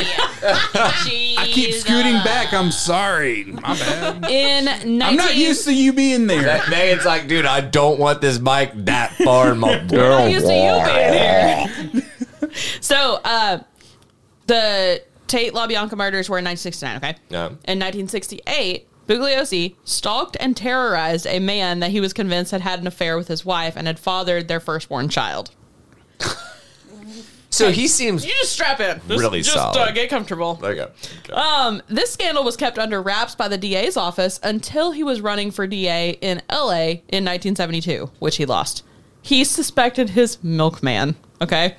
Speaker 4: I keep scooting back. I'm sorry. My
Speaker 3: [laughs]
Speaker 4: bad.
Speaker 3: in 19-
Speaker 4: I'm not used to you being there.
Speaker 1: That Megan's like, dude, I don't want this mic that far
Speaker 3: [laughs]
Speaker 1: in my girl.
Speaker 3: not used to you being here.
Speaker 1: [laughs]
Speaker 3: so uh, the Tate LaBianca murders were in 1969. Okay.
Speaker 1: Yeah.
Speaker 3: In 1968. Bugliosi stalked and terrorized a man that he was convinced had had an affair with his wife and had fathered their firstborn child.
Speaker 1: So he seems.
Speaker 3: You just strap in. Just,
Speaker 1: Really
Speaker 3: just,
Speaker 1: solid.
Speaker 3: uh, get comfortable.
Speaker 1: Okay. okay.
Speaker 3: Um, this scandal was kept under wraps by the DA's office until he was running for DA in LA in 1972, which he lost. He suspected his milkman. Okay.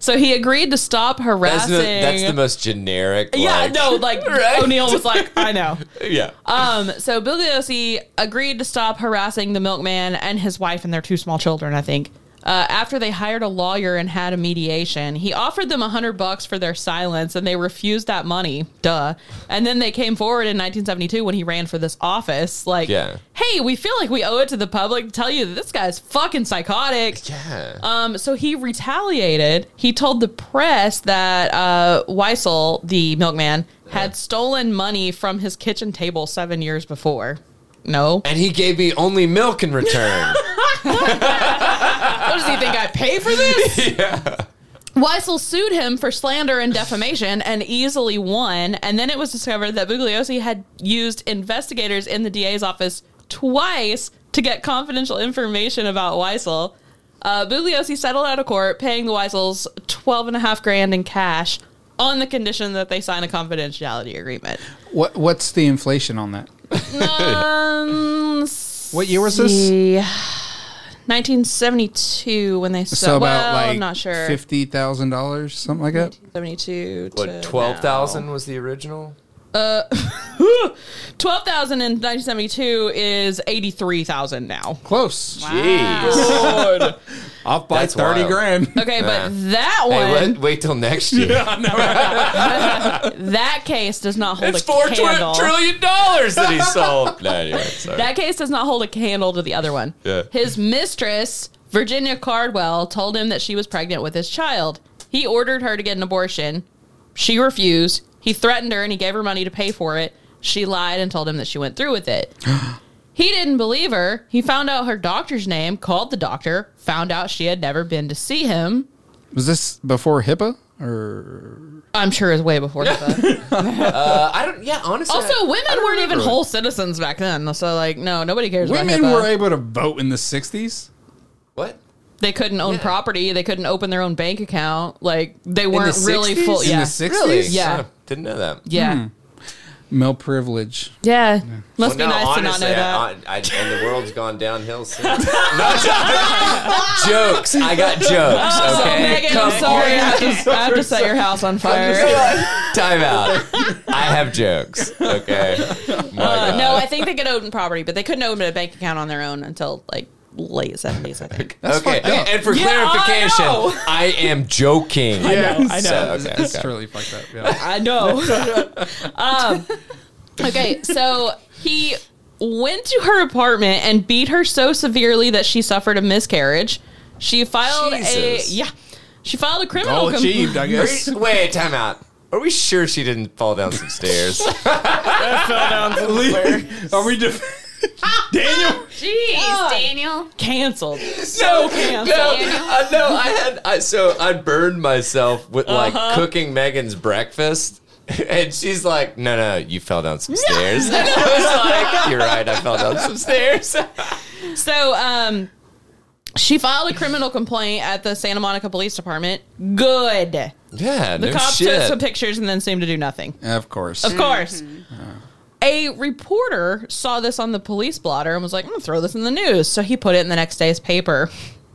Speaker 3: So he agreed to stop
Speaker 1: That's,
Speaker 3: harassing.
Speaker 1: the, that's the most generic.
Speaker 3: yeah,
Speaker 1: like-
Speaker 3: no,
Speaker 1: [laughs]
Speaker 3: like
Speaker 1: Right?
Speaker 3: O'Neill was like, I know.
Speaker 1: Yeah.
Speaker 3: Um, so Bugliosi agreed to stop harassing the milkman and his wife and their two small children, I think. Uh, after they hired a lawyer and had a mediation, he offered them a hundred bucks for their silence, and they refused that money. Duh. And then they came forward in 1972 when he ran for this office, like,
Speaker 1: Yeah.
Speaker 3: "Hey, we feel like we owe it to the public to tell you that this guy's fucking psychotic."
Speaker 1: yeah.
Speaker 3: Um, so he retaliated. He told the press that uh, Weissel, the milkman, had stolen money from his kitchen table seven years before. No.
Speaker 1: and he gave me only milk in
Speaker 3: [laughs]
Speaker 1: return.
Speaker 3: What does he think? I pay for this? yeah. Weissel sued him for slander and defamation and easily won. And then it was discovered that Bugliosi had used investigators in the DA's office twice to get confidential information about Weissel. Uh, Bugliosi settled out of court, paying the Weissels twelve and a half grand in cash on the condition that they sign a confidentiality agreement.
Speaker 4: What What's the inflation on that?
Speaker 3: Um,
Speaker 4: What year was this?
Speaker 3: see. 1972 when they sold.
Speaker 4: So about
Speaker 3: well,
Speaker 4: like
Speaker 3: I'm not sure.
Speaker 4: fifty thousand dollars, something like that.
Speaker 3: 72 to
Speaker 1: what, 12,000 was the original?
Speaker 3: now. [gasps] Uh, 12,000 in 1972 is 83,000 now.
Speaker 4: Close.
Speaker 1: [laughs]
Speaker 2: Oh,
Speaker 1: Jeez.
Speaker 4: Off by
Speaker 1: That's
Speaker 4: thirty
Speaker 1: wild.
Speaker 4: grand.
Speaker 3: Okay, but that one,
Speaker 1: [laughs] Hey, wait, wait till next year.
Speaker 3: that case does not hold
Speaker 1: It's
Speaker 3: a
Speaker 1: four twi-
Speaker 3: candle.
Speaker 1: trillion dollars that he [laughs] sold. no, anyway, sorry.
Speaker 3: that case does not hold a candle to the other one.
Speaker 1: Yeah.
Speaker 3: His mistress, Virginia Cardwell, told him that she was pregnant with his child. He ordered her to get an abortion. She refused. He threatened her and he gave her money to pay for it. She lied and told him that she went through with
Speaker 4: [gasps]
Speaker 3: it. he didn't believe her. He found out her doctor's name, called the doctor, found out she had never been to see him.
Speaker 4: [laughs] Was this before HIPAA or
Speaker 3: I'm sure is way
Speaker 4: [laughs]
Speaker 3: before HIPAA.
Speaker 1: Uh, I don't. Yeah, honestly. I-
Speaker 3: also, women weren't even whole citizens back then, so like, no, nobody cares.
Speaker 4: women
Speaker 3: about HIPAA.
Speaker 4: were able to vote in the sixties?
Speaker 1: what?
Speaker 3: They couldn't own
Speaker 1: Yeah.
Speaker 3: property. They couldn't open their own bank account. Like they weren't really
Speaker 1: 60s?
Speaker 3: full.
Speaker 1: In
Speaker 3: yeah,
Speaker 4: the Hmm. sixties?
Speaker 1: Really?
Speaker 3: Yeah.
Speaker 1: Oh, didn't know that.
Speaker 3: yeah,
Speaker 4: Male privilege.
Speaker 3: yeah. Must be nice to not know that.
Speaker 1: I, I, and the world's gone downhill since.
Speaker 3: [laughs]
Speaker 1: No, jo- jokes. I got jokes.
Speaker 3: Oh, so
Speaker 1: Okay,
Speaker 3: Megan, I'm sorry. I have, to, I have to set your house
Speaker 1: [laughs]
Speaker 3: on fire.
Speaker 1: Time out. I have jokes. Okay. My
Speaker 3: Uh,
Speaker 1: God.
Speaker 3: no, I think they could own property, but they couldn't open a bank account on their own until like late seventies. I think.
Speaker 1: [laughs]
Speaker 4: That's
Speaker 1: okay.
Speaker 4: fucked up.
Speaker 1: And for
Speaker 3: Yeah, oh,
Speaker 1: clarification,
Speaker 3: I know.
Speaker 1: I, am joking.
Speaker 3: know, I
Speaker 1: So,
Speaker 4: [laughs]
Speaker 3: know.
Speaker 1: okay,
Speaker 4: That's
Speaker 1: okay.
Speaker 4: really fucked up. Yeah.
Speaker 3: I
Speaker 1: [laughs]
Speaker 3: know. um, okay, so he went to her apartment and beat her so severely that she suffered a miscarriage. She filed
Speaker 1: Jesus.
Speaker 3: a yeah. She filed a criminal
Speaker 4: All
Speaker 3: complaint.
Speaker 4: achieved, I guess.
Speaker 1: Wait, time out. Are we sure she didn't fall down some
Speaker 3: [laughs]
Speaker 1: stairs?
Speaker 4: Are we def- Daniel?
Speaker 3: Jeez,
Speaker 2: Daniel.
Speaker 3: canceled.
Speaker 1: no, no, [laughs]
Speaker 3: canceled.
Speaker 1: I, no. I had I so I burned myself with like
Speaker 3: Uh-huh.
Speaker 1: cooking Megan's breakfast, [laughs] and she's like, "No, no, you fell down some stairs." [laughs] And I was like, "You're right, I fell down some
Speaker 3: [laughs]
Speaker 1: stairs."
Speaker 3: So, um, she filed a criminal complaint at the Santa Monica Police Department. Good. The
Speaker 1: Yeah, no
Speaker 3: cops took
Speaker 1: Oh, shit.
Speaker 3: some pictures and then seemed to do nothing.
Speaker 4: Of course.
Speaker 3: Of course. A reporter saw this on the police blotter and was like, I'm going to throw this in the news. So he put it in the next day's paper.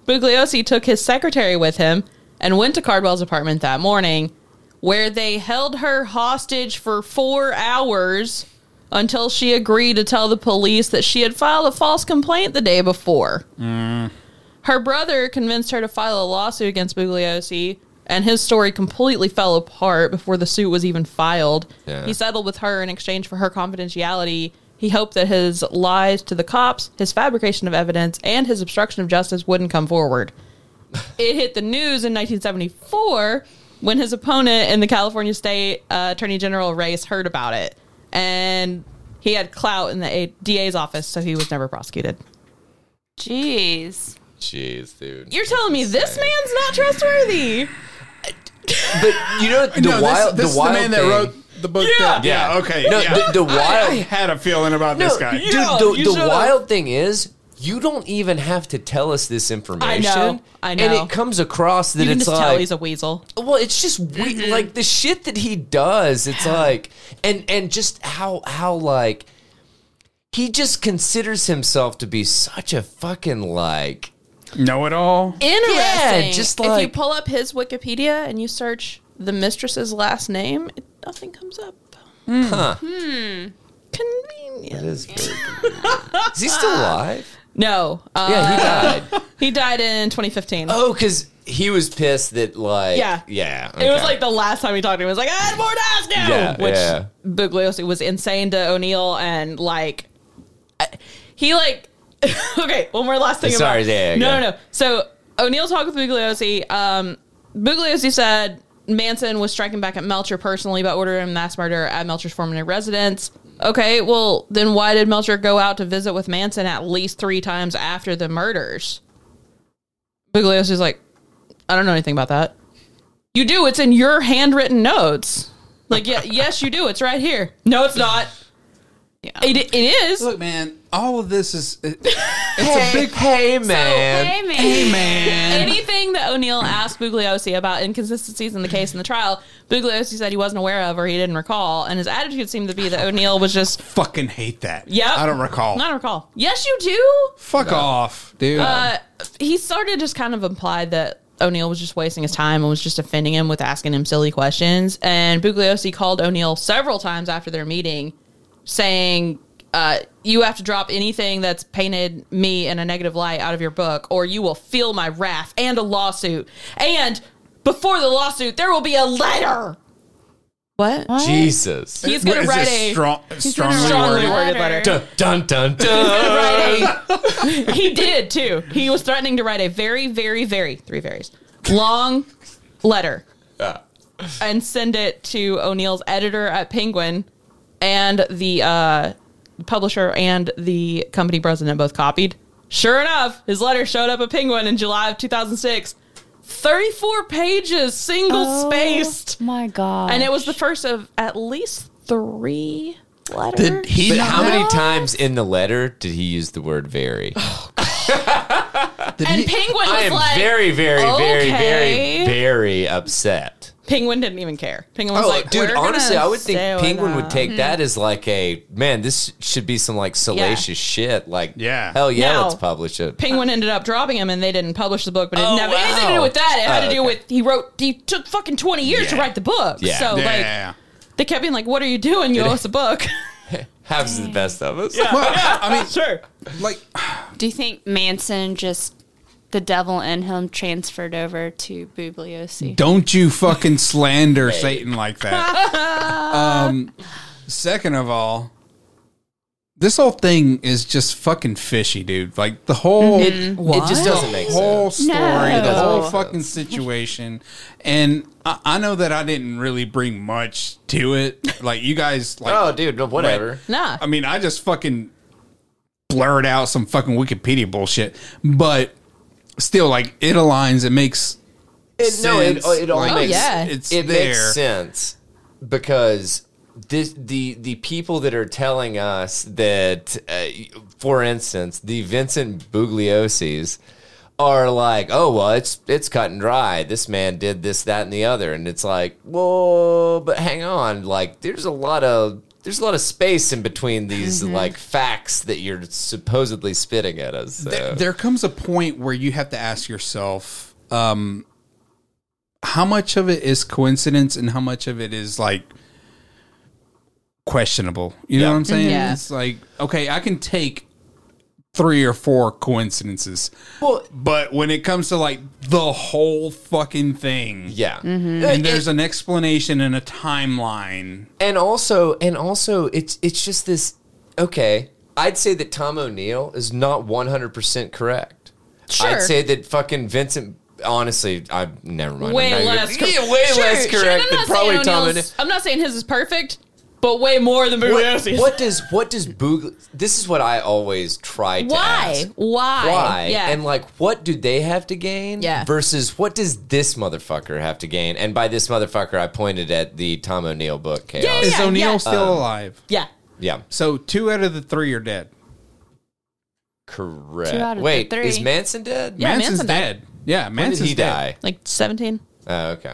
Speaker 3: Bugliosi took his secretary with him and went to Cardwell's apartment that morning, where they held her hostage for four hours until she agreed to tell the police that she had filed a false complaint the day before. Her brother convinced her to file a lawsuit against Bugliosi, and his story completely fell apart before the suit was even filed.
Speaker 1: Yeah.
Speaker 3: He settled with her in exchange for her confidentiality. He hoped that his lies to the cops, his fabrication of evidence, and his obstruction of justice wouldn't come forward. it hit the news in 1974 when his opponent in the California State uh, Attorney General race heard about it. And he had clout in the A- DA's office, so he was never prosecuted.
Speaker 2: Jeez.
Speaker 1: Jeez, dude.
Speaker 3: You're telling me this man's not trustworthy?
Speaker 1: But you know the
Speaker 4: No, this-
Speaker 1: wild,
Speaker 4: this is
Speaker 1: the wild
Speaker 4: man
Speaker 1: thing-
Speaker 4: that wrote the book.
Speaker 3: Yeah.
Speaker 4: that- yeah. Okay.
Speaker 1: No,
Speaker 4: yeah.
Speaker 1: the, the wild.
Speaker 4: I had a feeling about this guy.
Speaker 3: you- Yeah,
Speaker 1: Dude, the,
Speaker 3: you
Speaker 1: the
Speaker 3: should've.
Speaker 1: wild thing is, you don't even have to tell us this information.
Speaker 3: I
Speaker 1: And
Speaker 3: know.
Speaker 1: it comes across that
Speaker 3: You can
Speaker 1: it's
Speaker 3: just
Speaker 1: like,
Speaker 3: tell he's a weasel.
Speaker 1: well, it's just we, like the shit that he does. It's like, and and just how how like he just considers himself to be such a fucking like.
Speaker 4: Know it all.
Speaker 3: Interesting.
Speaker 1: just
Speaker 3: if you
Speaker 1: like-
Speaker 3: pull up his Wikipedia and you search the mistress's last name, it, nothing comes up. Hmm.
Speaker 1: Huh.
Speaker 3: Convenient.
Speaker 1: Is [laughs] is he still alive?
Speaker 3: No. Uh, [laughs]
Speaker 1: Yeah, he died.
Speaker 3: he died in 2015.
Speaker 1: Oh, because he was pissed that like
Speaker 3: Yeah.
Speaker 1: yeah.
Speaker 3: It was
Speaker 1: okay.
Speaker 3: like the last time he talked to him. It was like, I had more to ask now.
Speaker 1: Yeah,
Speaker 3: Which
Speaker 1: yeah.
Speaker 3: Bugliosi was insane to O'Neill and like, I- he like, [laughs] okay, one more last thing.
Speaker 1: Sorry,
Speaker 3: about,
Speaker 1: yeah, yeah,
Speaker 3: no,
Speaker 1: yeah.
Speaker 3: no, no. So O'Neill talked with Bugliosi. Um, Bugliosi said Manson was striking back at Melcher personally by ordering a mass murder at Melcher's former residence. Okay, well then why did Melcher go out to visit with Manson at least three times after the murders? Bugliosi's like, I don't know anything about that. You do. It's in your handwritten notes. Like, [laughs] yeah, yes, you do. It's right here. No, it's not. It, it is.
Speaker 4: Look, man. All of this is. It,
Speaker 1: hey,
Speaker 4: big-
Speaker 1: hey man.
Speaker 2: Hey, man.
Speaker 4: man.
Speaker 3: Anything that O'Neill asked Bugliosi about inconsistencies in the case in the trial, Bugliosi said he wasn't aware of or he didn't recall, and his attitude seemed to be that O'Neill was just,
Speaker 4: fucking hate that.
Speaker 3: yep.
Speaker 4: I don't recall.
Speaker 3: I don't recall. Yes, you do.
Speaker 4: Fuck off, dude.
Speaker 3: Uh, he started just kind of implied that O'Neill was just wasting his time and was just offending him with asking him silly questions. And Bugliosi called O'Neill several times after their meeting, saying, uh, "You have to drop anything that's painted me in a negative light out of your book, or you will feel my wrath and a lawsuit. And before the lawsuit, there will be a letter." What?
Speaker 1: Jesus.
Speaker 3: He's gonna
Speaker 4: Is
Speaker 3: write
Speaker 4: this
Speaker 3: a
Speaker 4: strong, strongly
Speaker 2: gonna write-
Speaker 3: strongly
Speaker 4: worded.
Speaker 3: worded letter.
Speaker 1: Dun dun dun
Speaker 3: [laughs]
Speaker 1: dun.
Speaker 3: write a- [laughs] he did too. He was threatening to write a very, very, very three varies long letter and send it to O'Neill's editor at Penguin and the uh, publisher and the company president both copied. Sure enough, his letter showed up at Penguin in July of 2006. 34 pages, single spaced.
Speaker 2: Oh my God.
Speaker 3: And it was the first of at least three letters.
Speaker 4: Did he
Speaker 1: But
Speaker 4: not
Speaker 1: how many
Speaker 4: have-
Speaker 1: times in the letter did he use the word
Speaker 3: [laughs]
Speaker 1: very?
Speaker 4: did
Speaker 3: and
Speaker 4: he-
Speaker 3: Penguin was
Speaker 1: I am
Speaker 3: like,
Speaker 1: very, very, very,
Speaker 3: okay.
Speaker 1: very, very upset.
Speaker 3: Penguin didn't even care. Penguin was
Speaker 1: Oh,
Speaker 3: like,
Speaker 1: dude,
Speaker 3: "We're gonna
Speaker 1: honestly, I would think
Speaker 3: stay with Hmm.
Speaker 1: Penguin would
Speaker 3: them."
Speaker 1: take that as like a man, this should be some like salacious shit. Like,
Speaker 4: Yeah.
Speaker 1: hell yeah,
Speaker 3: Now-
Speaker 1: let's publish it.
Speaker 3: Penguin ended up dropping him, and they didn't publish the book. But it
Speaker 1: Oh,
Speaker 3: didn't have anything to do
Speaker 1: wow.
Speaker 3: with that. It had
Speaker 1: Oh,
Speaker 3: to do
Speaker 1: okay.
Speaker 3: with he wrote. He took fucking twenty years to
Speaker 4: Yeah.
Speaker 3: write the book.
Speaker 1: Yeah.
Speaker 3: So
Speaker 4: Yeah.
Speaker 3: like, they kept being like, "What are you doing? You owe us a book." [laughs]
Speaker 1: Halves the best of us.
Speaker 4: well, I mean,
Speaker 3: sure.
Speaker 4: like,
Speaker 2: Do you think Manson just the devil in him transferred over to Bugliosi?
Speaker 4: don't
Speaker 1: [laughs]
Speaker 4: you fucking slander Satan like that. um, second of all, This whole thing is just fucking fishy, dude. Like the whole
Speaker 1: It just doesn't make
Speaker 4: whole
Speaker 1: sense.
Speaker 4: story, the
Speaker 2: No.
Speaker 4: whole
Speaker 1: Doesn't make
Speaker 4: fucking situation. And I, I know that I didn't really bring much to it. Like you guys, like
Speaker 1: Oh, dude, no, whatever.
Speaker 3: Nah.
Speaker 4: I mean, I just fucking blurred out some fucking Wikipedia bullshit, but still, like it aligns. It makes
Speaker 1: It, no, it,
Speaker 4: sense.
Speaker 1: it all
Speaker 4: Like,
Speaker 1: makes
Speaker 3: Oh, yeah.
Speaker 4: It's
Speaker 1: it
Speaker 4: there.
Speaker 1: makes sense because this the the people that are telling us that, uh, for instance, the Vincent Bugliosis are like, oh well, it's it's cut and dry. This man did this, that, and the other, and it's like, whoa, but hang on, like there's a lot of there's a lot of space in between these like facts that you're supposedly spitting at us. So.
Speaker 4: There, there comes a point where you have to ask yourself, um, how much of it is coincidence and how much of it is like questionable. You know
Speaker 1: Yeah.
Speaker 4: what I'm saying?
Speaker 3: Yeah.
Speaker 4: It's like, okay, I can take three or four coincidences.
Speaker 1: Well-
Speaker 4: but when it comes to like the whole fucking thing,
Speaker 1: yeah.
Speaker 4: and there's an explanation and a timeline.
Speaker 1: and also and also it's it's just this okay i'd say that tom o'neill is not 100% correct
Speaker 3: Sure.
Speaker 1: i'd say that fucking vincent honestly i never mind I'm
Speaker 3: way
Speaker 1: not even-
Speaker 3: less, cor-
Speaker 1: yeah, way
Speaker 3: Sure,
Speaker 1: less
Speaker 3: sure,
Speaker 1: correct
Speaker 3: I'm
Speaker 1: than
Speaker 3: not
Speaker 1: probably
Speaker 3: saying
Speaker 1: tom o'neill
Speaker 3: O'Neill's- I'm not saying his is perfect, but way more than
Speaker 1: what,
Speaker 3: Bugliosi's.
Speaker 1: what does what does Boog? This is what I always try to
Speaker 3: Why?
Speaker 1: ask.
Speaker 3: Why?
Speaker 1: Why?
Speaker 3: Yeah.
Speaker 1: And like, what do they have to gain?
Speaker 3: Yeah.
Speaker 1: Versus what does this motherfucker have to gain? And by this motherfucker, I pointed at the Tom O'Neill book. Chaos.
Speaker 3: Yeah,
Speaker 4: Is O'Neill
Speaker 3: yeah.
Speaker 4: still
Speaker 1: Um,
Speaker 4: alive?
Speaker 3: yeah.
Speaker 1: yeah.
Speaker 4: So two out of the three are dead.
Speaker 1: Correct.
Speaker 2: Two out of the
Speaker 1: Wait,
Speaker 2: three.
Speaker 1: is Manson dead?
Speaker 3: Yeah,
Speaker 4: Manson's
Speaker 3: Manson died.
Speaker 4: dead. Yeah,
Speaker 1: When did
Speaker 4: Manson's
Speaker 1: he
Speaker 4: dead.
Speaker 1: die?
Speaker 3: Like 17?
Speaker 1: Oh, okay.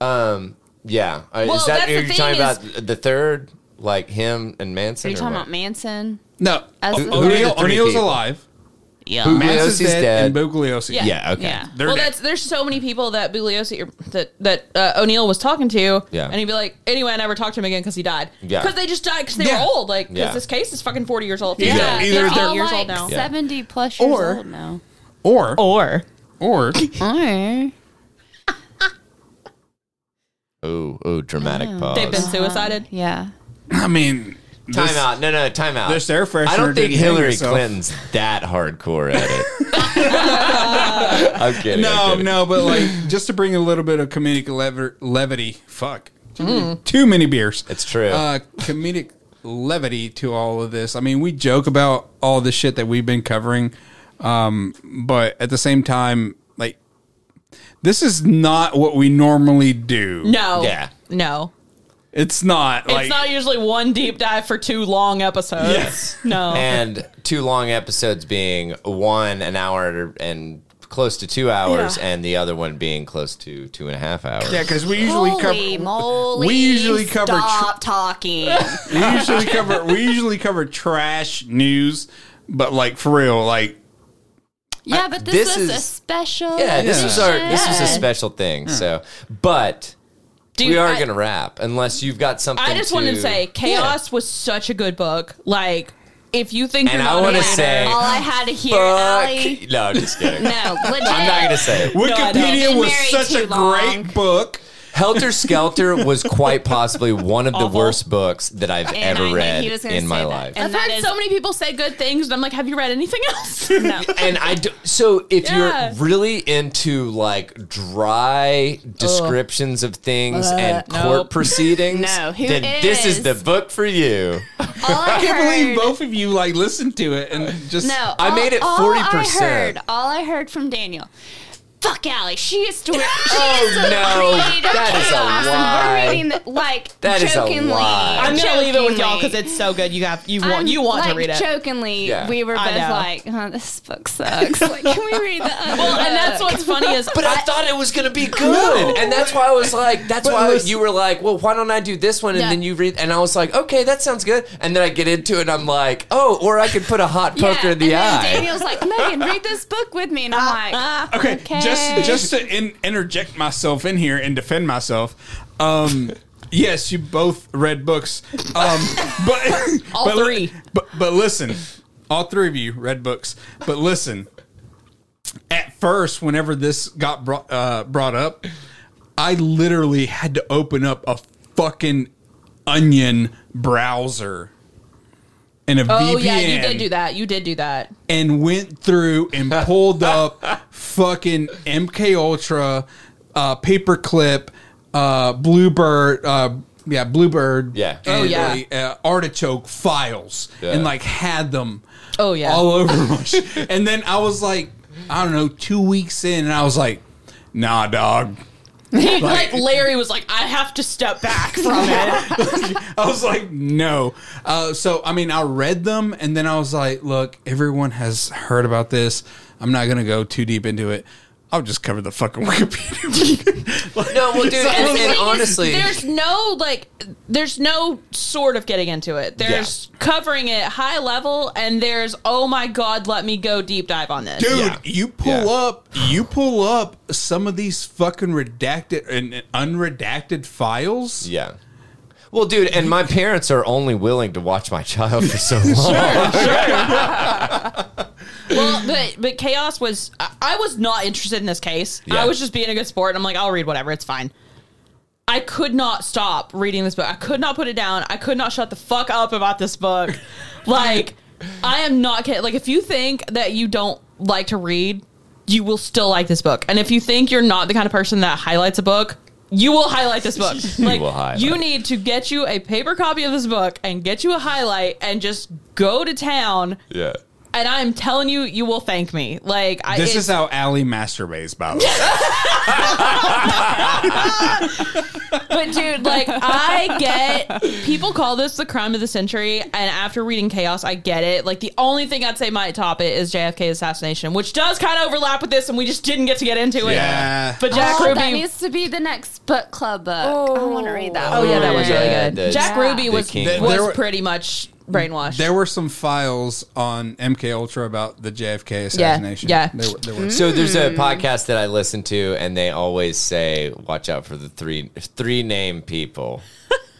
Speaker 1: Um, yeah. Uh,
Speaker 3: Well,
Speaker 1: is that
Speaker 3: that's the
Speaker 1: you're
Speaker 3: thing
Speaker 1: talking
Speaker 3: is-
Speaker 1: about the third, like him and
Speaker 2: Are
Speaker 1: Manson?
Speaker 2: you
Speaker 1: or
Speaker 2: talking
Speaker 1: what?
Speaker 2: about Manson?
Speaker 4: No,
Speaker 2: As
Speaker 4: O-
Speaker 2: the-
Speaker 1: Who are
Speaker 4: O'Neill,
Speaker 1: the three
Speaker 4: O'Neill's
Speaker 1: people?
Speaker 4: alive.
Speaker 3: Yeah.
Speaker 4: Manson's
Speaker 1: Bugliosis
Speaker 4: dead,
Speaker 1: dead.
Speaker 4: and Bugliosi.
Speaker 3: Yeah.
Speaker 1: yeah. Okay.
Speaker 2: Yeah.
Speaker 4: They're
Speaker 3: well,
Speaker 4: dead.
Speaker 3: that's there's so many people that Bugliosi or that that uh, O'Neill was talking to,
Speaker 1: Yeah.
Speaker 3: and he'd be like, "Anyway, I never talked to him again because he died.
Speaker 1: Yeah.
Speaker 3: because they just died because they
Speaker 4: Yeah.
Speaker 3: were old. Like, 'cause
Speaker 1: Yeah.
Speaker 3: this case is fucking forty years old.
Speaker 4: Either-
Speaker 3: Yeah,
Speaker 4: either
Speaker 3: they're
Speaker 4: they're-
Speaker 3: all years
Speaker 2: like
Speaker 3: old now.
Speaker 1: Yeah.
Speaker 2: 70 plus years
Speaker 4: Or-
Speaker 2: old now.
Speaker 4: Or
Speaker 3: Or
Speaker 2: Or
Speaker 4: or
Speaker 1: Oh, oh, dramatic pause.
Speaker 3: they've been suicided.
Speaker 2: yeah.
Speaker 4: I mean, this-
Speaker 1: Time out. No, no, time out.
Speaker 4: This air freshener
Speaker 1: I don't think
Speaker 4: didn't hang
Speaker 1: Hillary
Speaker 4: itself.
Speaker 1: Clinton's that hardcore at it. I'm kidding. I'm
Speaker 4: No,
Speaker 1: kidding.
Speaker 4: no, but like just to bring a little bit of comedic lever- levity. Fuck,
Speaker 3: Mm-hmm.
Speaker 4: too many beers.
Speaker 1: It's true.
Speaker 4: Uh, comedic levity to all of this. I mean, we joke about all the shit that we've been covering, um, but at the same time, like this is not what we normally do.
Speaker 3: No,
Speaker 1: Yeah.
Speaker 3: no,
Speaker 4: It's not like
Speaker 3: it's not usually one deep dive for two long episodes.
Speaker 4: Yes.
Speaker 3: no,
Speaker 1: And two long episodes being one an hour and close to two hours,
Speaker 3: Yeah.
Speaker 1: and the other one being close to two and a half hours.
Speaker 4: yeah, because we usually
Speaker 2: Holy
Speaker 4: cover
Speaker 2: moly.
Speaker 4: we usually cover tr-
Speaker 2: Stop talking.
Speaker 4: we usually cover we usually cover trash news, but like for real, like
Speaker 2: [laughs] yeah, but this,
Speaker 1: this
Speaker 2: was a
Speaker 1: is-
Speaker 2: special.
Speaker 1: Yeah, this
Speaker 4: Yeah.
Speaker 1: was our this was a
Speaker 2: edition.
Speaker 1: special thing. So, but
Speaker 3: Dude,
Speaker 1: we are
Speaker 3: I-
Speaker 1: going to wrap unless you've got something.
Speaker 3: I just wanted to say, Chaos
Speaker 1: Yeah.
Speaker 3: was such a good book. Like, if you think
Speaker 1: And
Speaker 3: you're
Speaker 1: I
Speaker 3: not
Speaker 1: wanna
Speaker 3: a hater-
Speaker 1: say-
Speaker 2: All I had to hear, Allie.
Speaker 1: Fuck. No, I'm just kidding.
Speaker 2: No,
Speaker 1: [laughs] I'm
Speaker 2: legit. [laughs]
Speaker 1: not going to say it.
Speaker 3: I don't.
Speaker 4: Wikipedia
Speaker 2: Been
Speaker 4: was
Speaker 2: married
Speaker 4: such
Speaker 2: too
Speaker 4: a
Speaker 2: long.
Speaker 4: great book.
Speaker 1: Helter Skelter was quite possibly one of the
Speaker 3: Awful.
Speaker 1: worst books that I've
Speaker 2: And I
Speaker 1: ever
Speaker 2: knew
Speaker 1: read
Speaker 2: he was gonna
Speaker 1: in
Speaker 2: say
Speaker 1: my
Speaker 2: that.
Speaker 1: life.
Speaker 2: And
Speaker 3: I've
Speaker 2: that
Speaker 3: heard
Speaker 2: is-
Speaker 3: so many people say good things, and I'm like, have you read anything
Speaker 1: [laughs]
Speaker 3: else?
Speaker 2: No.
Speaker 1: and I do, so if
Speaker 3: Yeah.
Speaker 1: you're really into like dry descriptions of things and
Speaker 3: Nope.
Speaker 1: court proceedings,
Speaker 2: No, who
Speaker 1: then this is
Speaker 2: is?
Speaker 1: the book for you.
Speaker 2: All I,
Speaker 4: I can't
Speaker 2: heard,
Speaker 4: believe both of you like listened to it and just
Speaker 2: No,
Speaker 1: I made it
Speaker 2: all- all
Speaker 1: 40%.
Speaker 2: I heard- All I heard from Daniel. Fuck Allie. She is to. She is
Speaker 1: Oh,
Speaker 2: the
Speaker 1: no.
Speaker 2: creator of
Speaker 1: That is a
Speaker 2: chaos, and
Speaker 1: lie.
Speaker 2: We're reading the, like
Speaker 1: That is a
Speaker 2: jokingly.
Speaker 1: lie.
Speaker 3: I'm gonna leave it with y'all because
Speaker 2: jokingly.
Speaker 3: it's so good. You have you want
Speaker 2: I'm,
Speaker 3: you want
Speaker 2: like,
Speaker 3: to read it.
Speaker 2: Jokingly,
Speaker 1: Yeah.
Speaker 2: we were
Speaker 3: I
Speaker 2: both
Speaker 3: know.
Speaker 2: like, "Huh, "This book sucks." Like, can we read the other?
Speaker 3: well, and that's
Speaker 2: book?
Speaker 3: what's funny [laughs] is
Speaker 1: But I, thought it was going to be good. And that's why I was like, that's
Speaker 4: But
Speaker 1: why
Speaker 4: listen-
Speaker 1: you were like, well, why don't I do this one? And
Speaker 2: Yeah.
Speaker 1: then you read, and I was like, okay, that sounds good. And then I get into it and I'm like, oh, or I could put a hot poker in the
Speaker 2: and then
Speaker 1: eye.
Speaker 2: Daniel's like, Megan, read this book with me, and
Speaker 3: Uh,
Speaker 2: I'm like,
Speaker 4: okay,
Speaker 2: Okay.
Speaker 4: Just just to in, interject myself in here and defend myself. Um, [laughs] yes, you both read books,
Speaker 3: [laughs]
Speaker 4: um, but
Speaker 3: All
Speaker 4: but li-
Speaker 3: three.
Speaker 4: But but listen, all three of you read books. But listen, at first, whenever this got brought uh, brought up, I literally had to open up a fucking onion browser and a
Speaker 3: Oh
Speaker 4: VPN
Speaker 3: yeah, you did do that. You did
Speaker 2: [laughs]
Speaker 3: do that.
Speaker 4: and went through
Speaker 1: [laughs]
Speaker 4: and pulled up fucking MK Ultra, uh, Paperclip, uh, Bluebird, uh, yeah, Bluebird,
Speaker 1: Yeah.
Speaker 3: Oh,
Speaker 4: and,
Speaker 3: yeah.
Speaker 4: uh, Artichoke files,
Speaker 1: Yeah.
Speaker 4: and like had them,
Speaker 3: Oh, yeah.
Speaker 4: all
Speaker 3: [laughs]
Speaker 4: over my. sh- and then I was like, I don't know, two weeks in, and I was like, Nah, dog.
Speaker 3: He, like Larry was like, I have to step
Speaker 2: [laughs]
Speaker 3: back from it.
Speaker 4: [laughs] I was like, no. Uh, so, I mean, I read them and then I was like, look, everyone has heard about this. I'm not going to go too deep into it. I'll just cover the fucking [laughs] Wikipedia. [laughs] Like,
Speaker 1: No, well, dude,
Speaker 4: so I
Speaker 1: and-
Speaker 4: was
Speaker 1: and
Speaker 4: like,
Speaker 1: honestly-
Speaker 3: there's no like, there's no sort of getting into it. There's covering it high level, and there's oh my god, let me go deep dive on this.
Speaker 4: dude,
Speaker 1: Yeah.
Speaker 4: you pull
Speaker 1: Yeah.
Speaker 4: up, you pull up some of these fucking redacted and and unredacted files.
Speaker 1: Yeah. Well, dude, and my parents are only willing to watch my child for so long.
Speaker 3: Well, but but chaos was I, I was not interested in this case.
Speaker 1: Yeah.
Speaker 3: I was just being a good sport. And I'm like, I'll read whatever. It's fine. I could not stop reading this book. I could not put it down. I could not shut the fuck up about
Speaker 1: [laughs]
Speaker 3: this book. like, I am not kidding. Like, if you think that you don't like to read, you will still like this book. And if you think you're not the kind of person that highlights a book, you will highlight this
Speaker 1: [laughs]
Speaker 3: book. like,
Speaker 1: will highlight.
Speaker 3: you need to get you a paper copy of this book and get you a highlight and just go to town
Speaker 1: yeah.
Speaker 3: and I'm telling you, you will thank me. Like I,
Speaker 4: This
Speaker 3: it-
Speaker 4: is how Allie masturbates, by
Speaker 1: [laughs]
Speaker 4: the way.
Speaker 3: but dude, like I get people call this the crime of the century, and after reading Chaos, I get it. Like the only thing I'd say might top it is JFK assassination, which does kind of overlap with this, and we just didn't get to get into it.
Speaker 4: Yeah.
Speaker 3: But Jack
Speaker 2: Oh, that
Speaker 3: Ruby,
Speaker 2: needs to be the next book club book. I want to read that.
Speaker 3: oh yeah, that was
Speaker 1: Yeah,
Speaker 3: really good.
Speaker 1: that's-
Speaker 3: Jack
Speaker 2: Yeah.
Speaker 3: Ruby
Speaker 1: The
Speaker 3: was
Speaker 1: king. There-
Speaker 3: was
Speaker 4: there were-
Speaker 3: pretty much brainwashed.
Speaker 4: There were some files on MK Ultra about the JFK assassination.
Speaker 3: yeah.
Speaker 4: There, were- there were
Speaker 1: So there's a podcast that I listen to, and they always say, "Watch out for the three three name people."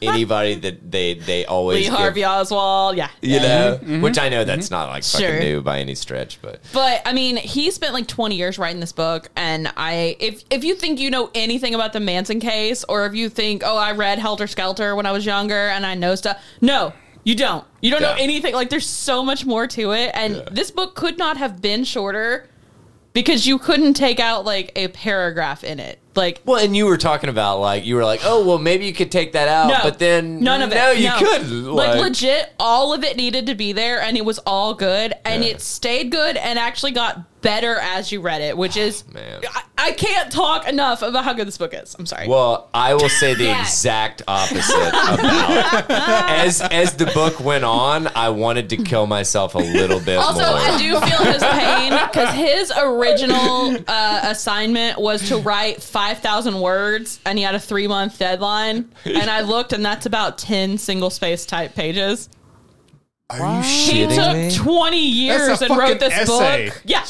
Speaker 1: Anybody that they they always
Speaker 3: Lee
Speaker 1: give-
Speaker 3: Harvey Oswald, yeah,
Speaker 1: you know, which I know that's not like fucking
Speaker 3: Sure.
Speaker 1: new by any stretch, but
Speaker 3: But I mean, he spent like 20 years writing this book, and I if if you think you know anything about the Manson case, or if you think, oh, I read Helter Skelter when I was younger and I know stuff, no, you don't. You don't know
Speaker 1: Yeah.
Speaker 3: anything. Like there's so much more to it, and
Speaker 1: Yeah.
Speaker 3: this book could not have been shorter because you couldn't take out like a paragraph in it. Like
Speaker 1: well, and you were talking about like you were like, oh well, maybe you could take that out,
Speaker 3: no,
Speaker 1: but then
Speaker 3: none of it.
Speaker 1: No, you
Speaker 3: no.
Speaker 1: couldn't.
Speaker 3: Like, legit, all of it needed to be there, and it was all good, and
Speaker 1: Yeah.
Speaker 3: it stayed good, and actually got better as you read it, which is
Speaker 1: Oh, man.
Speaker 3: I, I can't talk enough about how good this book is. I'm sorry.
Speaker 1: Well, I will say the
Speaker 2: Yeah.
Speaker 1: exact opposite about as as the book went on, I wanted to kill myself a little bit
Speaker 3: also,
Speaker 1: more.
Speaker 3: I do feel his pain because his original uh, assignment was to write 5,000 words and he had a three month deadline. And I looked, and that's about 10 single space type pages.
Speaker 1: Are you
Speaker 3: He took
Speaker 1: shitting me?
Speaker 3: 20 years
Speaker 4: That's a
Speaker 3: and wrote
Speaker 4: fucking
Speaker 3: this
Speaker 4: essay.
Speaker 3: book. Yeah.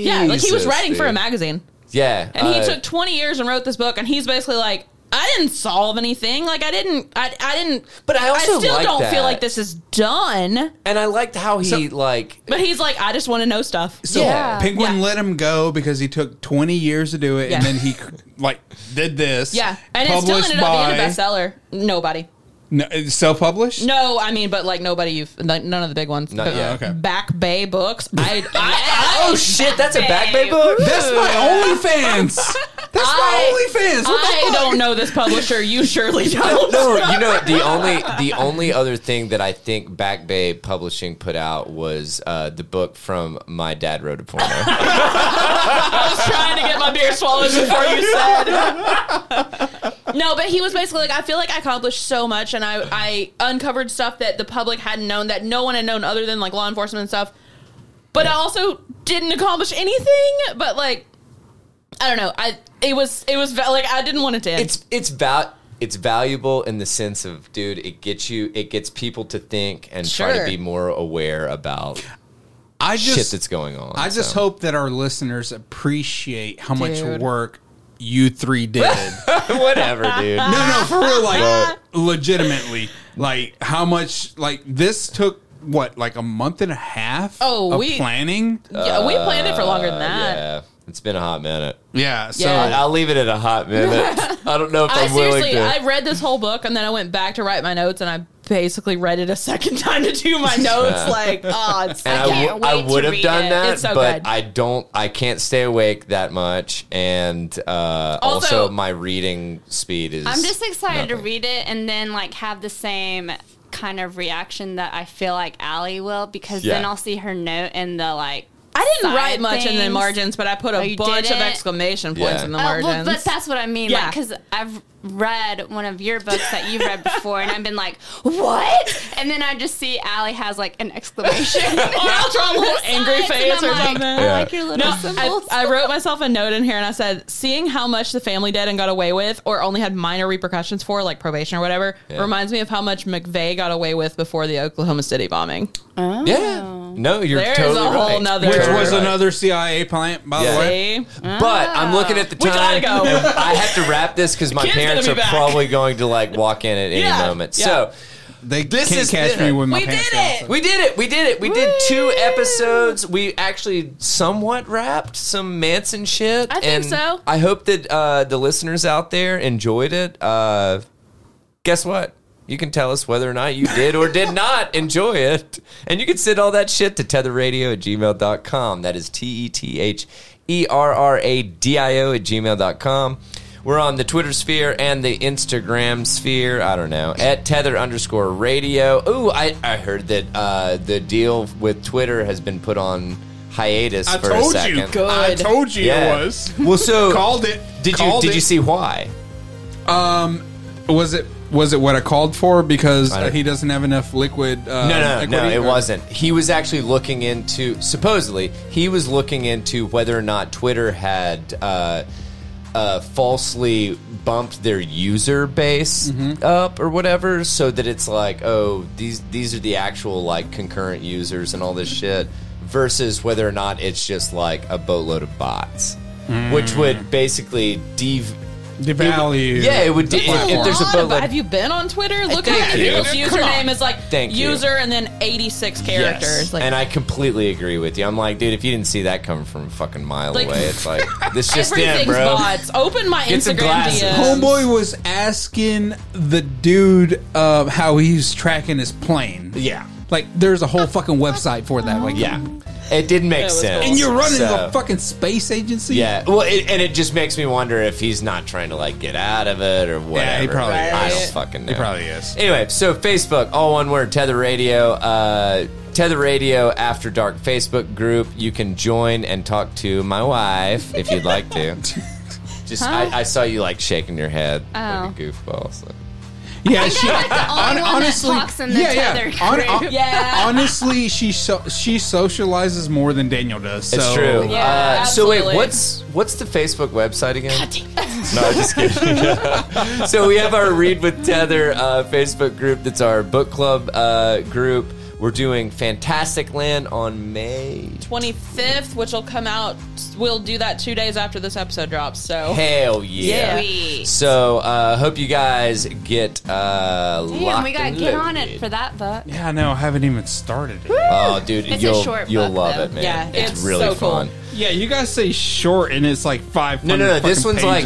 Speaker 3: yeah, like he was
Speaker 1: Jesus,
Speaker 3: writing for a
Speaker 1: dude.
Speaker 3: magazine.
Speaker 1: Yeah,
Speaker 3: And he
Speaker 1: uh,
Speaker 3: took 20 years and wrote this book, and he's basically like, I didn't solve anything. Like I didn't, I, I didn't.
Speaker 1: But I also
Speaker 3: I still
Speaker 1: like
Speaker 3: don't
Speaker 1: that.
Speaker 3: feel like this is done.
Speaker 1: and I liked how he like.
Speaker 3: But he's like, I just want to know stuff.
Speaker 4: So
Speaker 1: Yeah.
Speaker 4: Penguin
Speaker 3: Yeah.
Speaker 4: let him go because he took 20 years to do it, and
Speaker 3: Yeah.
Speaker 4: then
Speaker 3: [laughs]
Speaker 4: he like did this.
Speaker 3: Yeah, and it still ended up being a bestseller. Nobody.
Speaker 4: No, self-published.
Speaker 3: No, I mean, but like nobody. You've like, none of the big ones.
Speaker 1: Not
Speaker 3: But
Speaker 1: yet.
Speaker 4: Okay.
Speaker 3: Back Bay Books.
Speaker 1: [laughs]
Speaker 3: I. I,
Speaker 1: Oh shit! That's a back bay book.
Speaker 4: That's my
Speaker 3: [laughs]
Speaker 4: OnlyFans. That's my
Speaker 3: I-
Speaker 4: OnlyFans. What the
Speaker 3: I
Speaker 4: fuck?
Speaker 3: don't know this publisher. You
Speaker 1: [laughs]
Speaker 3: surely don't.
Speaker 1: no, you know the only the only other thing that I think Back Bay Publishing put out was uh, the book from My Dad Wrote a
Speaker 4: [laughs]
Speaker 1: Porno.
Speaker 3: I was trying to get my beer swallowed before you said. no, but he was basically like, I feel like I accomplished so much, and I I uncovered stuff that the public hadn't known that no one had known other than like law enforcement and stuff. But I also didn't accomplish anything. But like, I don't know. I it was it was like I didn't want it to end.
Speaker 1: it's it's val it's valuable in the sense of dude, it gets you it gets people to think and try to
Speaker 3: Sure.
Speaker 1: be more aware about
Speaker 4: I just
Speaker 1: shit that's going on.
Speaker 4: I just
Speaker 1: so.
Speaker 4: hope that our listeners appreciate how much
Speaker 3: Dude.
Speaker 4: work you three
Speaker 3: [laughs]
Speaker 4: did. no,
Speaker 1: [laughs]
Speaker 4: [laughs]
Speaker 1: whatever, dude.
Speaker 4: no, for real, like
Speaker 1: Right.
Speaker 4: legitimately, like how much like this took what like a month and a half
Speaker 3: Oh,
Speaker 4: of
Speaker 3: we-
Speaker 4: planning
Speaker 3: yeah, we planned it for longer than that.
Speaker 1: Yeah, it's been a hot minute.
Speaker 4: yeah so
Speaker 3: Yeah.
Speaker 1: I'll leave it at
Speaker 4: [laughs]
Speaker 1: a hot minute. I don't know if
Speaker 3: I
Speaker 1: I'm willing
Speaker 3: seriously,
Speaker 1: to.
Speaker 3: I read this whole book and then I went back to write my notes and I basically read it a second [laughs] time to do my notes. Like, oh, it's
Speaker 1: And
Speaker 3: I
Speaker 1: I,
Speaker 3: can't
Speaker 1: w- I
Speaker 3: wait to
Speaker 1: would have
Speaker 3: read
Speaker 1: done
Speaker 3: it.
Speaker 1: that,
Speaker 3: It's so
Speaker 1: but
Speaker 3: good.
Speaker 1: I don't. I can't stay awake that much, and uh, also,
Speaker 3: Also-
Speaker 1: my reading speed is.
Speaker 2: I'm just excited to
Speaker 1: nothing.
Speaker 2: read it and then like have the same kind of reaction that I feel like Allie will because then
Speaker 1: Yeah.
Speaker 2: I'll see her note in the like.
Speaker 3: I didn't
Speaker 2: side
Speaker 3: write much in the
Speaker 2: things. Oh,
Speaker 3: margins, but I put a
Speaker 2: you
Speaker 3: bunch of
Speaker 2: didn't?
Speaker 3: exclamation points
Speaker 1: Yeah.
Speaker 3: in the
Speaker 2: Oh,
Speaker 3: margins.
Speaker 2: well,
Speaker 3: [laughs]
Speaker 2: but that's what I mean. Yeah.
Speaker 3: Yeah.
Speaker 2: Because I've read one of your books that you've read before, and I've been like, "What?" And then I just see Allie has like an exclamation, [laughs] or
Speaker 3: or I'll draw a
Speaker 2: [laughs]
Speaker 3: little angry face or something.
Speaker 2: I
Speaker 1: Yeah.
Speaker 2: like your little
Speaker 3: No,
Speaker 2: symbols.
Speaker 3: I, I wrote myself a note in here and I said, seeing how much the family did and got away with, or only had minor repercussions for, like probation or whatever,
Speaker 1: Yeah.
Speaker 3: reminds me of how much McVeigh got away with before the Oklahoma City bombing.
Speaker 1: yeah. No, you're
Speaker 3: There's
Speaker 1: totally
Speaker 3: a whole
Speaker 1: right.
Speaker 3: nother-
Speaker 1: You're
Speaker 4: Which
Speaker 1: totally
Speaker 4: was
Speaker 1: right.
Speaker 4: another CIA plant, by
Speaker 1: Yeah.
Speaker 4: the way.
Speaker 3: See?
Speaker 1: But I'm looking at the
Speaker 3: We
Speaker 1: time.
Speaker 3: gotta go.
Speaker 1: and [laughs] I have to wrap this because my
Speaker 3: Kid's gonna
Speaker 1: parents
Speaker 3: be
Speaker 1: are
Speaker 3: back.
Speaker 1: probably going to like walk in at any
Speaker 3: Yeah.
Speaker 1: moment.
Speaker 3: Yeah.
Speaker 1: So
Speaker 4: They
Speaker 1: This
Speaker 4: can't
Speaker 1: is
Speaker 4: catch
Speaker 1: dinner.
Speaker 4: me with my
Speaker 3: We
Speaker 4: pants
Speaker 3: did
Speaker 4: down,
Speaker 3: it!
Speaker 4: so-
Speaker 1: we did it. We did it. We did two episodes. We actually somewhat wrapped some Manson shit.
Speaker 3: I think
Speaker 1: and
Speaker 3: so.
Speaker 1: I hope that uh, the listeners out there enjoyed it. Uh, guess what? You can tell us whether or not you did or did not enjoy it. And you can send all that shit to tetherradio at gmail.com. That is T E T H E R R A D I O at gmail.com. We're on the Twitter sphere and the Instagram sphere. I don't know. At tether underscore radio. Ooh, I, I heard that uh, the deal with Twitter has been put on hiatus
Speaker 4: I
Speaker 1: for a
Speaker 4: told
Speaker 1: second.
Speaker 4: you. I
Speaker 3: Good.
Speaker 4: told you it was.
Speaker 1: Well, so.
Speaker 4: [laughs] Called it.
Speaker 1: Did you,
Speaker 4: Called
Speaker 1: did
Speaker 4: it.
Speaker 1: you see why?
Speaker 4: Um, was it was it what I called for because
Speaker 1: I don't-
Speaker 4: uh, he doesn't have enough liquid?
Speaker 1: No,
Speaker 4: Uh,
Speaker 1: no, no,
Speaker 4: equity?
Speaker 1: it
Speaker 4: Or-
Speaker 1: wasn't. He was actually looking into, supposedly, he was looking into whether or not Twitter had uh, uh, falsely bumped their user base up or whatever, so that it's like, oh, these these are the actual like concurrent users and all this shit, versus whether or not it's just like a boatload of bots, which would basically dev.
Speaker 4: Devalue.
Speaker 1: Yeah, it would. De-
Speaker 3: It's
Speaker 1: if, if there's a
Speaker 3: lot of-
Speaker 1: boatload,
Speaker 3: have you been on Twitter? Look
Speaker 1: Thank
Speaker 3: at
Speaker 1: you.
Speaker 3: people's
Speaker 1: Come
Speaker 3: username
Speaker 1: on.
Speaker 3: is like
Speaker 1: Thank you.
Speaker 3: user and then 86 characters.
Speaker 1: Yes.
Speaker 3: Like,
Speaker 1: and I completely agree with you. I'm like, dude, if you didn't see that coming from a fucking mile
Speaker 3: Like-
Speaker 1: away, it's like this just in,
Speaker 3: everything's
Speaker 1: bro.
Speaker 3: bots. Open my
Speaker 1: Get some
Speaker 3: Instagram
Speaker 1: glasses.
Speaker 3: DMs.
Speaker 4: Homeboy was asking the dude uh, how he's tracking his plane.
Speaker 1: Yeah,
Speaker 4: Like, there's a whole fucking website for that. Like,
Speaker 1: yeah. It didn't make
Speaker 3: was
Speaker 1: sense.
Speaker 3: cool.
Speaker 4: and you're running
Speaker 1: So,
Speaker 4: the fucking space agency.
Speaker 1: Yeah, well, it, and it just makes me wonder if he's not trying to like get out of it or whatever.
Speaker 4: he probably
Speaker 1: I
Speaker 4: is.
Speaker 1: don't fucking know.
Speaker 4: He probably is.
Speaker 1: Anyway, so Facebook, all one word, Tether Radio, uh, Tether Radio After Dark Facebook group. You can join and talk to my wife if you'd like
Speaker 4: [laughs]
Speaker 1: to. Just, I, I saw you like shaking your head like a goofball. So.
Speaker 4: yeah. She,
Speaker 2: only
Speaker 4: hon-
Speaker 2: one that
Speaker 4: honestly,
Speaker 2: talks in the
Speaker 4: yeah, yeah.
Speaker 2: Tether
Speaker 4: Hon-
Speaker 2: group.
Speaker 4: hon-
Speaker 3: Yeah.
Speaker 4: Honestly, she so- she socializes more than Daniel does. So.
Speaker 1: It's true.
Speaker 3: Yeah,
Speaker 1: uh, so wait,
Speaker 3: absolutely.
Speaker 1: what's what's the Facebook website again? No, I'm just kidding. [laughs] so we have our Read with Tether uh, Facebook group. That's our book club uh, group. We're doing Fantastic Land on May.
Speaker 3: 25th, which will come out. We'll do that two days after this episode drops. So
Speaker 1: Hell yeah!
Speaker 2: Sweet.
Speaker 1: So uh, hope you guys get uh,
Speaker 2: Damn,
Speaker 1: locked
Speaker 2: we gotta
Speaker 1: and
Speaker 2: get on
Speaker 1: loaded.
Speaker 2: it for that book.
Speaker 4: Yeah, I know. I haven't even started it.
Speaker 1: Oh, dude,
Speaker 2: It's a
Speaker 1: you'll
Speaker 2: short
Speaker 1: you'll
Speaker 2: book,
Speaker 1: love
Speaker 2: though.
Speaker 1: it, man.
Speaker 3: Yeah,
Speaker 1: it's,
Speaker 3: it's
Speaker 1: really
Speaker 3: so cool.
Speaker 1: fun.
Speaker 4: Yeah, you guys say short, and it's like five.
Speaker 1: No, no, no. This one's like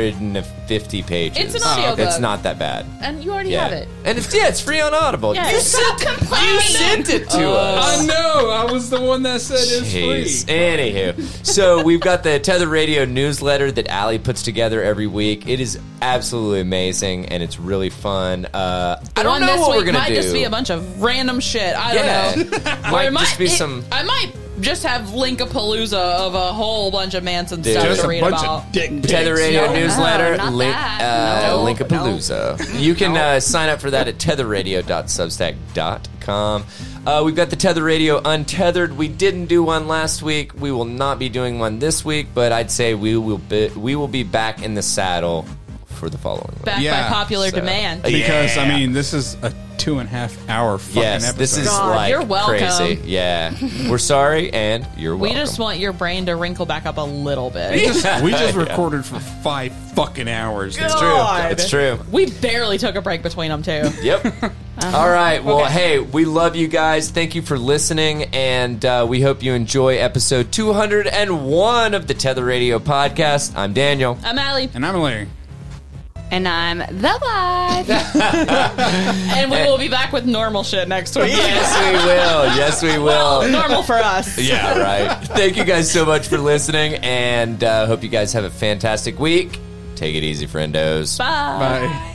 Speaker 1: 250 pages.
Speaker 3: It's an audiobook.
Speaker 1: It's not that bad.
Speaker 3: and you already
Speaker 1: Yeah.
Speaker 3: have it.
Speaker 1: And it's yeah, it's free on Audible.
Speaker 3: Yeah. Oh.
Speaker 1: You
Speaker 3: It's
Speaker 1: sent you sent it to
Speaker 4: I
Speaker 1: us.
Speaker 4: know. I was the one that said it's
Speaker 1: Jeez.
Speaker 4: free.
Speaker 1: Anywho, so we've got the Tether Radio newsletter that Allie puts together every week. It is absolutely amazing and it's really fun. Uh, I don't
Speaker 3: One
Speaker 1: know
Speaker 3: this
Speaker 1: what
Speaker 3: week
Speaker 1: we're gonna
Speaker 3: might
Speaker 1: do.
Speaker 3: just be a bunch of random shit. I
Speaker 1: [laughs] yeah,
Speaker 3: don't know. Or
Speaker 1: might
Speaker 3: it
Speaker 1: just be
Speaker 3: it-
Speaker 1: some.
Speaker 3: I might just have Linkapalooza of a whole bunch of Manson
Speaker 1: Dude.
Speaker 3: stuff
Speaker 1: Just
Speaker 3: to
Speaker 1: a
Speaker 3: read about.
Speaker 4: dick
Speaker 1: Tether Radio
Speaker 2: No,
Speaker 1: newsletter,
Speaker 2: no, not
Speaker 1: link,
Speaker 2: that.
Speaker 1: uh,
Speaker 2: No,
Speaker 1: Linkapalooza. You can uh, sign up for that at tetherradio.substack.com. Uh, we've got the Tether Radio Untethered. We didn't do one last week. We will not be doing one this week, but I'd say we will be, we will be back in the saddle for the following week.
Speaker 3: Back
Speaker 4: Yeah.
Speaker 3: by popular
Speaker 1: So-
Speaker 3: demand.
Speaker 1: Yeah.
Speaker 4: Because I mean, this is a two and a half hour fucking
Speaker 1: Yes,
Speaker 4: episode.
Speaker 1: this is
Speaker 3: God,
Speaker 1: like
Speaker 3: you're welcome.
Speaker 1: crazy. Yeah, we're sorry, and you're
Speaker 3: We
Speaker 1: welcome.
Speaker 3: just want your brain to wrinkle back up a little
Speaker 4: we
Speaker 3: bit.
Speaker 4: just, we
Speaker 1: [laughs]
Speaker 4: just recorded for five fucking hours.
Speaker 1: it's true. It's true.
Speaker 3: We barely took a break between them too.
Speaker 1: Yep. All right. Well, hey, we love you guys. Thank you for listening, and uh, we hope you enjoy episode 201 of the Tether Radio podcast. I'm Daniel.
Speaker 3: I'm Allie.
Speaker 4: And I'm Larry.
Speaker 2: And I'm the wife.
Speaker 3: And we will be back with normal shit next week.
Speaker 1: Yes, we will. Yes, we will.
Speaker 3: normal for us.
Speaker 1: Yeah,
Speaker 2: [laughs]
Speaker 1: right. Thank you guys so much for listening, and uh, hope you guys have a fantastic week. Take it easy, friendos.
Speaker 3: Bye.
Speaker 4: Bye.